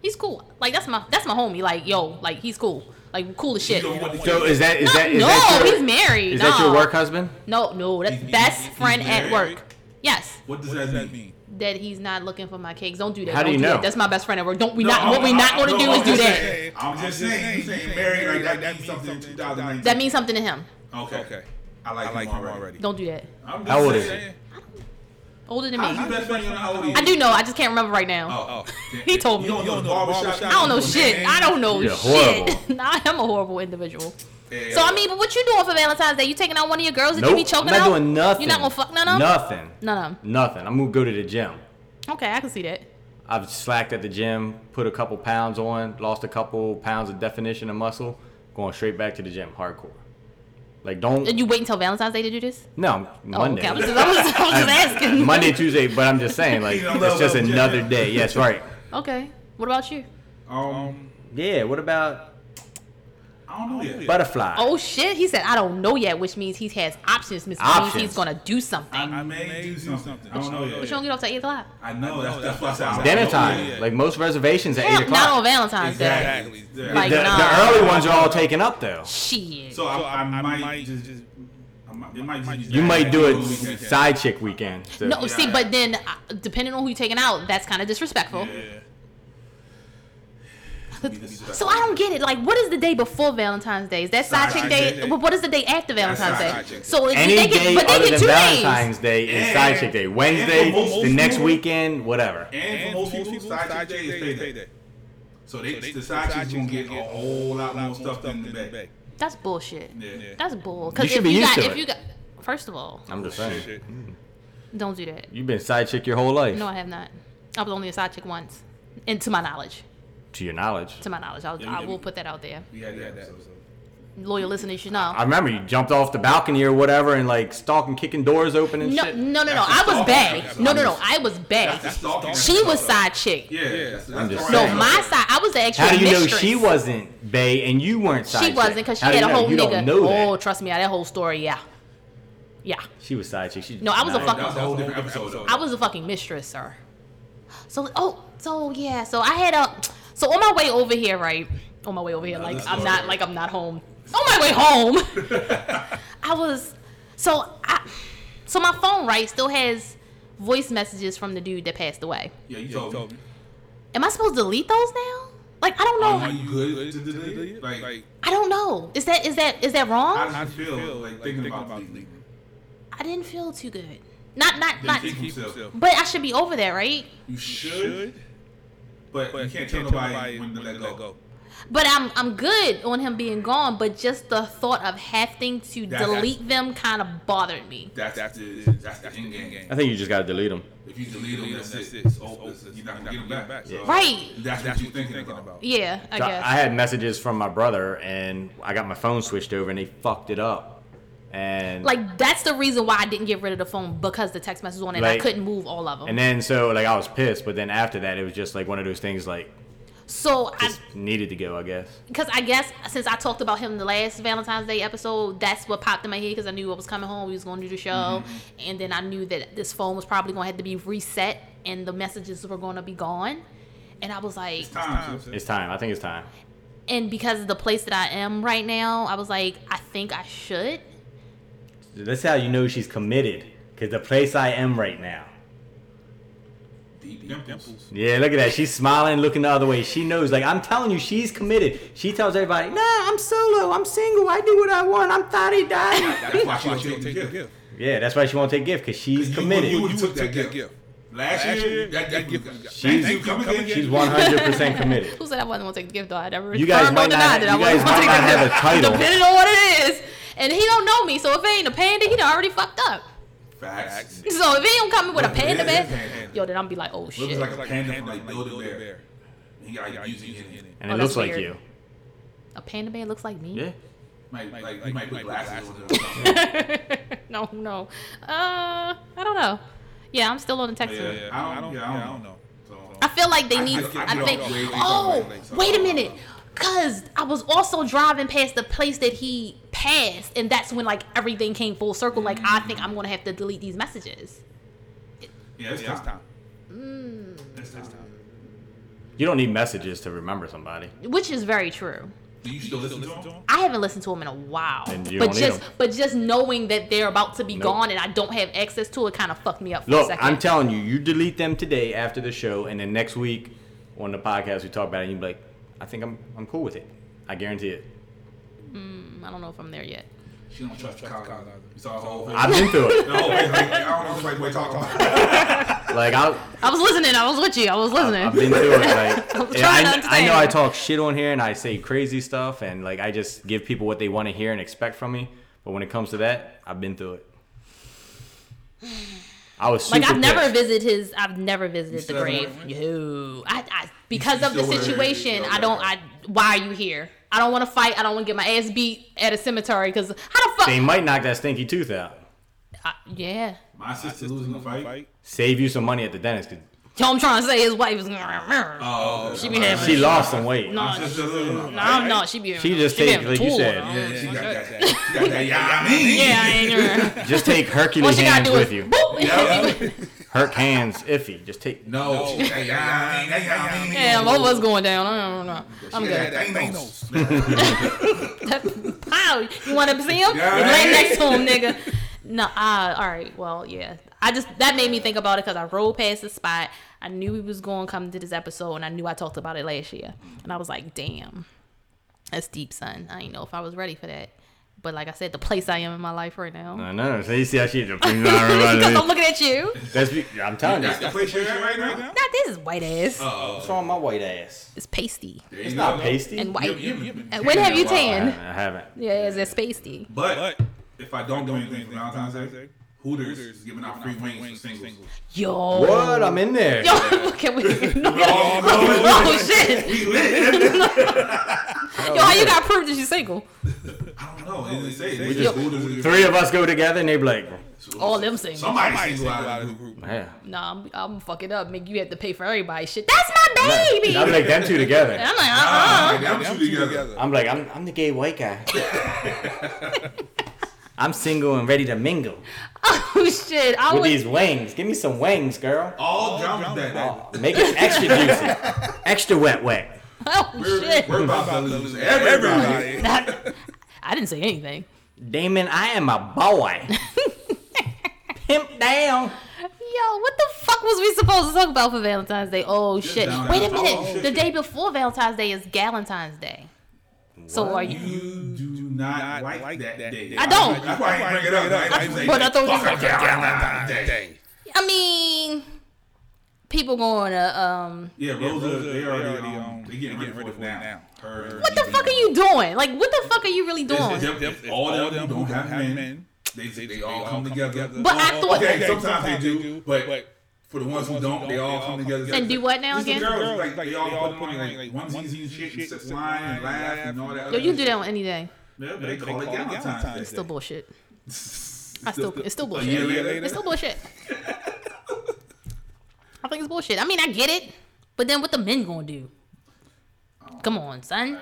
He's cool. Like that's my that's my homie. Like yo, like he's cool. Like cool as shit.
You don't want to
So is that is that is
no,
that your,
he's married.
Is that your
no.
work husband?
No, no, that's
He's-
best
he's- he's
friend at
married?
work. Yes,
What does
What
that
does that
mean?
mean?
that he's not looking for my cakes. Don't do that.
How do
Don't
you know?
That. That's my best friend at work. Don't we
No,
not? What we
I'm-
not
I'm-
going to
no,
do
I'm
is do
just
that.
saying- I'm just saying, you saying married like that, means something in 2019.
That means something to him.
okay.
Okay.
I like,
I like
him
him
already.
already.
Don't do that.
I'm just
How old is
saying.
he?
Older than me.
How's your best friend? You know how old he is?
I do know. I just can't remember right now.
Oh.
He told me.
You don't know the barbershop.
I don't know shit. I don't know
You're
shit.
horrible.
nah, I am a horrible individual.
Yeah.
So I mean, but what you doing for Valentine's Day? You taking out one of your girls that
Nope.
you be
I'm
choking
not
out?
doing nothing.
You not gonna fuck none of them?
Nothing.
None of them.
Nothing. I'm gonna go to the gym.
Okay, I can see that.
I've slacked at the gym, put a couple pounds on, lost a couple pounds of definition and muscle, going straight back to the gym, hardcore. Like don't
Did you wait until Valentine's Day to do this?
no
Oh,
Monday.
okay. I was just, I was, I was just asking.
Monday, Tuesday, but I'm just saying, like,
You know,
it's just
love, love,
another
yeah.
day. Yes, right.
Okay. What about you?
Um,
Yeah, what about
I don't know yet.
butterfly?
Oh shit! He said I don't know yet, which means he has options. Miss means
Options.
he's gonna do something.
I may do something. I don't know
But
yet.
you don't get off till eight o'clock.
I know. That's that's why I said I don't
Dinner
know
time.
yet.
Like, most reservations at 8
Hell,
o'clock.
not on Valentine's Day.
Exactly.
Exactly.
Yeah.
Like-
the,
nah.
the early ones are all taken up, though.
Shit.
So I,
So
I,
I- I
might,
might
just, just I might, it might just be
You
that.
might do
Yeah.
it side chick weekend. So.
no,
yeah,
see,
yeah.
but then uh, depending on who you're taking out, that's kind of disrespectful.
Yeah.
So I don't get it. Like, what is the day before Valentine's Day? Is that side
Side
chick
chick
day?
day.
But what is the day after Valentine's
side
Day?
chick day.
So it's,
Any
they get,
day
but
other
they get
than
two
Valentine's
names.
Day is
And-
side chick day. Wednesday,
and for most
the next
people-
weekend, whatever.
And for most people, side chick day is payday. So they,
they-
the side
the side
chick's gonna
chick's
get a
gonna get a
whole lot more
More
stuff than the
the
back.
back.
That's bullshit.
Yeah.
That's bull. Because
You should
if
be
you
used
got,
to
if
it.
you got, first of all,
I'm
Oh,
just saying.
Shit.
don't do that.
You've been side chick your whole life.
No, I have not. I was only a side chick once, and to my knowledge,
To your knowledge.
to my knowledge, I'll,
Yeah,
I
we-
will put that out there.
We had that. episode.
Loyal listeners should know.
I remember you jumped off the balcony or whatever and, like, stalking, kicking doors open and
No,
shit.
no, no, no.
That's
I
the
was
stalking
bae.
episode.
No, no, no. I was bae.
That's the stalking.
She
episode,
was
though.
side chick.
Yeah. that's-
I'm
that's
just
the
So
right
my
episode.
side, I was the actual
How do you know
mistress.
she wasn't Bay and you weren't side
She
chick?
wasn't because she
How do
had a
you know?
whole
you
nigga.
Don't know that.
Oh, trust me, that whole story, yeah, yeah.
She was side chick. She
No, I was a
nah,
fucking-
That was a whole different episode. though.
I was a fucking mistress, sir. So oh, so yeah, so I had a so on my way over here, right? On my way over here, like
that's
I'm
all
not
right.
like I'm not home. On my way home, I was so I so my phone right still has voice messages from the dude that passed away.
Yeah, you
Yeah, you
told me.
Am I supposed to delete those now? Like I don't know.
Are you good? to
me.
delete? Like,
Like,
I don't know. Is that is that is that
how
wrong?
does it feel? Like thinking about
leaving.
deleting.
I didn't feel too good. Not not
Then
not.
keep
Keep
yourself.
yourself.
But I should be over that, right?
You should,
Should,
but
but
you can't tell nobody when to let go.
But I'm I'm good on him being gone. But just the thought of having to
That-
delete them kind of bothered me.
That's that's the that's the end game.
I think you just gotta delete them.
If you delete them, that's it. It's over. It's- You're not gonna get them back. So
Right.
That's what you're thinking about.
Yeah, I
So I,
guess.
I had messages from my brother, and I got my phone switched over, and they fucked it up. And
like that's the reason why I didn't get rid of the phone because the text message was on it. and
Like-
I couldn't move all of them.
and then so like I was pissed, but then after that it was just like one of those things like
so I
just needed to go, I guess.
because I guess since I talked about him in the last Valentine's Day episode, that's what popped in my head because I knew I was coming home. We was going to do the show,
Mm-hmm.
and then I knew that this phone was probably going to have to be reset, and the messages were going to be gone. And I was like,
Time.
It's time. I think it's time.
and because of the place that I am right now, I was like, I think I should.
That's how you know she's committed, cause the place I am right now.
Deep dimples.
Yeah, look at that. She's smiling, looking the other way. She knows. Like I'm telling you, she's committed. She tells everybody, "Nah, I'm solo. I'm single. I do what I want. I'm thotty dotty."
That's why she don't take the gift.
yeah, that's why she won't take gift, cause she's committed.
You would took that gift. Last year, that, that gift.
She's- She's 100% committed.
Who said I wasn't gonna take the gift though? I never.
You guys
confirmed or
might not-
denied that I
you guys
wasn't gonna
might
take
not have a
gift.
title.
Depending on what it is, and he don't know me, so if it ain't a panda, he done already fucked up.
Facts.
So if he don't come in with a
Yeah,
panda
it is a
bear,
panda.
yo, then I'm be like, oh
Looks
shit.
like a panda from like Build a Bear. He got like using it in it.
And
Oh,
it
that's
looks like
weird.
you.
a panda bear looks like me.
Yeah.
Might like he might put glasses on it. or something.
no, no. Uh, I don't know. Yeah, I'm still on the text.
Oh, Yeah,
one.
yeah, I don't, yeah, I don't know. So-
I feel like they
I
need.
get-
I,
I get
think.
off way- way
oh,
off way, so-
wait a minute, cause I was also driving past the place that he passed, and that's when like everything came full circle. Like I think I'm gonna have to delete these messages.
Yeah, it's time. It's time.
You don't need messages to remember somebody.
which is very true.
Do you still listen to him?
I haven't listened to them in a while,
And you
but
don't need
just
'em.
but just knowing that they're about to be
Nope.
gone and I don't have access to it kind of fucked me up. For a
Look,
second.
I'm telling you, you delete them today after the show, and then next week on the podcast we talk about it, and you be like, I think I'm I'm cool with it. I guarantee it.
I don't know if I'm there yet.
She don't trust Kyle either. You saw her whole thing.
I've been through it.
No, wait, like, I don't know what we're talking about.
Like I,
I was listening. I was with you. I was listening.
I've been through it. Like
I'm
and
trying to
I, I know I
understand.
talk shit on here and I say crazy stuff, and like I just give people what they want to hear and expect from me. But when it comes to that, I've been through it. I was super
like I've never
pissed.
visited his. I've never visited the
still haven't
grave. No, I, I because of the
still haven't visited
situation.
your
I don't. I why are you here? I don't want to fight. I don't want to get my ass beat at a cemetery because how the fuck?
They might knock that stinky tooth out.
I, yeah.
My sister losing the fight.
Save you some money at the dentist. 'cause
So I'm trying to say his wife is.
Oh,
she be having.
She lost some weight.
no,
My sister losing the
no,
fight.
no, she be.
She just
be
take,
having
like you
tool,
said,
though.
Yeah, she got that. She got that. Yeah, I mean.
Yeah, I ain't her.
Just take
All
Hercules
she gotta
hands
do
with
is
you.
boop.
Yeah.
Herc hands iffy. Just take.
No, she got that. Yeah, I mean. that Yeah, I mean.
Damn, what was going down? I don't know. I'm
She got
good.
that Thanos.
How you want to see him?
Yeah.
You lay next to him, nigga. No, uh, all right. Well, yeah. I just that made me think about it because I rolled past the spot. I knew we was going to come to this episode, and I knew I talked about it last year, and I was like, damn, that's deep, son. I didn't know if I was ready for that, but like I said, the place I am in my life right now.
I know. So you see how she.
Because I'm
That's
looking at you.
be, I'm telling you.
That's the place you're at right now.
Now this is white ass.
Uh.
What's wrong with my white ass?
it's pasty
It's not pasty.
and
You-
white.
you- you've been
And when have you
I
tanned?
haven't. I haven't.
Yeah, it's it's pasty.
But if I don't do anything for Valentine's Day, Hooters is giving out free wings for singles.
Yo.
What? I'm in there.
Yo, look at we. No,
Oh, no.
Oh shit! Yo, how you got proof that you're single?
I don't know. It didn't say. It. It's just Hooters. is-
Three of us go together and they be like,
All them single.
Somebody single out of the group.
yeah.
nah, I'm, I'm fucking up. Make you have to pay for everybody. Shit, that's my baby.
I'll
And
make them two together.
I'm like, uh, uh
Like, them two together.
I'm like, I'm, I'm the gay white guy. I'm single and ready to mingle
Oh shit! I
with
would.
these wings. Give me some wings, girl.
All drama that day.
Make it extra juicy, extra wet, wet.
oh shit!
We're about to lose everybody.
I didn't say anything.
Damon, I am a boy. Pimp down.
Yo, what the fuck was we supposed to talk about for Valentine's Day? Oh shit!
down.
Wait a
Oh,
minute.
shit.
The day before Valentine's Day is Galentine's Day. So are you?
You do not like that day.
I don't.
That's why I ain't bring it up. I ain't say,
But I thought it was
fuck a Valentine's Day.
I mean, people going to um.
Yeah, Rosa, they already, um, they getting
they
ready for it now. Her,
What the fuck are you doing? Like, what the fuck are you really doing?
It's, it's, it's, all, them who don't have men. They, they, all come, together.
But I thought-
okay, sometimes, they do, but, for the ones who don't, they all come together.
And do what now
It's the
again?
girls, like, they all put put in like onesies and shit, and sit, lying, laugh, and all that.
Yo, you can do that on any day.
Yeah, but they call it Galentine's
It's
Day.
still bullshit. I still, it's still
A year
bullshit.
later,
It's still bullshit. I think it's bullshit. I mean, I get it, but then what the men gonna do?
Oh,
Come on, son.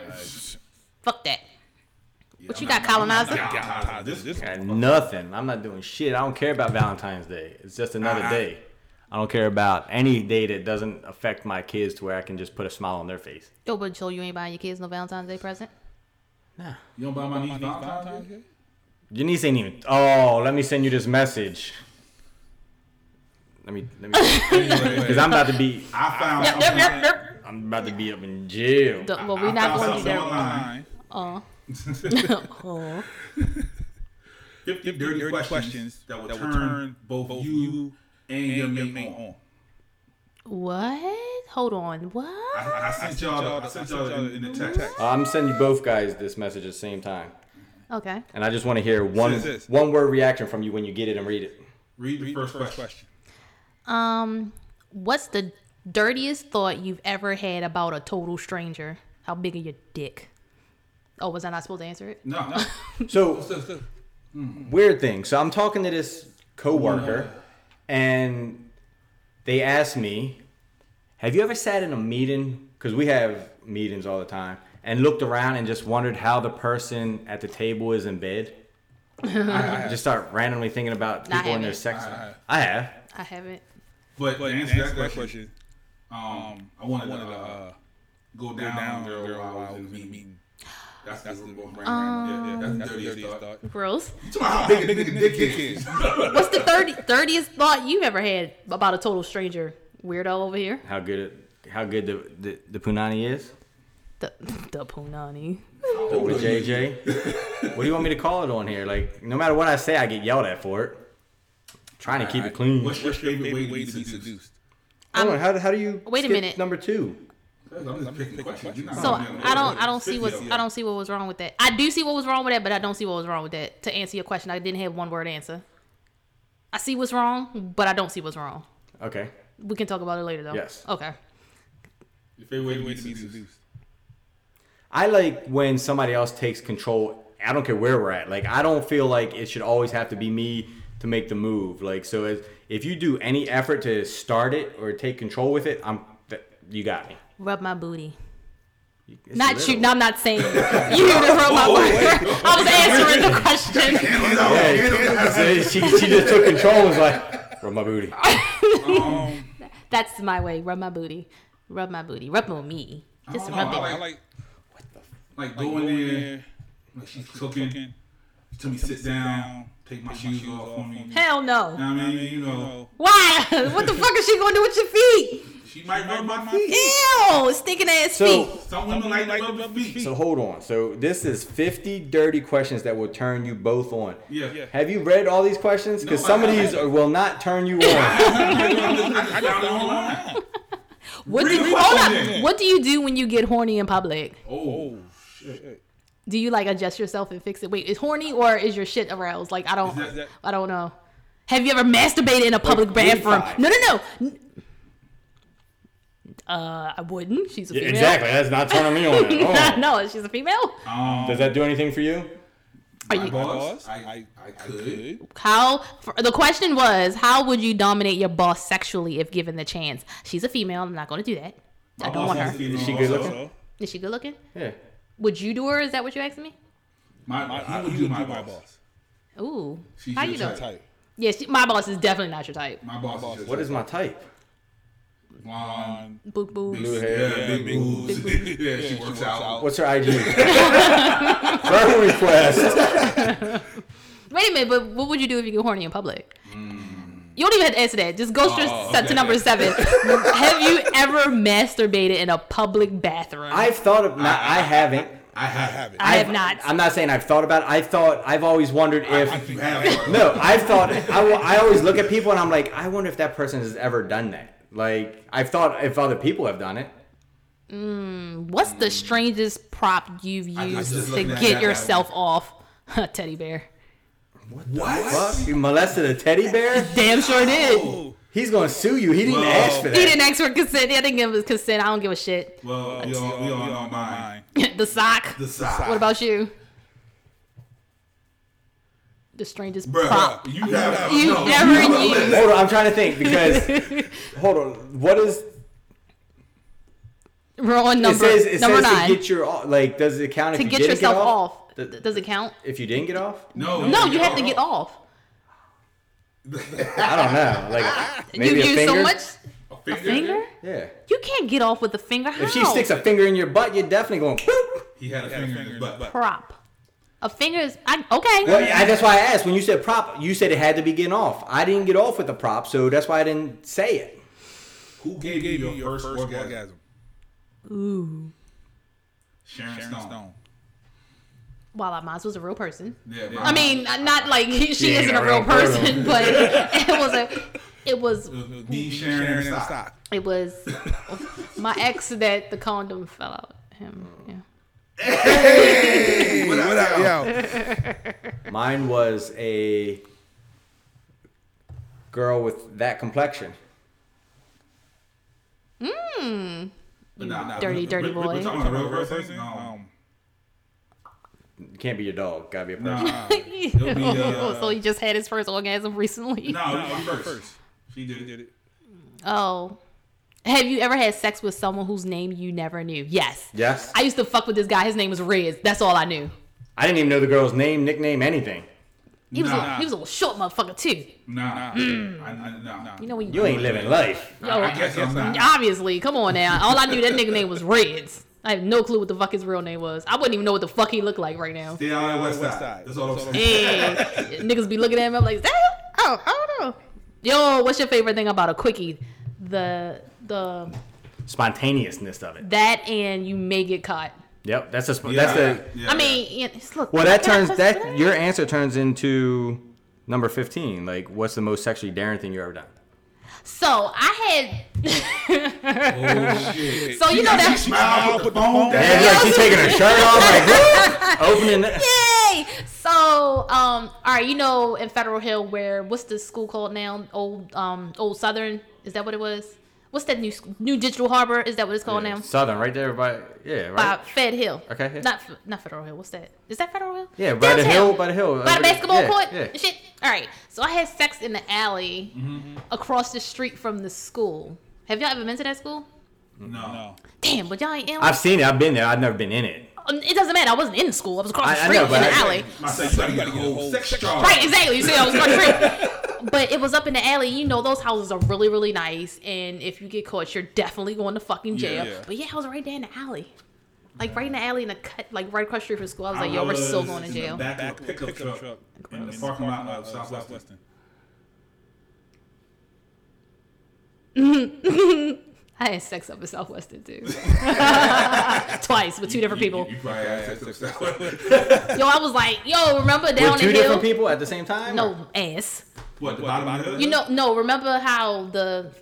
Fuck that. What you got, colonizer?
Galentine's. This- this-
Got nothing. I'm not doing shit. I don't care about Valentine's Day. It's just another
Uh-huh.
I- I-
day. I don't care about any day that doesn't affect my kids to where I can just put a smile on their face.
Yo, but so you ain't buying your kids no Valentine's Day present?
You don't buy my niece Valentine's Day?
Your niece ain't even. Oh, let me send you this message. Let me let me because I'm about to be
I found
Yep, yep,
something.
yep, yep.
I'm about to be up in jail.
Don't- Well,
I
we're not
found
going to
something
do
online.
that. Oh.
Fifty dirty questions that will turn both you and your mate on.
What? Hold on. What?
I I sent y'all. the- I sent y'all the- in the text.
Uh, I'm sending you both guys this message at the same time,
Okay.
and I just want to hear one
Says this.
one word reaction from you when you get it and read it.
Read the first question.
Um, what's the dirtiest thought you've ever had about a total stranger? How big are your dick? Oh, was I not supposed to answer it?
No,
So mm, weird thing. So I'm talking to this coworker, and they asked me, "Have you ever sat in a meeting? Because we have meetings all the time, and looked around and just wondered how the person at the table is in bed." I just start randomly thinking about
I
people and their
haven't.
sex. I have.
I haven't.
but to
But
answer that
that
question,
question.
um, I wanted
One of
to
the
uh,
uh,
go
go
down
down
girl
girl
while I was in the
meeting.
meeting.
meeting.
That's that's the most
Um,
random. Yeah, yeah, that's
That's
the dirtiest thought.
Gross.
You talking about how big a nigga dick is?
What's the 30, dirtiest thought you've ever had about a total stranger? Weirdo over here.
How good it, how good the the, the punani is
The, the punani.
with JJ. what do you want me to call it on here? Like no matter what I say, I get yelled at for it. trying to keep it clean.
What's your favorite
Favorite
way to be seduced?
Hold on, how, how do you
Wait a
skip
minute.
number two?
I'm just picking questions. You're not
So
helping me out.
I don't I don't see
Fifty
what
of them.
I don't see what was wrong with that. I do see what was wrong with that, but I don't see what was wrong with that. To answer your question, I didn't have one word answer. I see what's wrong, but I don't see what's wrong.
Okay.
We can talk about it later though.
Yes.
Okay.
Your favorite way
Way
to be seduced.
I like when somebody else takes control. I don't care where we're at. Like I don't feel like it should always have to be me to make the move. Like so, if, if you do any effort to start it or take control with it, I'm th- you got me.
Rub my booty.
It's
not
literal.
you. No, I'm not saying you to rub my booty. I was answering the question.
Yeah, she, she just took control. and Was like, rub my booty.
That's my way. Rub my booty. Rub my booty. Rub on me. Just
I
rub
don't
it.
know,
I like
Like
going
going there,
there,
like she's cooking. She tell me sit down, take my shoes off for me.
Hell no.
I mean, you
you
know,
know,
Why? What the fuck is she gonna do with your feet?
she might rub my feet.
Ew, stinking ass
So-
feet.
Some women like to rub their feet.
So hold on. So this is 50 dirty questions that will turn you both on.
Yeah.
Have you read all these questions? Because
No,
some of
I
these are, will not turn you on.
I got it online.
What do,
Read
you,
the
hold
question
up.
then.
what do you do when you get horny in public?
Oh,
Do you like adjust yourself and fix it? Wait, is horny or is your shit aroused? Like I don't,
Is that-
I don't know. Have you ever masturbated in a public
Like,
bathroom?
refi.
No, no, no. N- Uh, I wouldn't. She's a female.
That's not turning me on
no, she's a female.
Does that do anything for you?
Are you,
boss,
boss,
I, I, I could.
how? For, the question was, how would you dominate your boss sexually if given the chance? She's a female. I'm not going to do that. I don't want her.
Is
she good looking?
Is she good looking?
Yeah.
Would you do her? Is that what you're asking me?
My,
I, I
he would do my boss.
Ooh,
She's
how
your
you doing?
type.
Type.
Yeah, she, my boss is definitely not your type.
My boss, is
What is my type?
blonde?
Boop boop.
Blue hair.
Yeah, big boobs. yeah, she works out.
What's her IG? Friend request.
Wait a minute, but what would you do if you get horny in public?
Hmm.
You don't even have to answer that. Just go straight
Oh,
set to number seven. have you ever masturbated in a public bathroom?
I've thought of. Not, I haven't.
I have it.
I have
I've-
not.
I'm not saying I've thought about it. I thought I've always wondered if.
I, you have it.
No, I've thought. I, wa- I always look at people and I'm like, I wonder if that person has ever done that. Like I've thought if other people have done it.
What's the strangest prop you've
Hmm. I
used
just- just
to
looking at
get
that
yourself off a teddy bear?
What?
Fuck, you molested a teddy bear?
Damn sure did.
Oh.
He's gonna sue you. He didn't
Whoa.
even ask for
He
that.
didn't ask for consent. I didn't give his consent. I don't give a shit.
Well, we all, we all know mine.
the sock.
The sock.
What about you? The strangest
Bruh,
prop.
you never,
You
no,
never
never
used-
listened.
Hold on, I'm trying to think because hold on. What is
We're on
it
number
says? It
number
says
nine.
to get your off- like. Does it count if
to
you
get
didn't
yourself
get off?
off.
Th-
Th- Does it count?
If you didn't get off,
No,
No, you have to get
all.
off.
I don't know. Like maybe
you
a
use
finger.
so much
A finger?
finger.
Yeah.
You can't get off with a finger. How?
If she sticks a finger in your butt, you're definitely going. Boop.
He had a finger in his butt. But
prop, a finger is I, okay.
Well, I, that's why I asked. When you said prop, you said it had to be getting off. I didn't get off with the prop, so that's why I didn't say it.
who gave, you your, first, orgasm?
Ooh.
Sharon,
Sharon
Stone.
Stone.
While well, Maz was a real person.
Yeah,
I mean, uh, not like she
ain't
isn't
a
a real
real girl.
person, but it was a, it was,
D Sharon,
Sharon
and
and
the
Stock.
stock.
it was my ex that the condom fell out him. Yeah.
Hey, what up, yo?
Mine was a girl with that complexion.
But nah, nah,
dirty,
we-
dirty
we- we-
boy.
We're talking about real person. No,
Um,
It can't be your dog. Gotta be a person.
nah, it'll be uh,
so he just had his first orgasm recently.
nah, it
no,
was
you
my first.
first.
She did it.
Did it.
Oh. Have you ever had sex with someone whose name you never knew? Yes.
Yes.
I used to fuck with this guy. His name was Riz. That's all I knew.
I didn't even know the girl's name, nickname, anything.
He was a,
Nah.
he was a little short motherfucker too.
Nah, I- I- nah.
Mm. You know Mm. when you,
You ain't living life.
Yo,
I guess I'm not.
obviously, come on now. All I knew that nigga name was Riz. I have no clue what the fuck his real name was. I wouldn't even know what the fuck he looked like right now.
Stay out of West
West
Side.
Side.
That's all I'm saying.
And niggas be looking at him I'm like, is that him? Oh, I don't know. Yo, what's your favorite thing about a quickie? The the
Spontaneousness of it.
that and you may get caught.
Yep. That's a. Sp-
Yeah,
That's a.
yeah,
I mean, yeah, it's- look.
Well, that
can I
turns
just-
that your answer turns into number fifteen. Like, what's the most sexually daring thing you ever done?
So I had.
yeah. Oh, shit.
so you know that.
Smile, put the phone
And
down.
like she's taking her shirt off, like whoop, opening. The-
Yay! So, um, all right, you know, in Federal Hill, where what's the school called now? Old, um, Old Southern. Is that what it was? What's that new sc- new Digital Harbor? Is that what it's called now?
Southern, right there by yeah,
By
right.
Fed Hill.
Okay, yeah.
Not F- not Federal Hill. What's that? Is that Federal Hill?
Yeah, by the
Downtown.
hill, by the hill,
By
uh,
the basketball
yeah,
court.
yeah.
and Shit. All right. So I had sex in the alley
Mm-hmm.
across the street from the school. Have y'all ever been to that school?
No.
No.
Damn, but y'all ain't in.
I've seen it. I've been there. I've never been in it.
Um, It doesn't matter. I wasn't in school. I was across the
I- I
street
know,
in
but
the
I-
alley.
I said you gotta get a whole sex charge.
Right, exactly. You see, I was across the street. But it was up in the alley. You know, those houses are really, really nice. And if you get caught, you're definitely going to fucking jail.
yeah.
But yeah, I was right there in the alley. Like right in the alley in the cut, like right across the street from school. I was like,
I
yo, we're still
was
going to
in the
jail.
Back,
Back
of a pickup, truck, in the
in
parking lot of Southwestern.
I had sex up in Southwestern too. Twice with two different people.
You probably had sex up Southwestern.
Yo, I was like, yo, remember down
With
the
two
hill?
different people at the same time. or-
No ass.
What, the bottom of the hood?
You know, no. Remember how the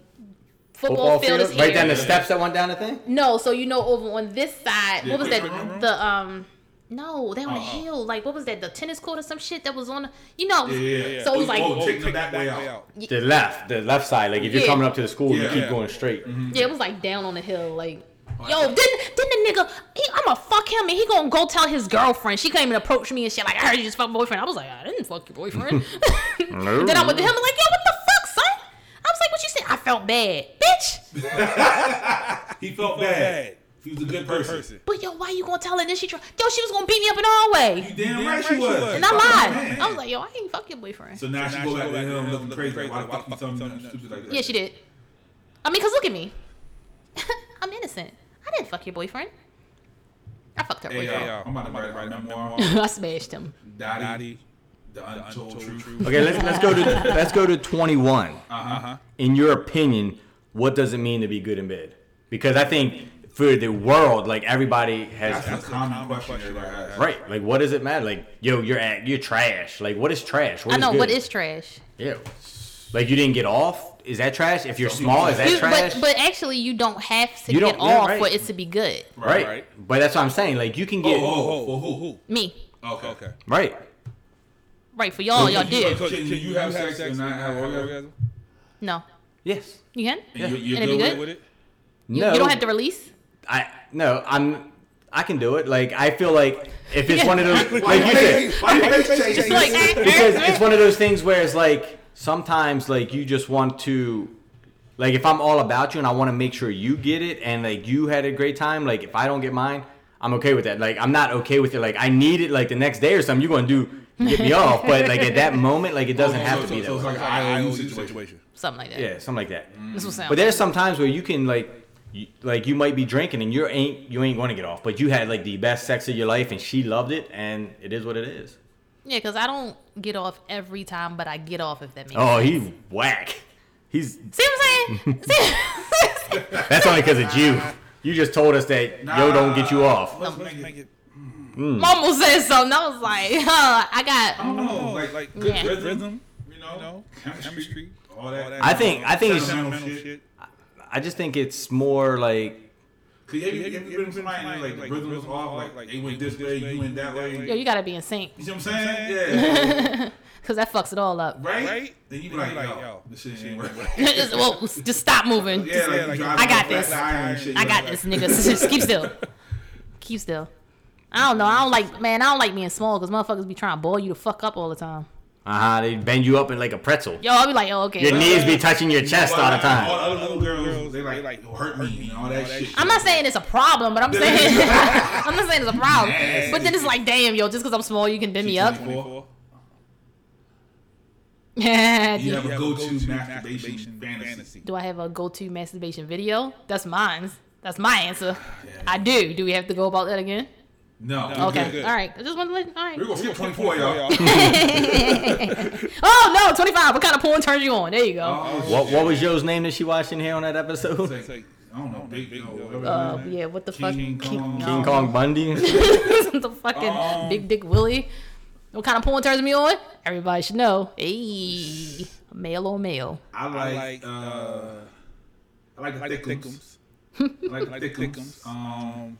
football,
Football
field, is
field, right
here?
down the steps that went down the thing.
No, so you know over on this side,
Yeah,
what was that?
the green room?
The um, no, they on the
Uh-uh.
hill. Like what was that? The tennis court or some shit that was on. The, you know,
Yeah, yeah, yeah.
so it was like
Oh,
Take the back way
way
out.
The left, the left side. Like if you're
Yeah.
coming up to the school, you
Yeah.
keep going straight.
yeah, it was like down on the hill. Like
Oh,
yo,
that's-
didn't didn't the nigga? He, I'ma fuck him and he gonna go tell his girlfriend. She couldn't even approach me and shit. Like I heard you just fuck my boyfriend. I was like I didn't fuck your boyfriend.
No.
Then I went to him and like yo, what the fuck, son? I was like, what you said? I felt bad, bitch.
He felt bad. He was a good person.
Person.
But yo, why you gonna tell her this? She try- yo, she was gonna beat me up in the hallway.
Damn
Damn
right
right
she
she
was.
was.
And I lied. I was like, yo, I ain't fuck your boyfriend.
So now
So
she
now
go
she
back
go
to
back
him
to him
looking
looking
crazy.
crazy.
Like, why the fuck you tell me something stupid like that?
Yeah, she did. I mean, cause look at me. I'm innocent. I didn't fuck your boyfriend. I fucked her
Hey,
boyfriend.
y'all, I'm about to write my memoir.
I smashed him.
Daddy,
Daddy,
the untold truth.
Okay, let's let's go to let's go to 21.
Uh-huh.
In your opinion, what does it mean to be good in bed? Because I think for the world, like everybody has
That's, a common question everybody has.
right. Like, what does it matter? Like, yo, you're at you're trash. Like, what is trash? What
I know
good?
what is trash.
yeah. Like you didn't get off. is that trash? If you're
Some
small,
people-
is that
You-
trash?
but, but actually, you don't have to
You
get
don't- yeah,
off
right.
for it to be good.
right. But that's what I'm saying. Like you can
Oh,
get
oh,
Who,
oh,
who,
who,
who?
Me,
Okay.
Okay.
right.
right? For y'all, y'all
you-
did.
Can you have sex and not have orgasm?
No,
Yes.
you can.
And you, you're
And
good
it'd be
with
good?
it?
With it?
You,
no.
you don't have to release.
I no. I'm. I can do it. Like I feel like if it's
Yeah.
one of those, like you said,
Hey, why your face
It's
changing?
like
because it's one of those things where it's like sometimes like you just want to like if I'm all about you and I want to make sure you get it and like you had a great time like if I don't get mine I'm okay with that like I'm not okay with it like I need it like the next day or something you're gonna do get me off but like at that moment like it doesn't
Oh, So-
have to
so-
be that
so it's
way.
like an
I
IOU
owe you
situation.
situation.
something like that.
yeah something like that
That's what sounds.
but there's some times where you can like you, like you might be drinking and you ain't you ain't gonna get off but you had like the best sex of your life and she loved it and it is what it is
yeah, because I don't get off every time, but I get off if that makes.
oh he's whack he's
See what I'm saying? See?
That's only because it's you. You just told us that yo don't get you off.
Let's make it-
Make it.
Mama said something. I was like, huh, I got.
No, like, like
like
good
Yeah.
rhythm,
rhythm,
you
you
know,
know,
chemistry, all that.
I think I think it's
Sentimental
sentimental
shit.
shit.
I just think it's more like
See, have you, have you been with somebody and, like, the rhythm was off, like, they went this way, you went that way.
Yo,
You
you gotta be in sync,
see what I'm saying? Yeah.
cause that fucks it all up.
Right?
Right?
Then you be
Then
like,
you like,
yo,
yo,
this shit
shit
ain't
ain't
working.
Just- well, just stop moving.
Yeah, like, you
like,
I
driving
got
a flat
this.
tire and shit,
I
you
got
like,
this, nigga. Just keep still. Keep still. I don't know. I don't like, man. I don't like being small because motherfuckers be trying to ball you to fuck up all the time.
uh huh. They bend you up in like a pretzel.
Yo, I'll be like, oh,
Your
okay.
knees be touching your chest all the
All
time.
the other little girls, they like, hurt me and all that shit.
I'm not saying it's a problem, but I'm saying I'm not saying it's a problem. But then it's like, damn, yo, just because I'm small, you can bend me up.
24. You
Do
have a go-to masturbation fantasy.
I have a go-to masturbation video? That's mine. That's my answer. I do. Do we have to go about that again?
No. we're
Okay.
good.
All right. I just want to let. All right.
We're going to skip 24, y'all.
Oh no, 25. What kind of porn turns you on? There you go.
Oh,
What what was Joe's name that she watched in here on that episode?
It's like, I don't know, big,
Big
yo,
Yo,
whatever.
Uh, yeah. What the fuck?
Oh, King Kong.
King Kong Bundy.
the fucking
Oh.
big dick Willie. What kind of porn turns me on? Everybody should know. Hey, male or male.
I
I
like,
like,
uh,
uh,
I like
I like
the thickums.
thickums.
I like
Like
the thickums.
thickums.
Um,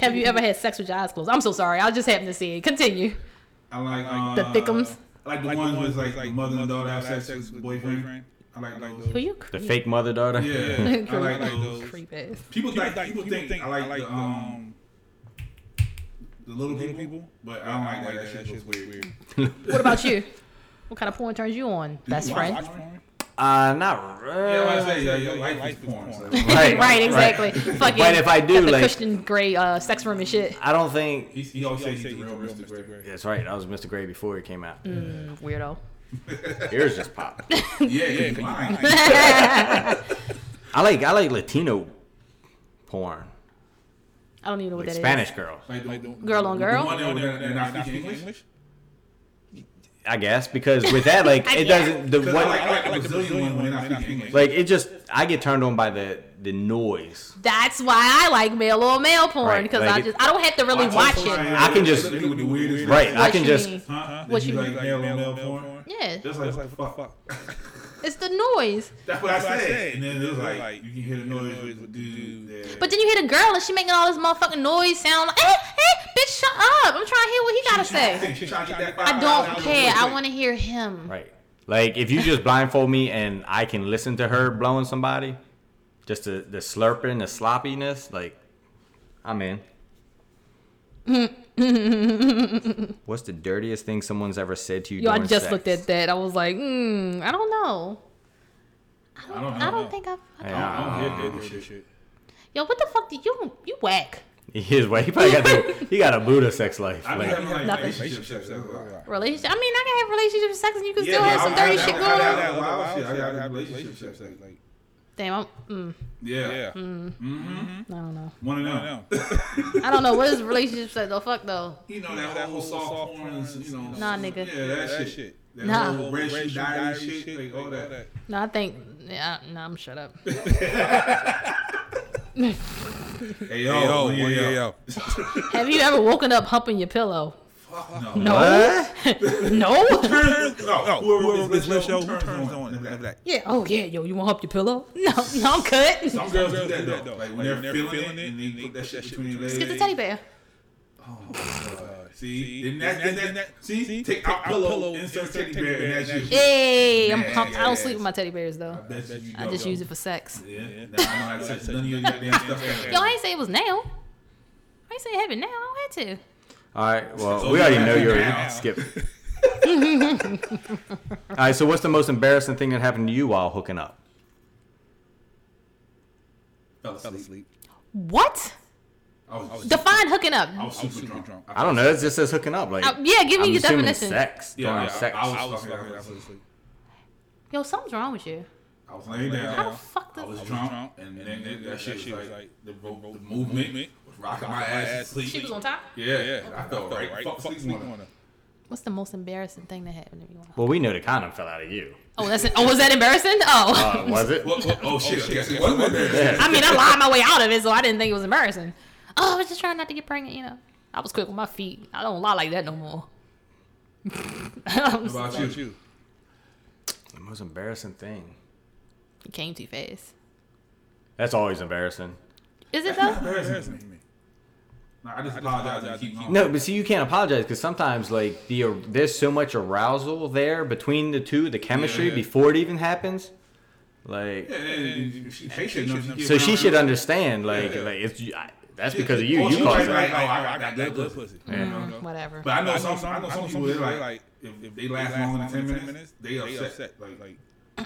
Have you ever had sex with your eyes closed? I'm so sorry. I just happened to see it. Continue.
I like uh,
The thickums.
I like the
Like the
ones where
ones
it's like,
with, like,
the mother and daughter have
mother
sex with the boyfriend.
boyfriend.
I like
I like
those.
those.
Who you?
The fake mother daughter.
Yeah, I
Creep.
like
I like
those.
those.
Creep ass.
People,
People
like,
like-
people think, I like, the, um, the little,
little
people,
people,
but I don't like that. That, shit was weird.
What about you? What kind of porn turns you on, best
you
friend?
watch-
Uh, not
Yeah, like I
really.
say, yeah, your
yeah,
life
life
is
is
porn.
porn.
so-
Right.
Right, exactly. Fucking
But if I do,
got the
like-
Christian Grey uh, sex room and shit.
I don't think.
He, he always
They
says he's the real Mr. Gray.
That's right. I was Mr. Gray before he came out.
Mm. Weirdo.
Ears just popped.
Yeah, yeah, mine.
I like I like Latino porn,
I don't even know what
like
that is.
Spanish girls.
Like the
Girl on
the
girl.
one that that- that not speaking English.
I guess because with that, like
I
it
guess.
doesn't the
Because
what
I like, I like
I like
the
the
Brazilian one when they're not speaking English.
like it just I get turned on by the the noise.
That's why I like male or male porn
Right,
because
like
I
it-
just I don't have to really watch it.
I can just-
do the weirdest
Right, I
What
can
you
just
mean?
Huh?
What you
like,
mean?
male on male porn.
Yeah,
Just like,
That's like,
fuck.
what the fuck?
it's the noise.
That's what I
what I
said.
said.
And then it was
It was
like,
like,
you can hear the noise
noise
with the
with
dude. there.
But then you hear the girl and she making all this motherfucking noise sound like, hey, hey, bitch, shut up. I'm trying to hear what he gotta say.
She trying to get that
I don't
$5,000
care. I
real
want to hear him.
right. Like if you just blindfold me and I can listen to her blowing somebody, just the the slurping, the sloppiness, like I'm in. What's the dirtiest thing someone's ever said to you?
Yo, I
during
just
sex?
looked at that. I was like, mm, I don't know. I don't, I
don't
don't,
know.
think I've.
Yeah,
quick.
I
I
don't know.
don't hear that shit.
Yo, what the fuck did you you whack?
He is whack. He probably got the, he got a Buddha sex life.
I be
Like,
having like
Nothing.
relationship sex. that's what I-
Relationship? I mean, I can have relationship sex and you can
Yeah,
still
but
have
I-
some
I-
dirty
I-
shit
I-
going
I-
on.
I-
Damn, I'm, mm,
Yeah.
Yeah.
I don't know.
One of
I
them.
know.
I don't know what is relationship sex though. Fuck though.
You know that whole soft porns, you know.
Nah, nigga.
Yeah, that
That
shit.
shit.
That
Nah.
whole red shoe diary shit, like all
like
that.
No, I think. Yeah, no, I'm shut up.
Hey
Hey,
yo,
yo, yeah, yo.
have you ever woken up humping your pillow?
No.
What?
No.
No,
No,
whoever
whoever
this
this live
show,
show, who turns on? Like that.
yeah. Oh yeah. Yo, you want to help your pillow? No. No, I'm good.
Some girls do that though. Like when they're feeling it, and they put that shit between their legs.
Get the teddy bear.
See, then that, then that, see, take out pillow, insert teddy bear, and that's you.
Hey, I'm
Yeah,
pumped. I
yeah,
don't
yeah.
sleep with my teddy bears though.
That's you
I
go,
just
yo.
use it for sex.
Yeah, now I don't have to touch none of your goddamn stuff.
Yo, I ain't say it was now. I ain't say it happened now. I don't have to.
All right. Well,
So
we already
you
know
have
you
to
already
now.
skipped. All right. So, what's the most embarrassing thing that happened to you while hooking up?
Fell asleep.
What?
I was,
Define hooking up.
I was super drunk.
I don't know. It just says hooking up. Like,
Uh, yeah, give me
I'm
your
assuming
definition.
sex.
Yeah,
during
yeah,
sex.
I,
I
I
was
was
fucking.
fucking.
I was
asleep.
asleep.
Yo, something's wrong with you.
I was laying down.
How the fuck
I
does
was
was
drunk,
drunk,
and
and
then
then
that shit was like the ro- the movement
movement
was rocking my ass to
she was
sleep.
on top?
Yeah,
Yeah,
I felt right. Fuck
Fuck
sleep on
her.
What's the most embarrassing thing that happened to you?
Well, we know the condom fell out of you.
Oh, that's it. Oh, was that embarrassing? Oh.
Uh, was it?
What, what, oh shit! I guess it wasn't embarrassing.
I mean, I lied my way out of it, so I didn't think it was embarrassing. Oh, I was just trying not to get pregnant, you know. I was quick with my feet. I don't lie like that no more.
What
it
about you?
the most embarrassing thing.
came too fast.
That's always embarrassing.
Is it though?
Embarrassing to me. Nah, I just apologize and keep going.
No, but see, you can't apologize because sometimes, like, the there's so much arousal there between the two, the chemistry
Yeah.
before it even happens. Like,
Yeah, yeah, yeah, she- they should know she get
so she
around.
should understand. Like,
Yeah.
like it's you- I, that's
Yeah.
because of you.
Or
You
she
caused
might
that.
like, oh, I got that good pussy.
Yeah.
Whatever.
But I know
I
some, I know some people. They like if they last longer than ten minutes, they upset. Like like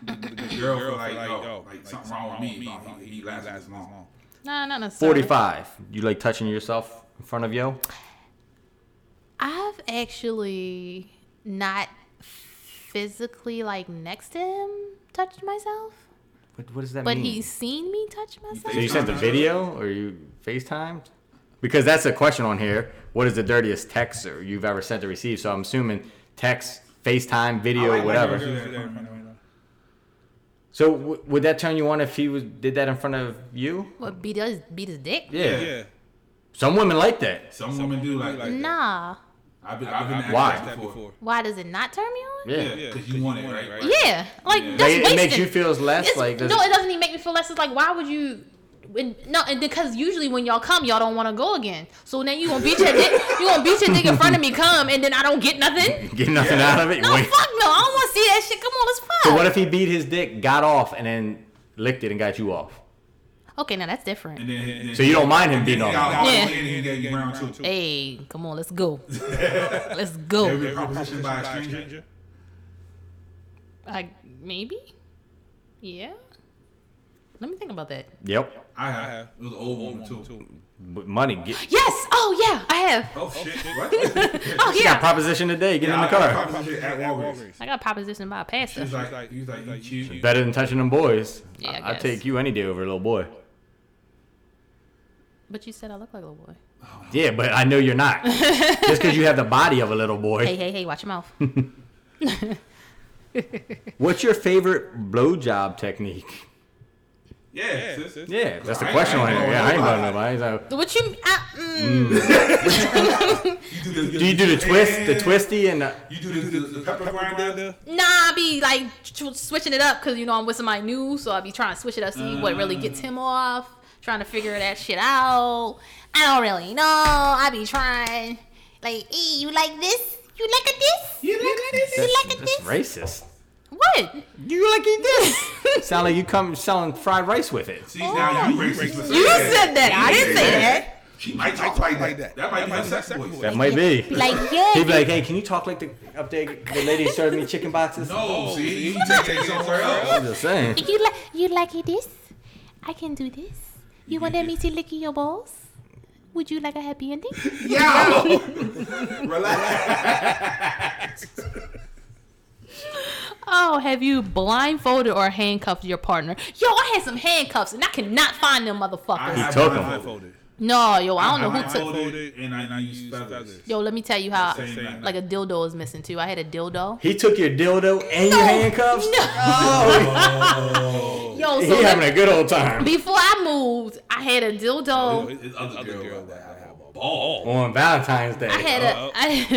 the girl feel like oh, like something wrong with me. Oh, He he lasts as long.
No, not necessarily.
Forty-five. You like touching yourself in front of yo?
I've actually not physically like next to him touched myself,
What, what does that
but
mean?
he's seen me touch myself.
So Mm. you
FaceTimed
sent the
each
video or you FaceTimed? Because that's a question on here. What is the dirtiest text or you've ever sent or received? So I'm assuming text, FaceTime, video,
I like
whatever.
that.
So w- would that turn you on if he was did that in front of you?
What beat his beat his dick?
Yeah.
Yeah.
Some women like that.
Some women do like like.
Nah.
I've been I've been asked
Why?
that
That
before.
before.
Why does it not turn me on?
Yeah.
Yeah, because you want it, right?
Yeah, like
Yeah.
that's
Like, it
wasted.
makes you feel less,
It's-
like, does-
no, it doesn't even make me feel less. It's like why would you? and- no, and because usually when y'all come, y'all don't want to go again. So now you gonna beat your dick. You gonna beat your dick in front of me. Come and then I don't get nothing.
Get nothing out of it.
No,
Wait.
fuck no. I don't want to see that shit. Come on, let's fuck.
So what if he beat his dick, got off, and then licked it and got you off?
okay, now that's different.
And then, and then
So you don't mind him beating
Yeah.
on you?
Yeah.
Yeah.
Yeah. Round two.
Hey, come on, let's go. let's go.
Every proposition by a stranger.
Like maybe? Yeah. Let me think about that.
Yep.
I have. It was an old woman too.
But money. Get,
Yes. Oh yeah, I have.
Oh shit! What?
Oh
got
yeah.
proposition today. Get in the
I got a
car.
proposition at Walgreens.
I got proposition by a pastor.
He's like, he's like, you cute.
Better than touching them boys.
Yeah, I
I, would
guess.
take you any day over a little boy.
But you said I look like a little boy.
Yeah, but I know you're not. Just because you have the body of a little boy.
Hey, hey, hey, watch your mouth.
What's your favorite blowjob technique?
Yeah,
Yeah,
sis.
sis.
Yeah, that's the
I-
question
I
on
ain't
here.
gonna
Yeah, I ain't
lie.
going nobody. So,
what you I, mm,
Do
do you do the twist, the twisty, and the,
You do the, the, the pepper grinder.
Nah, I be like tw- switching it up because you know I'm with somebody new, so I be trying to switch it up, see what really gets him off. Trying to figure that shit out. I don't really know. I be trying. Like, hey, you like this? You like a this? You like a this? You
that's,
like a
that's
this?
racist.
What?
You like it
this?
Sound like you come selling fried rice with it.
See, now you racist.
You said that. I didn't say that.
She might talk like that. That, might be her sex voice.
That might be.
Like, yeah.
He'd be like, "Hey, can you talk like the up there, the lady served me chicken boxes?"
No, see, you take it somewhere else.
I'm just saying.
You like you like it this? I can do this. You wanted me to lick your balls? Would you like a happy ending?
Yo, relax.
Oh, have you blindfolded or handcuffed your partner? Yo, I had some handcuffs and I cannot find them motherfuckers.
He took 'em.
Blindfolded.
No, yo, I don't know who took.
blindfolded and I, and I use feathers.
Yo, let me tell you how.
Same night.
Like a dildo is missing too. I had a dildo.
He took your dildo and your handcuffs. Oh,
Yo,
He
so let-
having a good old time.
before I moved, I had a dildo.
Oh,
It's other girl. that I have. ball.
on Valentine's Day.
I had a. I,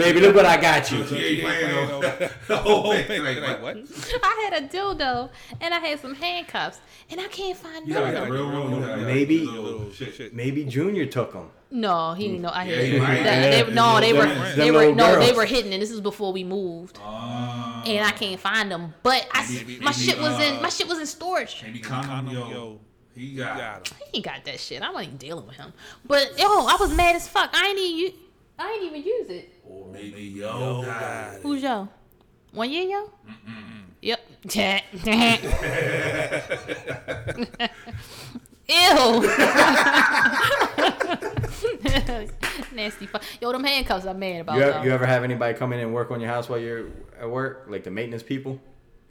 Baby, look what I got you.
So you playing on the
Oh,
whole
wait,
thing.
wait,
Like,
what?
what?
I had a dildo and I had some handcuffs and I can't find
You
none of
had
them.
like a real one. you had, like,
Maybe.
a little shit. shit.
Maybe Junior took them.
No, he didn't know. I
Yeah,
had
he might
that-
have.
they- no, they
Them-
were
them
they were
little
no, they
girls.
were hidden, and this was before we moved.
Ah.
and I can't find them, but I s-
Maybe-
my
maybe,
shit was in
uh,
my shit was in storage.
Maybe Condom,
Condom,
yo.
yo.
He got
Got him.
He ain't got that shit. I wasn't dealing with him. But yo, I was mad as fuck. I ain't even u- I ain't even use it.
Or maybe yo got it.
Who's yo? One year yo? Yep. Ew. Nasty fuck. Yo, them handcuffs I'm mad about.
You,
though.
ever, you ever have anybody come in and work on your house while you're at work? Like the maintenance people?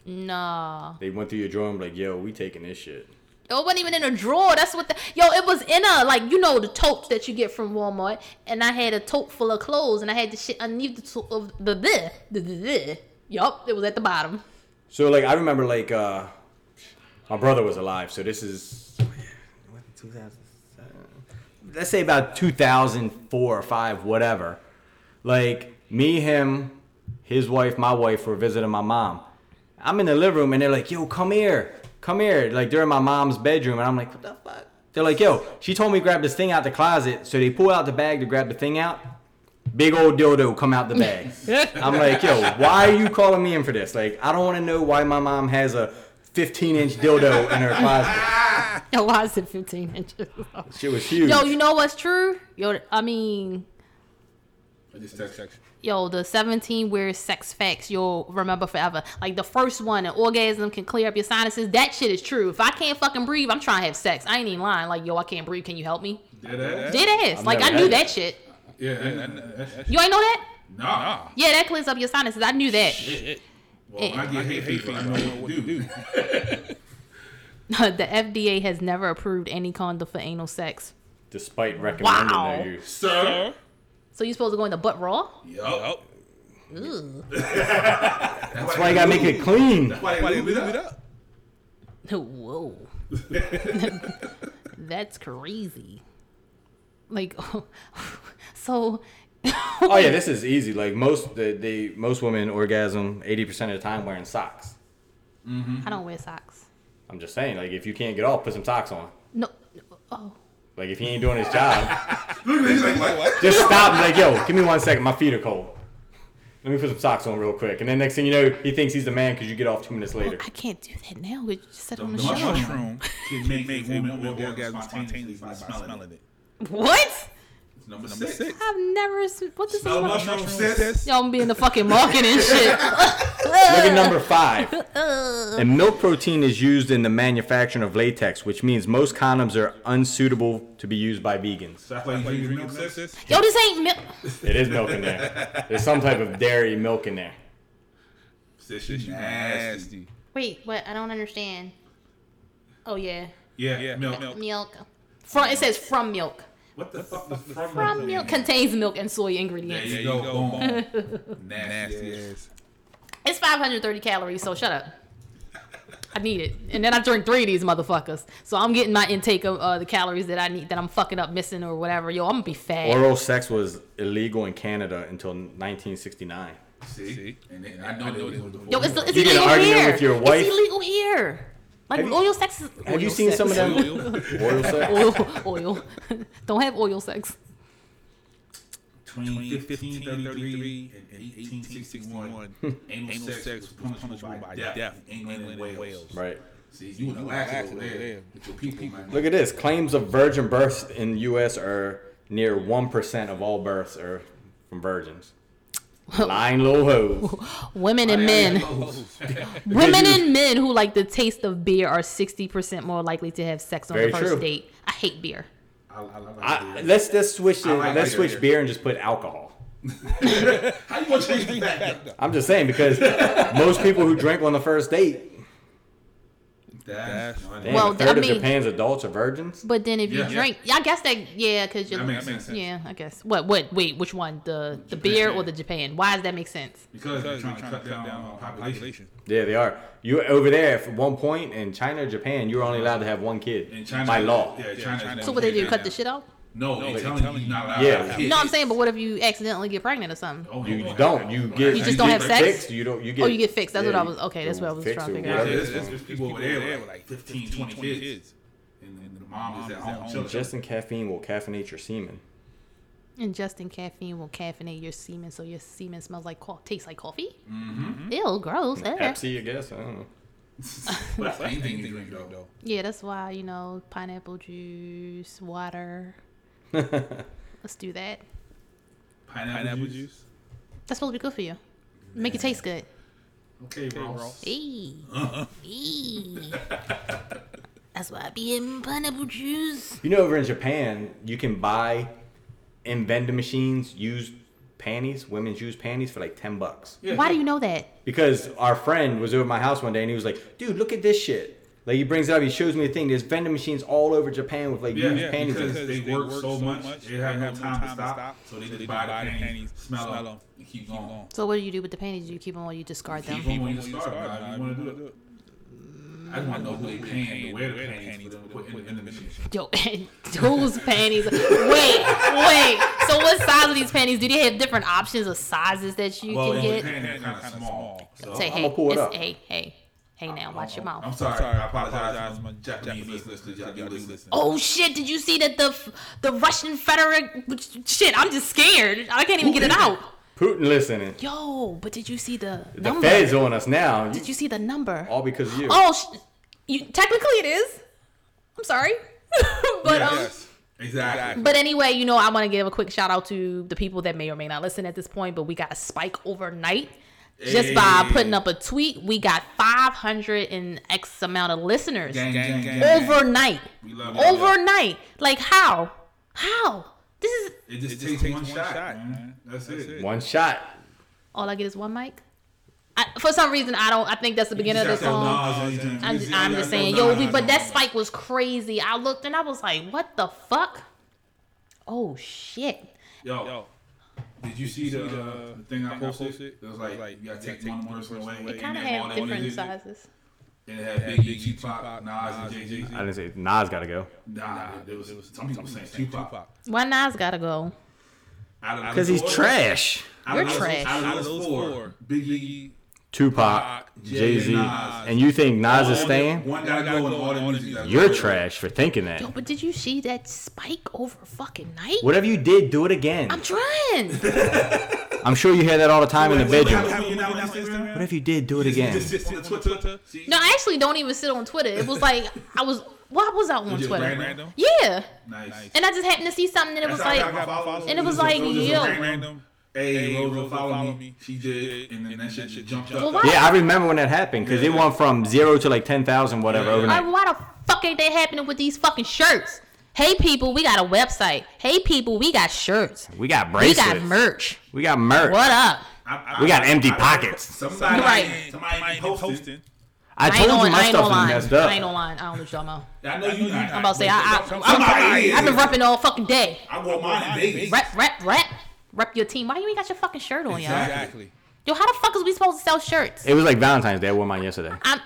Nah.
They went through your drawer and be like, yo, we taking this shit.
It wasn't even in a drawer. That's what the yo. It was in a like you know the tote that you get from Walmart, and I had a tote full of clothes, and I had the shit underneath the to- of the the the the. the. Yup, it was at the bottom.
So like I remember like uh my brother was alive, so this is let's say about 2004 or 5 whatever. Like me him his wife, my wife were visiting my mom. I'm in the living room and they're like, "Yo, come here. Come here." Like they're in my mom's bedroom and I'm like, "What the fuck?" They're like, "Yo, she told me to grab this thing out the closet." So they pull out the bag to grab the thing out. Big old dildo come out the bag. I'm like, yo, why are you calling me in for this? Like, I don't want to know why my mom has a 15 inch dildo in her closet.
Yo, why is it 15 inches?
Shit was huge.
yo, you know what's true? Yo, I mean,
This text section.
yo, the 17 weird sex facts you'll remember forever. Like the first one, an orgasm can clear up your sinuses. That shit is true. If I can't fucking breathe, I'm trying to have sex. I ain't even lying. Like yo, I can't breathe. Can you help me?
Dead ass?
Dead ass.
I've
like I
never
knew
had
that
it.
shit.
Yeah. that- that- that- that-
You ain't know that?
Nah.
Yeah, that clears up your sinuses. I knew that.
Well, when I get hate fever, I know what to do.
the FDA has never approved any condom for anal sex.
Despite recommending
Wow.
that you.
Sir.
So you supposed to go in the butt raw?
Yup.
Oh,
Ew.
That's why you gotta make it clean.
Why
why
they
they
lube
leave it
it up?
up?
Whoa. That's crazy. Like, so.
Oh yeah, this is easy. Like most the, the most women orgasm 80% of the time wearing socks.
I don't wear socks.
I'm just saying, like if you can't get off, put some socks on.
No. Oh.
Like if he ain't doing his job,
Look at this. Like, what? what?
just stop. and be Like yo, give me one second. My feet are cold. Let me put some socks on real quick. And then next thing you know, he thinks he's the man because you get off two minutes later.
I can't do that now. We just said on
Don't
the
know.
show.
Mushroom
Can make,
makes a woman orgasm spontaneously by smelling it.
What?
Number
Number
six.
six.
I've never. seen- What does this
Smell
one?
mushroom,
Mushroom
sis.
sis.
Y'all be in the fucking marketing shit.
Look at number five. and milk protein is used in the manufacturing of latex, which means most condoms are unsuitable to be used by vegans.
So that's why you drink number six.
Yo, this ain't milk.
It is milk in there. There's some type of dairy milk in there.
Sis, you nasty.
Wait, what? I don't understand. Oh yeah,
Yeah,
Yeah,
milk.
milk.
milk. From it says from milk.
What the fuck is from,
From milk contains milk and soy
There
ingredients.
you
you
go.
go.
boom.
Nasty
Nasty. ass.
ass.
It's 530 calories, so shut up. I need it, and then I drink three of these motherfuckers, so I'm getting my intake of uh, the calories that I need that I'm fucking up missing or whatever. Yo, I'm gonna be fat.
Oral sex was illegal in Canada until 1969.
See?
See?
And then I know they was
Yo, it's, it's
You get an
illegal
argument
here.
with your wife?
It's illegal here. Like
Have you-
oil sex. Is,
Have you
oil
seen
sex.
some of them? Oral
oil?
sex?
Oil. don't have oil sex.
between 1533 and 1861. Anal
Anal
sex was punishable by death in England and Wales.
Right.
See, you in the wax over
over
there
there.
with your people, man.
Look at this. Claims of virgin births in U.S. are near 1% of all births are from virgins. Lying little hoes.
Women
Oh,
and men. Women and men who like the taste of beer are 60% more likely to have sex on
Very
the first
true.
date. I hate beer.
I- I like
I,
that.
let's let's switch it,
I like
let's
beer.
switch beer and just put alcohol.
How you gonna change it back? though?
I'm just saying because most people who drink on the first date,
That's funny.
damn,
Well,
a third
I
of
mean-
Japan's adults are virgins.
But then if you
Yeah.
drink, yeah, I guess that yeah, cuz you
That makes sense.
yeah, I guess. What what wait, which one? The the beer or the Japan? Why does that make sense?
Because they're
Because
trying
we're
to cut down on population.
population.
Yeah, they are. You over there at one point in China, Japan, you were only allowed to have one kid
In China,
by law.
Yeah, China.
China-
So what they do
Yeah.
cut the shit out?
No,
No,
they're
they're
telling you
telling
you're
you
not
not
allowed
allowed
to
to
have
No, I'm saying, but what if you accidentally get pregnant or something?
Oh,
You,
no,
don't. You get.
You just don't have sex? Oh,
fixed. You don't. You get.
you get fixed. That's what I
you
was- okay, that's
get
what I was
fixed
trying to
or
figure out.
Yeah,
whatever
there's,
it's
there's
called.
people over there with like 15, 20 kids. And then the mom is at home chilling.
Ingesting caffeine will caffeinate your semen.
Ingesting caffeine will caffeinate your semen, so your semen smells like coffee, tastes like coffee. Mm-hmm. Ew, gross. eh.
Pepsi, I guess. I don't know.
But that's anything you drink, though.
Yeah, that's why you know pineapple juice, water. Let's do that.
Pineapple juice.
That's supposed to be good for you. Make it taste good.
Okay, Ross.
Hey. Hey. That's why I be in pineapple juice.
You know, over in Japan, you can buy in vending machines used panties, women's used panties for like 10 bucks.
Why do you know that?
Because our friend was over at my house one day and he was like, dude, look at this shit. Like, he brings it up, he shows me a thing. There's vending machines all over Japan with like
Yeah,
used
yeah,
panties. in
because
it.
they, work, so much, they have no time to stop, so they just buy the panties, smell them, and keep going.
So what do you do with the panties? Do you keep them or you discard them?
Keep them when you start, man. You want to do it. I just want to know who they paying to wear the panties for them to put in the vending machine.
Yo, those panties. Wait, wait. So what size are these panties? Do they have different options of sizes that you
Well,
can
in
get?
Japan, they're kind of small. So
Say, hey,
I'ma pull it
it's-
up.
hey, hey, hey now, watch your mouth.
I'm sorry.
Sorry,
I apologize to
to
my Japanese listeners. to Y'all do listen.
Oh shit! Did you see that the the Russian Federal shit? I'm just scared. I can't even get it out.
Putin listening.
Yo, but did you see the
The
number?
feds on us now. You-
Did you see the number?
all because of you.
Oh, sh- you technically it is. I'm sorry, but um,
Yes. Exactly.
But anyway, you know, I want to give a quick shout out to the people that may or may not listen at this point, but we got a spike overnight just by
Hey.
putting up a tweet. We got 500 and X amount of listeners
Gang, gang, gang.
overnight.
We love you.
Overnight. Like, how? How? This is
It just takes one shot, man. That's it.
One shot.
all I get is one mic. I, for some reason, I don't. I think that's the beginning of the song. I'm just, I'm just saying, yo, we, but that spike was crazy. I looked and I was like, what the fuck? Oh shit.
Yo,
Yo,
did you see the uh, the thing I posted?
posted?
It was like you gotta take one person away.
It
Kind of
and all
had
that
different
music.
sizes.
And it had Biggie, Tupac, Nas, and Jay Z.
I didn't say Nas got to go.
Nah, it was, it was some people saying Tupac.
Why Nas gotta go?
Because he's trash.
You're trash.
Out of those four, Biggie,
Tupac, Jay Z,
Jay-Z, Nas.
and you think Nas is
All
staying?
the- One gotta go and all the music. gotta
You're
go.
trash for thinking that.
Yo, but did you see that spike over fucking night?
Whatever you did, do it again.
I'm trying.
I'm sure you hear that all the time in the
What
bedroom.
happened when you're not on Instagram?
What if you did do it
Just-
again?
just- just hit Twitter. See?
no, I actually don't even sit on Twitter. It was like I was. Why was I on
Just
Twitter?
Random.
Yeah,
Nice.
and I just happened to see something that it was
That's how I got my
like.
followers.
and it was
just-
like,
just
yo.
random.
random.
Hey, Rose will follow
follow
me.
me.
She did, and then that shit just jumped
Well,
up.
why,
Yeah, I remember when that happened because it
Yeah.
went from zero to like ten thousand, whatever,
Yeah.
why,
overnight.
why the fuck ain't that happening with these fucking shirts? Hey people, we got a website. Hey people, we got shirts.
We got
We
bracelets.
got merch.
We got merch.
What up?
I-
We got
I-
empty
I-
pockets.
Somebody,
Right.
somebody ain't posting.
posting.
I
I ain't
told you
on. I
my
ain't
stuff was
online.
messed
I ain't
up.
online. I don't know what you're talking about.
I know you not.
I'm about to say I, I,
Somebody
I,
is.
I've been repping all fucking day.
I wore mine in Vegas.
Rep, rep, rep, rep your team. Why you ain't got your fucking shirt on, y'all?
Exactly.
Yo, how the fuck is we supposed to sell shirts?
It was like Valentine's Day. I wore mine yesterday.
I'm,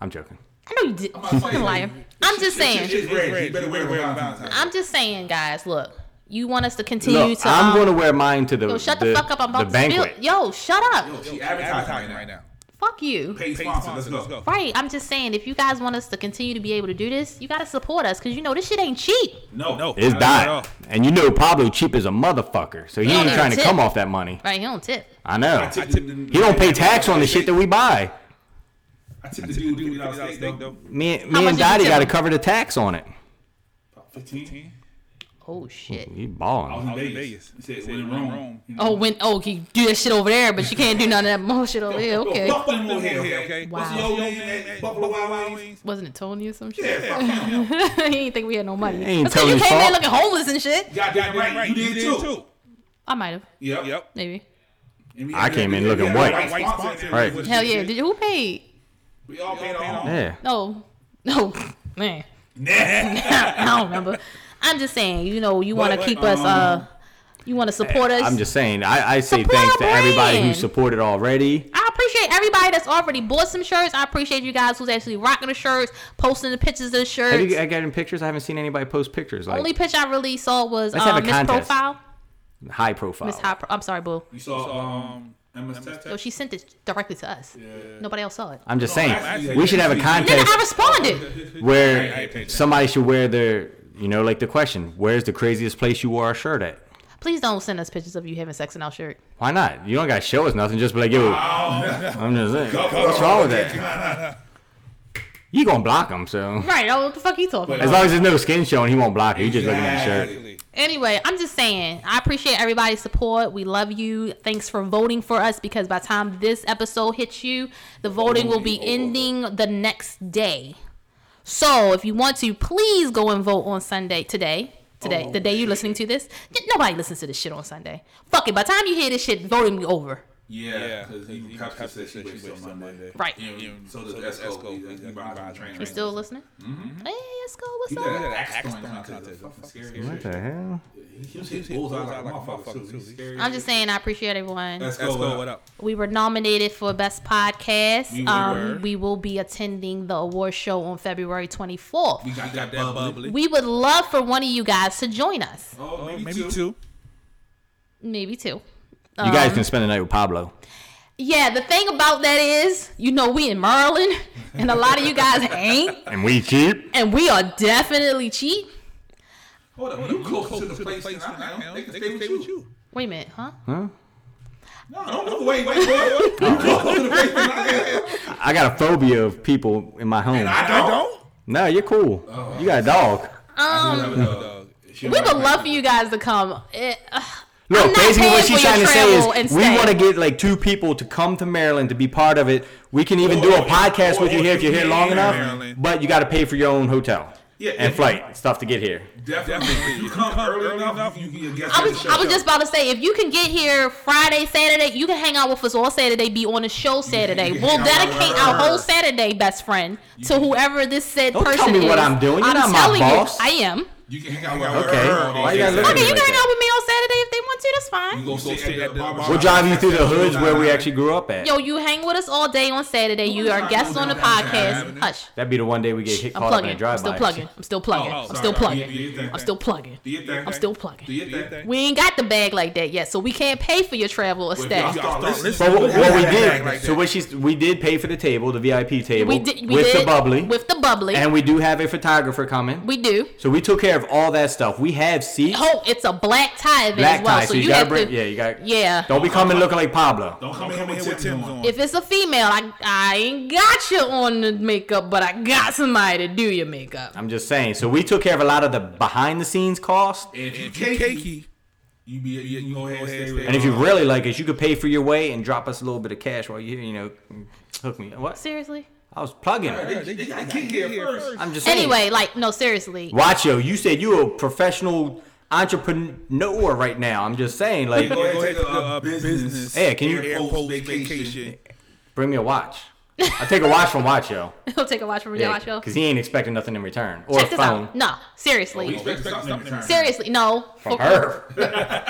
I'm joking.
I know you did.
about to
Fucking
say,
liar. I'm just saying.
It's red. You better wear it for Valentine's.
I'm just saying, guys. Look, you want us to continue
Look,
to.
I'm
um,
gonna wear mine to the
Yo, shut the,
the,
fuck up. I'm
the
about to spill.
banquet.
Yo, shut up.
Yo, She
Advertising right now.
Fuck you.
Pay sponsor. Let's go.
Right. I'm just saying, if you guys want us to continue to be able to do this, you gotta support us, cause you know this shit ain't cheap.
No,
No.
It's
Not at all.
died, and you know Pablo cheap as a motherfucker, so he
Yeah,
ain't trying to
that's
come
it.
off that money.
Right. He don't tip.
I know.
I tipped him-
He don't pay tax on the shit that we buy.
I tipped the dude dude without a steak though.
though.
Me,
How
me
much
and
did you
Dottie
tip
got to
him?
cover the tax on it.
Fifteen.
Oh shit.
He
I was
balling.
in
I was in
Vegas. He
Vegas.
said,
Said,
"When in
when in
Rome."
Rome.
You know,
Oh, when oh, you do that shit over there, but you can't do none of that bullshit over here.
yo,
Okay.
Buffalo Buffalo here,
Okay,
okay?
okay.
What's
Wow.
your old name? at Buffalo Wild Wings.
Wasn't it Tony or some shit?
Yeah, fuck him.
he didn't think we had no money.
It ain't
That's 'cause you
Tony's
came in
fault.
looking homeless and shit.
Goddamn
Right, right.
right, you did too.
I might have,
Yep,
Yep.
maybe.
And we
I
had-
came in
we had
looking
a
white.
White sponsor.
Right.
Which-
Hell yeah! Did you, who paid?
We all paid off.
Yeah.
No, no, man.
Nah.
I don't remember. I'm just saying, you know, you want to
But-
keep
but,
us. Uh, You want to support us?
I'm just saying. I, I say
Support
thanks
our
to everybody who
brand.
supported already.
I appreciate everybody that's already bought some shirts. I appreciate you guys who's actually rocking the shirts, posting the pictures of the
Have
shirts.
you I got in pictures? I haven't seen anybody post pictures like
Only picture I really saw was
Let's have a
um, Miss
contest.
Profile.
high profile.
Miss High Pro- I'm sorry, Boo.
You saw um, MS Tech?
No, she sent it directly to us. Nobody else saw it.
I'm just
No,
saying
actually,
we should have a
actually-
Nigga, I
contest
responded.
I ain't
where
paid attention.
somebody should wear their you know like the question where's the craziest place you wore a shirt at.
Please don't send us pictures of you having sex in our shirt.
Why not? You don't got to show us nothing. Just be like, yo, I'm just saying. What's wrong with that? You gonna block him, so
Right. Oh, what the fuck you talking
But-
about?
as long as there's no skin showing, he won't block you. He just looking at the shirt.
Exactly.
Anyway, I'm just saying, I appreciate everybody's support. We love you. Thanks for voting for us because by the time this episode hits you, the voting will be ending the next day. So if you want to, please go and vote on Sunday today. Today, the day you're listening to this. Nobody listens to this shit on Sunday. Fuck it. By the time you hear this shit, voting be over.
Yeah,
Yeah,
because even Pepsi said she wastes on Monday.
Right.
You know, so does Esco. He's he riding the train.
You still listening? Hey, let's go. What's
He
up?
did an
Yeah,
axe
axe
throwing
throwing
contest.
contest.
Fucking
Fucking
scary
scary
shit.
What the hell?
He was hitting bullseye like a motherfucker, too. He's scary.
I'm just saying, I appreciate everyone.
Let's go. What up?
We were nominated for Best Podcast.
We were.
um, we will be attending the award show on February 24th.
We got that
That
bubbly.
bubbly.
We would love for one of you guys to join us.
Oh, maybe,
Maybe
two.
two.
Maybe two.
You guys can spend the night with Pablo.
Yeah, the thing about that is, you know, we in Maryland, and a lot of you guys ain't,
And we cheap.
and we are definitely cheap.
Hold up, you close to the place than I am. They can stay with you.
Wait a minute, huh?
No, don't no, wait, wait, wait, wait. You closer to the place than I am.
I got a phobia of people in my home.
I
I
don't.
don't.
No, you're cool. You got a dog.
We would love for you guys to come. Eh, ugh.
Look,
I'm not
basically
paying
what she's
for your
trying to say
travel and
is we
stay.
want to get like two people to come to Maryland to be part of it. We can even do a
Or-
podcast with you
or-
here if you're here long
yeah,
enough,
Maryland.
but you got to pay for your own hotel
Yeah, yeah.
and flight and stuff to get here.
Definitely. If you come early,
early
enough,
enough,
you can get a guest
I
on the
was,
show.
I was just about to say, if you can get here Friday, Saturday, you can hang out with us all Saturday, be on the show Saturday.
yeah,
We'll
yeah.
dedicate our whole Saturday, best friend, to whoever this said
Don't tell
person
me what
is.
I'm doing. You're
I'm
not my
telling
boss.
You, I am.
You can hang out with
Okay.
her.
Why you gotta look at
Okay,
me
you can hang
like that?
out with me on Saturday if they want to. That's fine.
You go sit at the barbershop.
We'll drive you through the hoods where we actually grew up at.
Yo, you hang with us all day on Saturday. You are guests on the podcast. Hush.
That'd be the one day we get hit
I'm
caught up in a
plugging. I'm
drive
still
by.
plugging. I'm still plugging.
Oh, oh,
I'm still
sorry.
plugging.
You- you did that
I'm
thing.
still plugging.
Do your thing.
I'm still
Do
plugging.
your thing.
We ain't got the bag like that yet, so we can't pay for your travel or
If
stay.
y'all start listening,
But what, what we
Yeah,
did,
like
so what she's, we did pay for the table, the VIP table,
We did. We
with
did
the bubbly,
With the bubbly.
and we do have a photographer coming.
we do.
so we took care of all that stuff. We have seats,
Oh, it's a black tie event
black
as well.
tie,
so, you,
gotta
have
bring,
to.
yeah, you got,
yeah.
Don't be coming looking like Pablo.
Don't come in
Come
here with Tim's on.
If it's a female, I I ain't got you on the makeup, but I got somebody to do your makeup.
I'm just saying. So we took care of a lot of the behind the scenes cost.
If you cakey,
Cakey.
you be you, you go ahead and stay with
And if you really like us, you could pay for your way and drop us a little bit of cash while you're here, you know, hook me. What?
Seriously.
I was plugging.
they, they gotta get here first.
I'm just saying.
Anyway, like no, seriously.
Watcho, you said you a professional entrepreneur right now. I'm just saying, like,
Go ahead and take
Go ahead
a
to
uh,
the
business.
business.
hey, can you
Air
Airpost
Post
vacation.
vacation.
bring me a watch? I'll take a watch from Watcho.
He'll take a watch from your
Yeah,
watch show.
because he ain't expecting nothing in return or
Check
a
this
phone Oh,
out. No, seriously.
Expect something in return.
Seriously, no.
from her.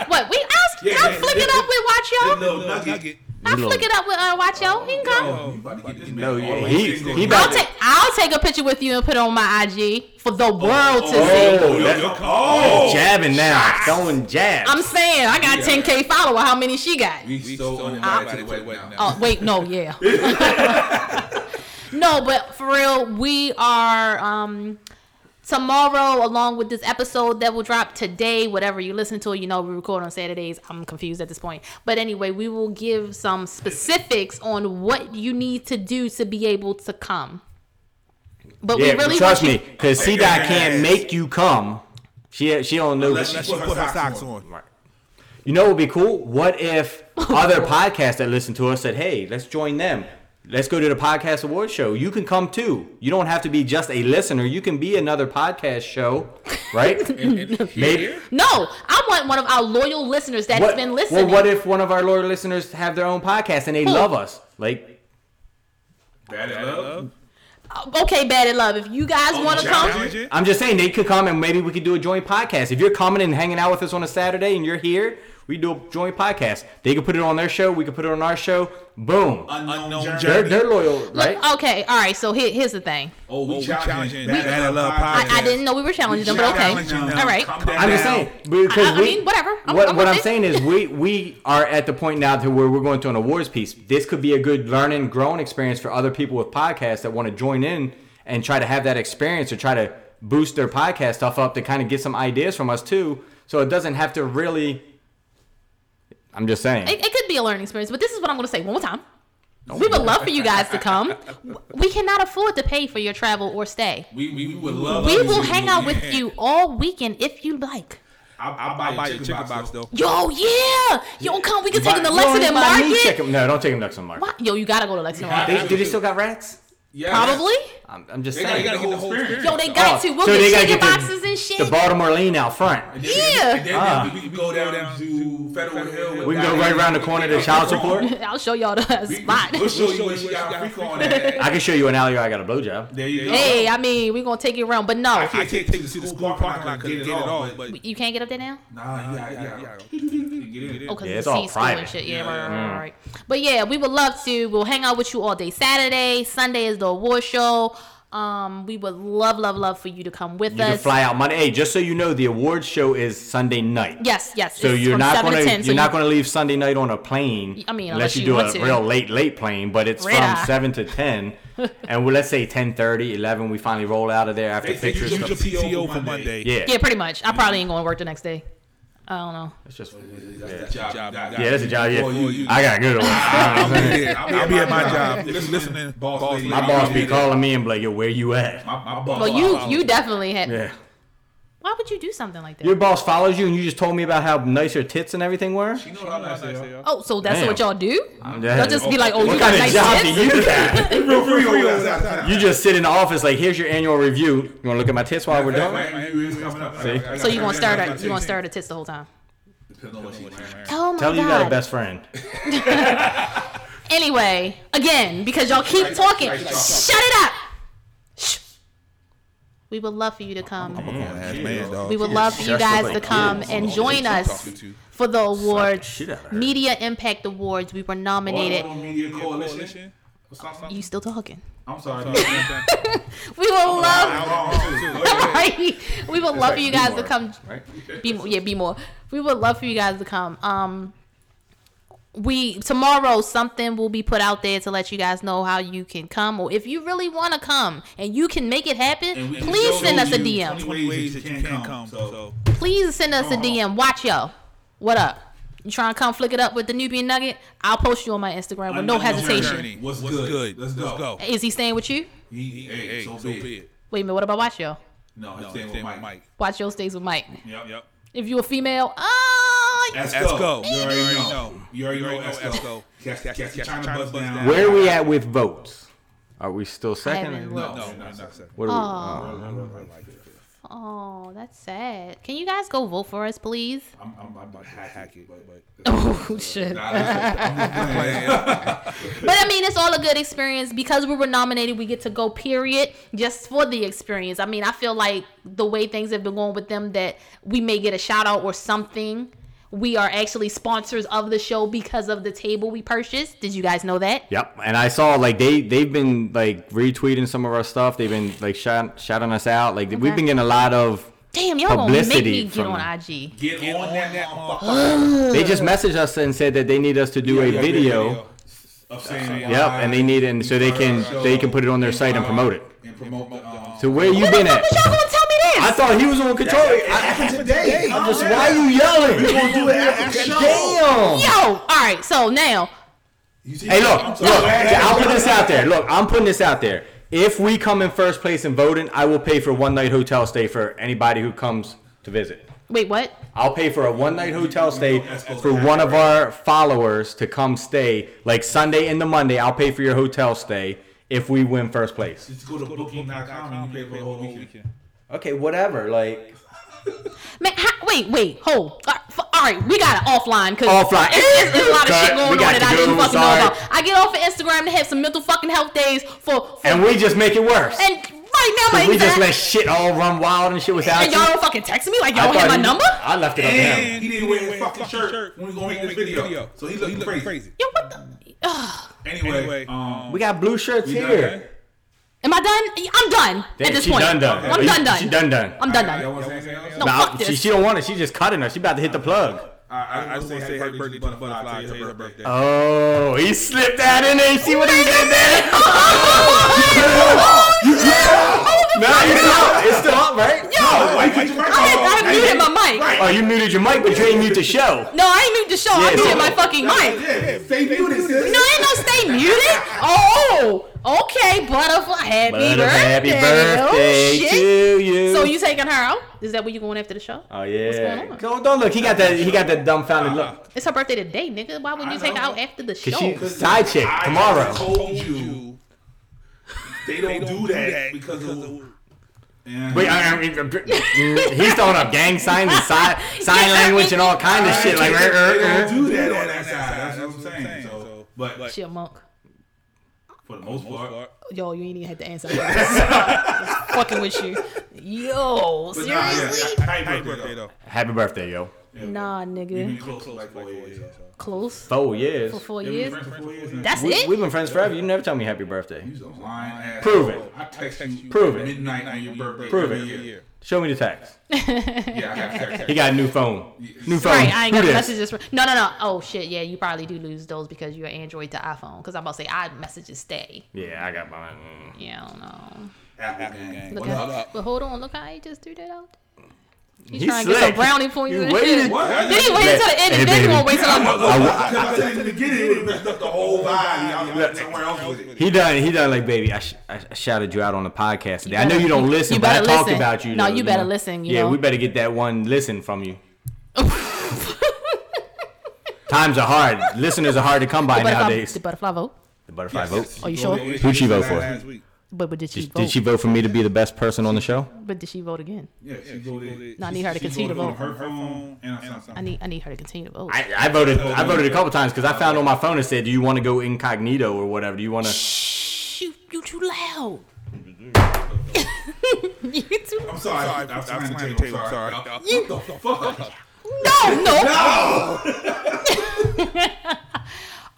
What? We asked.
Yeah,
I'll
yeah,
flick it
yeah.
up with watch
That
yo.
Little nugget.
Nugget.
I'll
Little-
flick it up with uh, watch yo. He can come.
Oh, you about to get this man.
No,
all
yeah,
the
he-
way single.
he
I'll
about
take I'll take a picture with you and put it on my IG for the world to see.
Oh,
Oh,
that-
yo, oh,
jabbing now, throwing jabs.
I'm saying I got 10k follower. How many she got?
We
stole
stole
everybody
everybody to
to
the
the
wedding
wedding
now.
Oh wait, no, yeah. no, but for real, we are um tomorrow along with this episode that will drop today, whatever you listen to, you know we record on Saturdays. I'm confused at this point. But anyway, we will give some specifics on what you need to do to be able to come. But
yeah,
we really
trust
want
me,
you-
because C Dot can't make you come. She she don't know.
Unless
Unless you put her socks on.
You know what would be cool? What if other podcasts that listen to us said, hey, let's join them. Let's go to the podcast award show. You can come too. You don't have to be just a listener. You can be another podcast show, right? Maybe.
No, I want one of our loyal listeners that has
What,
been
well,
listening.
what if one of our loyal listeners have their own podcast and they
Who?
love us? Like,
Bad at love.
okay, bad in love. If you guys
Oh,
want to come,
challenge
it?
I'm just saying they could come and maybe we could do a joint podcast. If you're coming and hanging out with us on a Saturday and you're here, we do a joint podcast. They could put it on their show. We could put it on our show. Boom.
Unknown
Unknown
journey.
They're, they're loyal, right?
okay, all right. So here, here's the thing.
Oh,
Oh,
we
we
challenging.
challenging
Bad
Bad
Out
Love
Love
Podcast.
podcast.
I, I didn't know we were challenging them, but okay.
Challenging them.
All right.
Calm down.
I'm just saying because
I- I
we,
mean, whatever. I'm-
what
I'm
what
with
I'm
it.
saying is we we are at the point now to where we're going to an awards piece. This could be a good learning, growing experience for other people with podcasts that want to join in and try to have that experience or try to boost their podcast stuff up to kind of get some ideas from us too. So it doesn't have to really. I'm just saying.
It, it could be a learning experience, but this is what I'm going to say one more time. we would love for you guys to come. We cannot afford to pay for your travel or stay.
We, we, we would love
We
to
will
see
hang
you.
out with you all weekend if you like.
I'll, I'll buy,
I'll buy
you
your chicken box though.
Yo, yeah. Yo, come. We can take
But-
them to
You don't
Lexington
even buy me
Market.
chicken- No, don't take them to Lexington Market.
What? Yo, you got to go to Lexington Market.
They, do they still got rats?
Yeah,
Probably.
I'm, I'm just
They gotta,
saying.
get the whole
experience.
experience.
Yo, they got
Oh,
to. We'll
so they
get
gotta
chicken
get the-
boxes and shit.
the Baltimore lean out front.
Yeah.
And then
Ah.
we, we, we go down to Federal Hill.
We can go right around the corner to child support.
I'll show y'all the spot.
We'll show you where she got freak on that.
I can show you an alley where I got a blowjob.
There you go.
Hey, I mean, we're gonna take it around, but no,
I can't take you to the school parking lot because get it all. But
you can't get up there now.
Nah, yeah, yeah, yeah. Get in.
Oh, cause
Yeah,
it's,
it's all
all private.
private.
shit. Yeah, right, right, right, right. But yeah, we would love to. We'll hang out with you all day Saturday. Sunday is the award show. Um, we would love, love, love for you to come with
You can
us.
fly out Monday. Hey, just so you know, the awards show is Sunday night.
Yes, yes.
So
it's
you're
from
not
7
gonna
to 10,
you're
so
not
you-
gonna leave Sunday night on a plane.
I mean, unless
unless, you,
you
do a
want to.
real late late plane, but it's
Red
from
eye.
seven to ten, and we'll let's say 10, 11, We finally roll out of there after
They say you
pictures.
should-
use your
stuff.
PTO for Monday.
Yeah,
Yeah, pretty much. I probably ain't gonna work the next day. I don't know.
It's just
That's the job.
yeah, that's a job. Yeah,
Boy, you- you-
I got a good one.
I'll be at my job.
Listen, listen,
Listen, listening,
boss
boss.
lady.
lady.
My boss be calling me and be like, "Yo, where you at?"
My, my boss.
Well, you you definitely had.
Yeah.
Why would you do something like that?
Your boss follows you, and you just told me about how nice her tits and everything were.
You know what I'm saying?
Oh, so that's
Damn.
what y'all do?
I'm
Y'all
dead.
just be like, oh, you
what
got
kind of
nice
job
tits?
do you got?
Real free over there.
you just sit in the office like, "Here's your annual review. You want to look at my tits while we're done?"
So you gonna stare at you gonna stare at the tits the whole time? Oh my
Tell
god!
you got a best friend.
Anyway, again, because y'all keep talking, shut it up. Shh. We would love for you to come.
Man, dog.
We would love for you
Shut the
guys
fuck
to
up.
come and join us for the awards,
shit out of her.
Media Impact Awards. We were nominated.
Coalition.
You still talking?
I'm sorry.
We would love,
Right.
right? We would love for you
be
guys to
more,
come. Be more, yeah, be more. We would love for you guys to come. Um, we tomorrow something will be put out there to let you guys know how you can come, or if you really want to come and you can make it happen, please send us a DM.
20 ways that you can't come. So
please send us a DM. Watch yo. What up? You trying to come flick it up with the Nubian Nugget? I'll post you on my Instagram with no hesitation.
Journey.
What's
What's good?
good? Let's go.
Is he staying with you?
Hey, so be it.
Wait a minute. What about Watch Yo?
No,
No,
it's
stay
staying
with
with
Mike.
Mike.
Watch Yo stays with Mike.
Yep, yep.
If you a female, oh,
Let's
Let's
go.
go.
You already
You
know. You already know.
know
Let's go.
Esco.
Catch
Catch-
catch the
catch
China
China
bus
bus
down.
down.
Where are we at with votes? Are we still second?
haven't
or-
looked.
No, no,
What are we- uh,
Oh. oh, that's sad. Can you guys go vote for us, please?
I'm, I'm, I'm about to hack it, but, but
Oh shit.
Nah, that's- I'm just playing.
But I mean, it's all a good experience because we were nominated. We get to go, period, just for the experience. I mean, I feel like the way things have been going with them, that we may get a shout out or something. We are actually sponsors of the show because of the table we purchased. Did you guys know that?
Yep, and I saw like they they've been like retweeting some of our stuff. They've been like shout, shouting us out. Like we've been getting a lot of.
Damn, y'all gonna make
Publicity
me get
from
on
them.
IG.
Get, on, that, that motherfucker.
They just messaged us and said that they need us to do a
Yeah,
video.
Of saying
Yep, and they need it, and so they can they can put it on their site and promote it.
And promote the, um,
So where you
What
been
the fuck
at?
was y'all gonna tell me this?
I thought he was on control. I,
today.
I'm just why you yelling?
do it after the show.
Damn.
Yo, all right. So now,
You see-
Hey, look,
I'm
look.
so glad
I'll
you-
put this out there. Look, I'm putting this out there. If we come in first place in voting, I will pay for one night hotel stay for anybody who comes to visit.
wait, what?
I'll pay for a one night hotel stay for one of our followers to come stay, like Sunday and the Monday. I'll pay for your hotel stay if we win first place.
Just go to booking.com and you pay for the whole weekend.
Okay, whatever. Like,
Man, ha- wait, wait, hold. All right, f- all all right, we got it offline because
Offline.
It's, it's a lot of
Cut.
shit
We
going on
got
that I
to
didn't
go.
fucking
Sorry.
know about. I get off of Instagram to have some mental fucking health days for, for
And we just make it worse.
and right now my
We just
anxiety-
let shit all run wild and shit without
and y'all
you.
don't fucking text me like
I
y'all don't have
thought
my
you-
number.
I left it up to him.
And
He didn't wear his fucking shirt when we gonna make this video. So he looking
looking
crazy.
Yo, what the? Ugh.
Anyway,
Anyway,
um,
We got blue shirts
we done,
here.
okay?
Am I done? I'm done
Damn,
at this
she
point.
done done.
I'm
You-
done done.
She done done.
I'm done
Y'all
done.
want to say anything else?
No,
Nah,
fuck
she,
this.
she don't want it. She just cutting us. She about to hit the plug.
I,
I just want to say happy birthday to the butterfly. It's her birthday.
Oh, he slipped that in there. See what he did there? oh, No, it's still up. It's still up, right?
Oh, wait, wait,
I had, I had muted my mic.
Oh, you muted your mic, but you ain't mute the show.
No, I ain't muted the show. I
Yeah,
muted
so-
my fucking mic.
Yeah, say you this, sis.
No, ain't no stay muted. Oh, okay, butterfly. Happy
But
birthday.
happy
Oh,
birthday
shit.
to you.
So you taking her out? Is that where you going after the show?
Oh
going
yeah.
on?
Go, don't look. He got that. He got that dumbfounded look.
It's her birthday today, nigga. Why would you take her out after the show?
Cause she side chick tomorrow.
told you they don't, do that, because, of. Yeah.
Wait, I, I, I, he's throwing up gang signs and sign sign language and all kind of shit. Like,
they,
uh, uh, uh.
don't do that on that side. That's, what I'm saying. So, but
She a monk.
for the most part,
Yo, you ain't even had to answer. fucking with you. Yo,
but
seriously?
nah, yeah. Happy
Happy
birthday
birthday
though.
though.
happy birthday, yo.
Nah,
Been
nigga.
close to like four years.
Close
Four years.
for four
Yeah, we been
years.
friends for four years now.
That's
We,
it.
we've been friends forever. You never tell me happy birthday.
You a lying ass.
Prove
asshole.
it.
I text you.
Prove it.
Midnight on your birthday.
Prove
every
it.
year.
Show me the text.
Yeah, I have text.
He got a new phone. New phone.
Right, I ain't
Who
got
this?
messages from. No, no, no. Oh shit, yeah, you probably do lose those because you're Android to iPhone. Because I'm about to say I messages stay.
Yeah, I got mine. Mm.
Yeah, I don't know.
Apple gang.
Look
What
at,
up?
But hold on, look how he just threw that out. He's
He
trying to get
slick.
some brownie points.
You
and
waited.
shit.
What?
Then he waited till the end,
Hey,
and then he
baby.
won't wait till I'm.
Because I said in the beginning, it would've messed up the whole vibe. I went somewhere else with it.
He done. He done. Like, baby, I, sh- I sh- I shouted you out on the podcast today. I know
better-
you don't listen,
you
but I
better
talked
listen.
about you.
No,
though,
you better listen, you
yeah,
know?
we better get that one listen from you. Times are hard. Listeners are hard to come by
The butterfly,
nowadays.
the butterfly vote.
The butterfly vote.
Are you sure?
Who'd she vote for?
Last week.
But, but did she
Did,
vote?
did she vote for me to be the best person on the show?
But did she vote again?
Yeah, she voted.
No, I need her to continue to
voted on
vote.
Her phone and I sent
I
something.
need I need her to continue to vote.
I, I voted. I voted a couple times because I found on my phone it said, "Do you want to go incognito or whatever? Do you want to?"
Shh, you, you too loud. you too
I'm sorry.
Sorry,
I'm
I'm
sorry.
slamming
I'm
the table,
sorry.
sorry.
What the fuck?
No, no.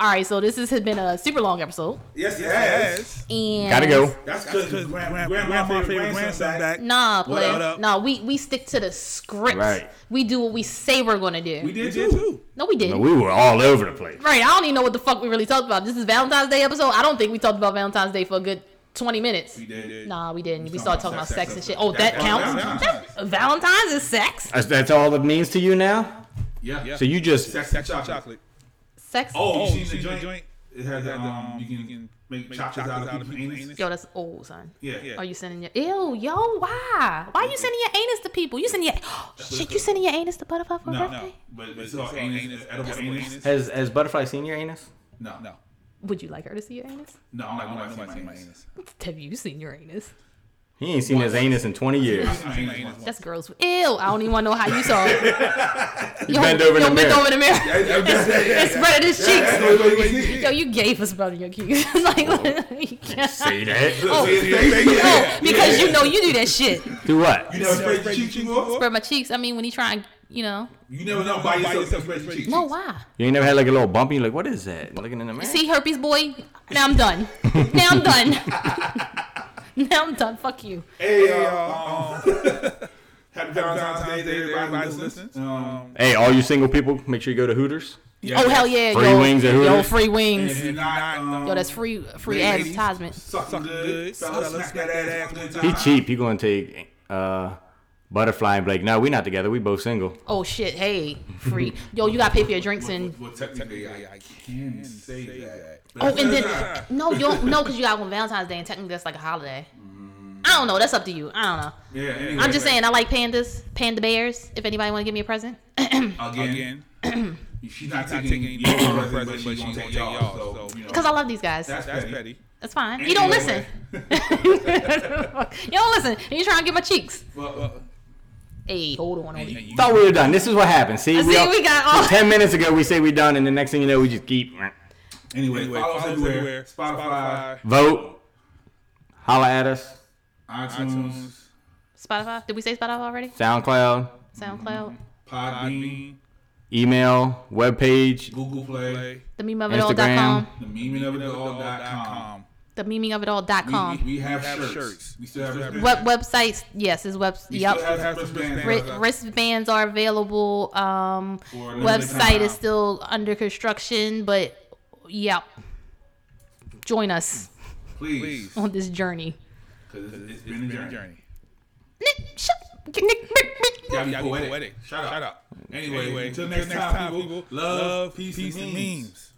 All right, so this has been a super long episode.
Yes, yes.
And
Gotta go.
That's because
Because
grandma,
grandma's favorite grandson back.
Nah, play.
What up?
Nah, we we stick to the script.
Right.
We do what we say we're gonna do.
We did
He did
too.
too.
no, we didn't.
We were all over the place.
right. I don't even know what the fuck we really talked about. This is Valentine's Day episode. I don't think we talked about Valentine's Day for a good twenty minutes.
We did.
Nah, we didn't. We started talking about sex, and shit. Oh, that,
That-
counts.
that-
That- Valentine's is sex.
That's, that's all it means to you now.
Yeah. yeah.
So you just
sex
Sex
chocolate.
chocolate.
Sex.
Oh,
Oh,
you
she's
seen the
the
joint?
joint?
It has
It
the
had the,
um.
um,
You can,
you can
make
make
chocolates
chocolates
out of people's anus.
Yo, that's old son.
Yeah. yeah.
Are you sending your ew, yo, why? Why you sending your anus to people? You sending your shit, you sending your anus to butterfly for
No,
birthday?
no. But it's all anus, edible anus.
Has has Butterfly seen your anus?
No, no,
No.
Would you like her to see your anus?
no. I'm
I
not
don't
going
like
to see
seeing
my
my
anus.
anus.
Have you seen your anus?
He ain't seen his anus in 20 years.
I've seen my anus once.
That's girls. Ew, I don't even want to know how you saw it. Yo,
bend over in
yo,
the
bend
mirror.
over the mirror. and spread his cheeks.
Wait, wait, wait, wait.
Yo, you gave us brother your keys. like, you can't-
See that?
Oh, oh, because you know you do that shit.
Do what?
You never sprayed your cheeks you off?
Spread my cheeks. I mean, when you try and, you know.
You never know by yourself spread your cheeks.
No, why?
You ain't never had like a little bump. You like, what is that? Looking in the mirror.
See, herpes boy. Now I'm done. now I'm done. now I'm done. Fuck you.
Hey, y'all. um, Happy Valentine's Day to everybody who listens. Um,
Hey, all you single people, make sure you go to Hooters.
Oh hell yeah,
Free
yo,
wings at
yo,
Hooters?
free wings.
If you're not, um,
Yo, that's free, free
Ladies.
advertisement.
sucking good. Fellas, smack that ass one
He
time.
cheap. He gonna take uh, Butterfly and Blake. No, we not together. We both single.
Oh shit, hey, free. Yo, you gotta pay for your drinks and.
Well, technically, I, I can say that.
Oh, and then no, you don't no, cause you got on Valentine's Day, and technically that's like a holiday. I don't know. That's up to you. I don't know.
Yeah, anyway,
I'm just saying I like pandas, panda bears. If anybody want to give me a present,
Again,
Again.
she's not
Not
taking
taking
your
your
present, but
present, but
she's gonna
she's going
take y'all. So, you know,
cause I love these guys.
that's
That's
petty.
petty.
That's fine. You don't listen.
Anyway. uh,
you don't listen. And you trying to get my cheeks.
Well, well,
Hey, hold on.
And you-
Thought we were done. This is what happened. See,
I see we got all-
ten minutes ago we say we done, and the next thing you know we just keep
Anyway,
Anyway,
follow us everywhere.
everywhere.
Spotify,
Spotify,
vote, holla at us,
iTunes,
iTunes,
Spotify. Did we say Spotify already?
SoundCloud,
Mm-hmm.
SoundCloud.
Podbean,
Podbean,
email, webpage,
Google Play,
Play,
The meme of it all dot com.
the meaning of it all dot com.
The memeing of it all dot
We,
com.
we, we have
have
shirts.
shirts.
We still have
We still
wristbands.
have-
Web websites. Yes, is web.
We
Yep.
still have
Yep.
wristbands.
Wri- wristbands are available. Um,
For a limited
website
time.
is still under construction, but yep. Join us
Please,
please.
on this journey.
because it's, it's been a journey.
Nick, shut- Nick, Nick, Nick.
Gotta be
Gotta be
poetic.
poetic.
Shut up.
Shut up.
Anyway, until next time, people, love, peace, and memes.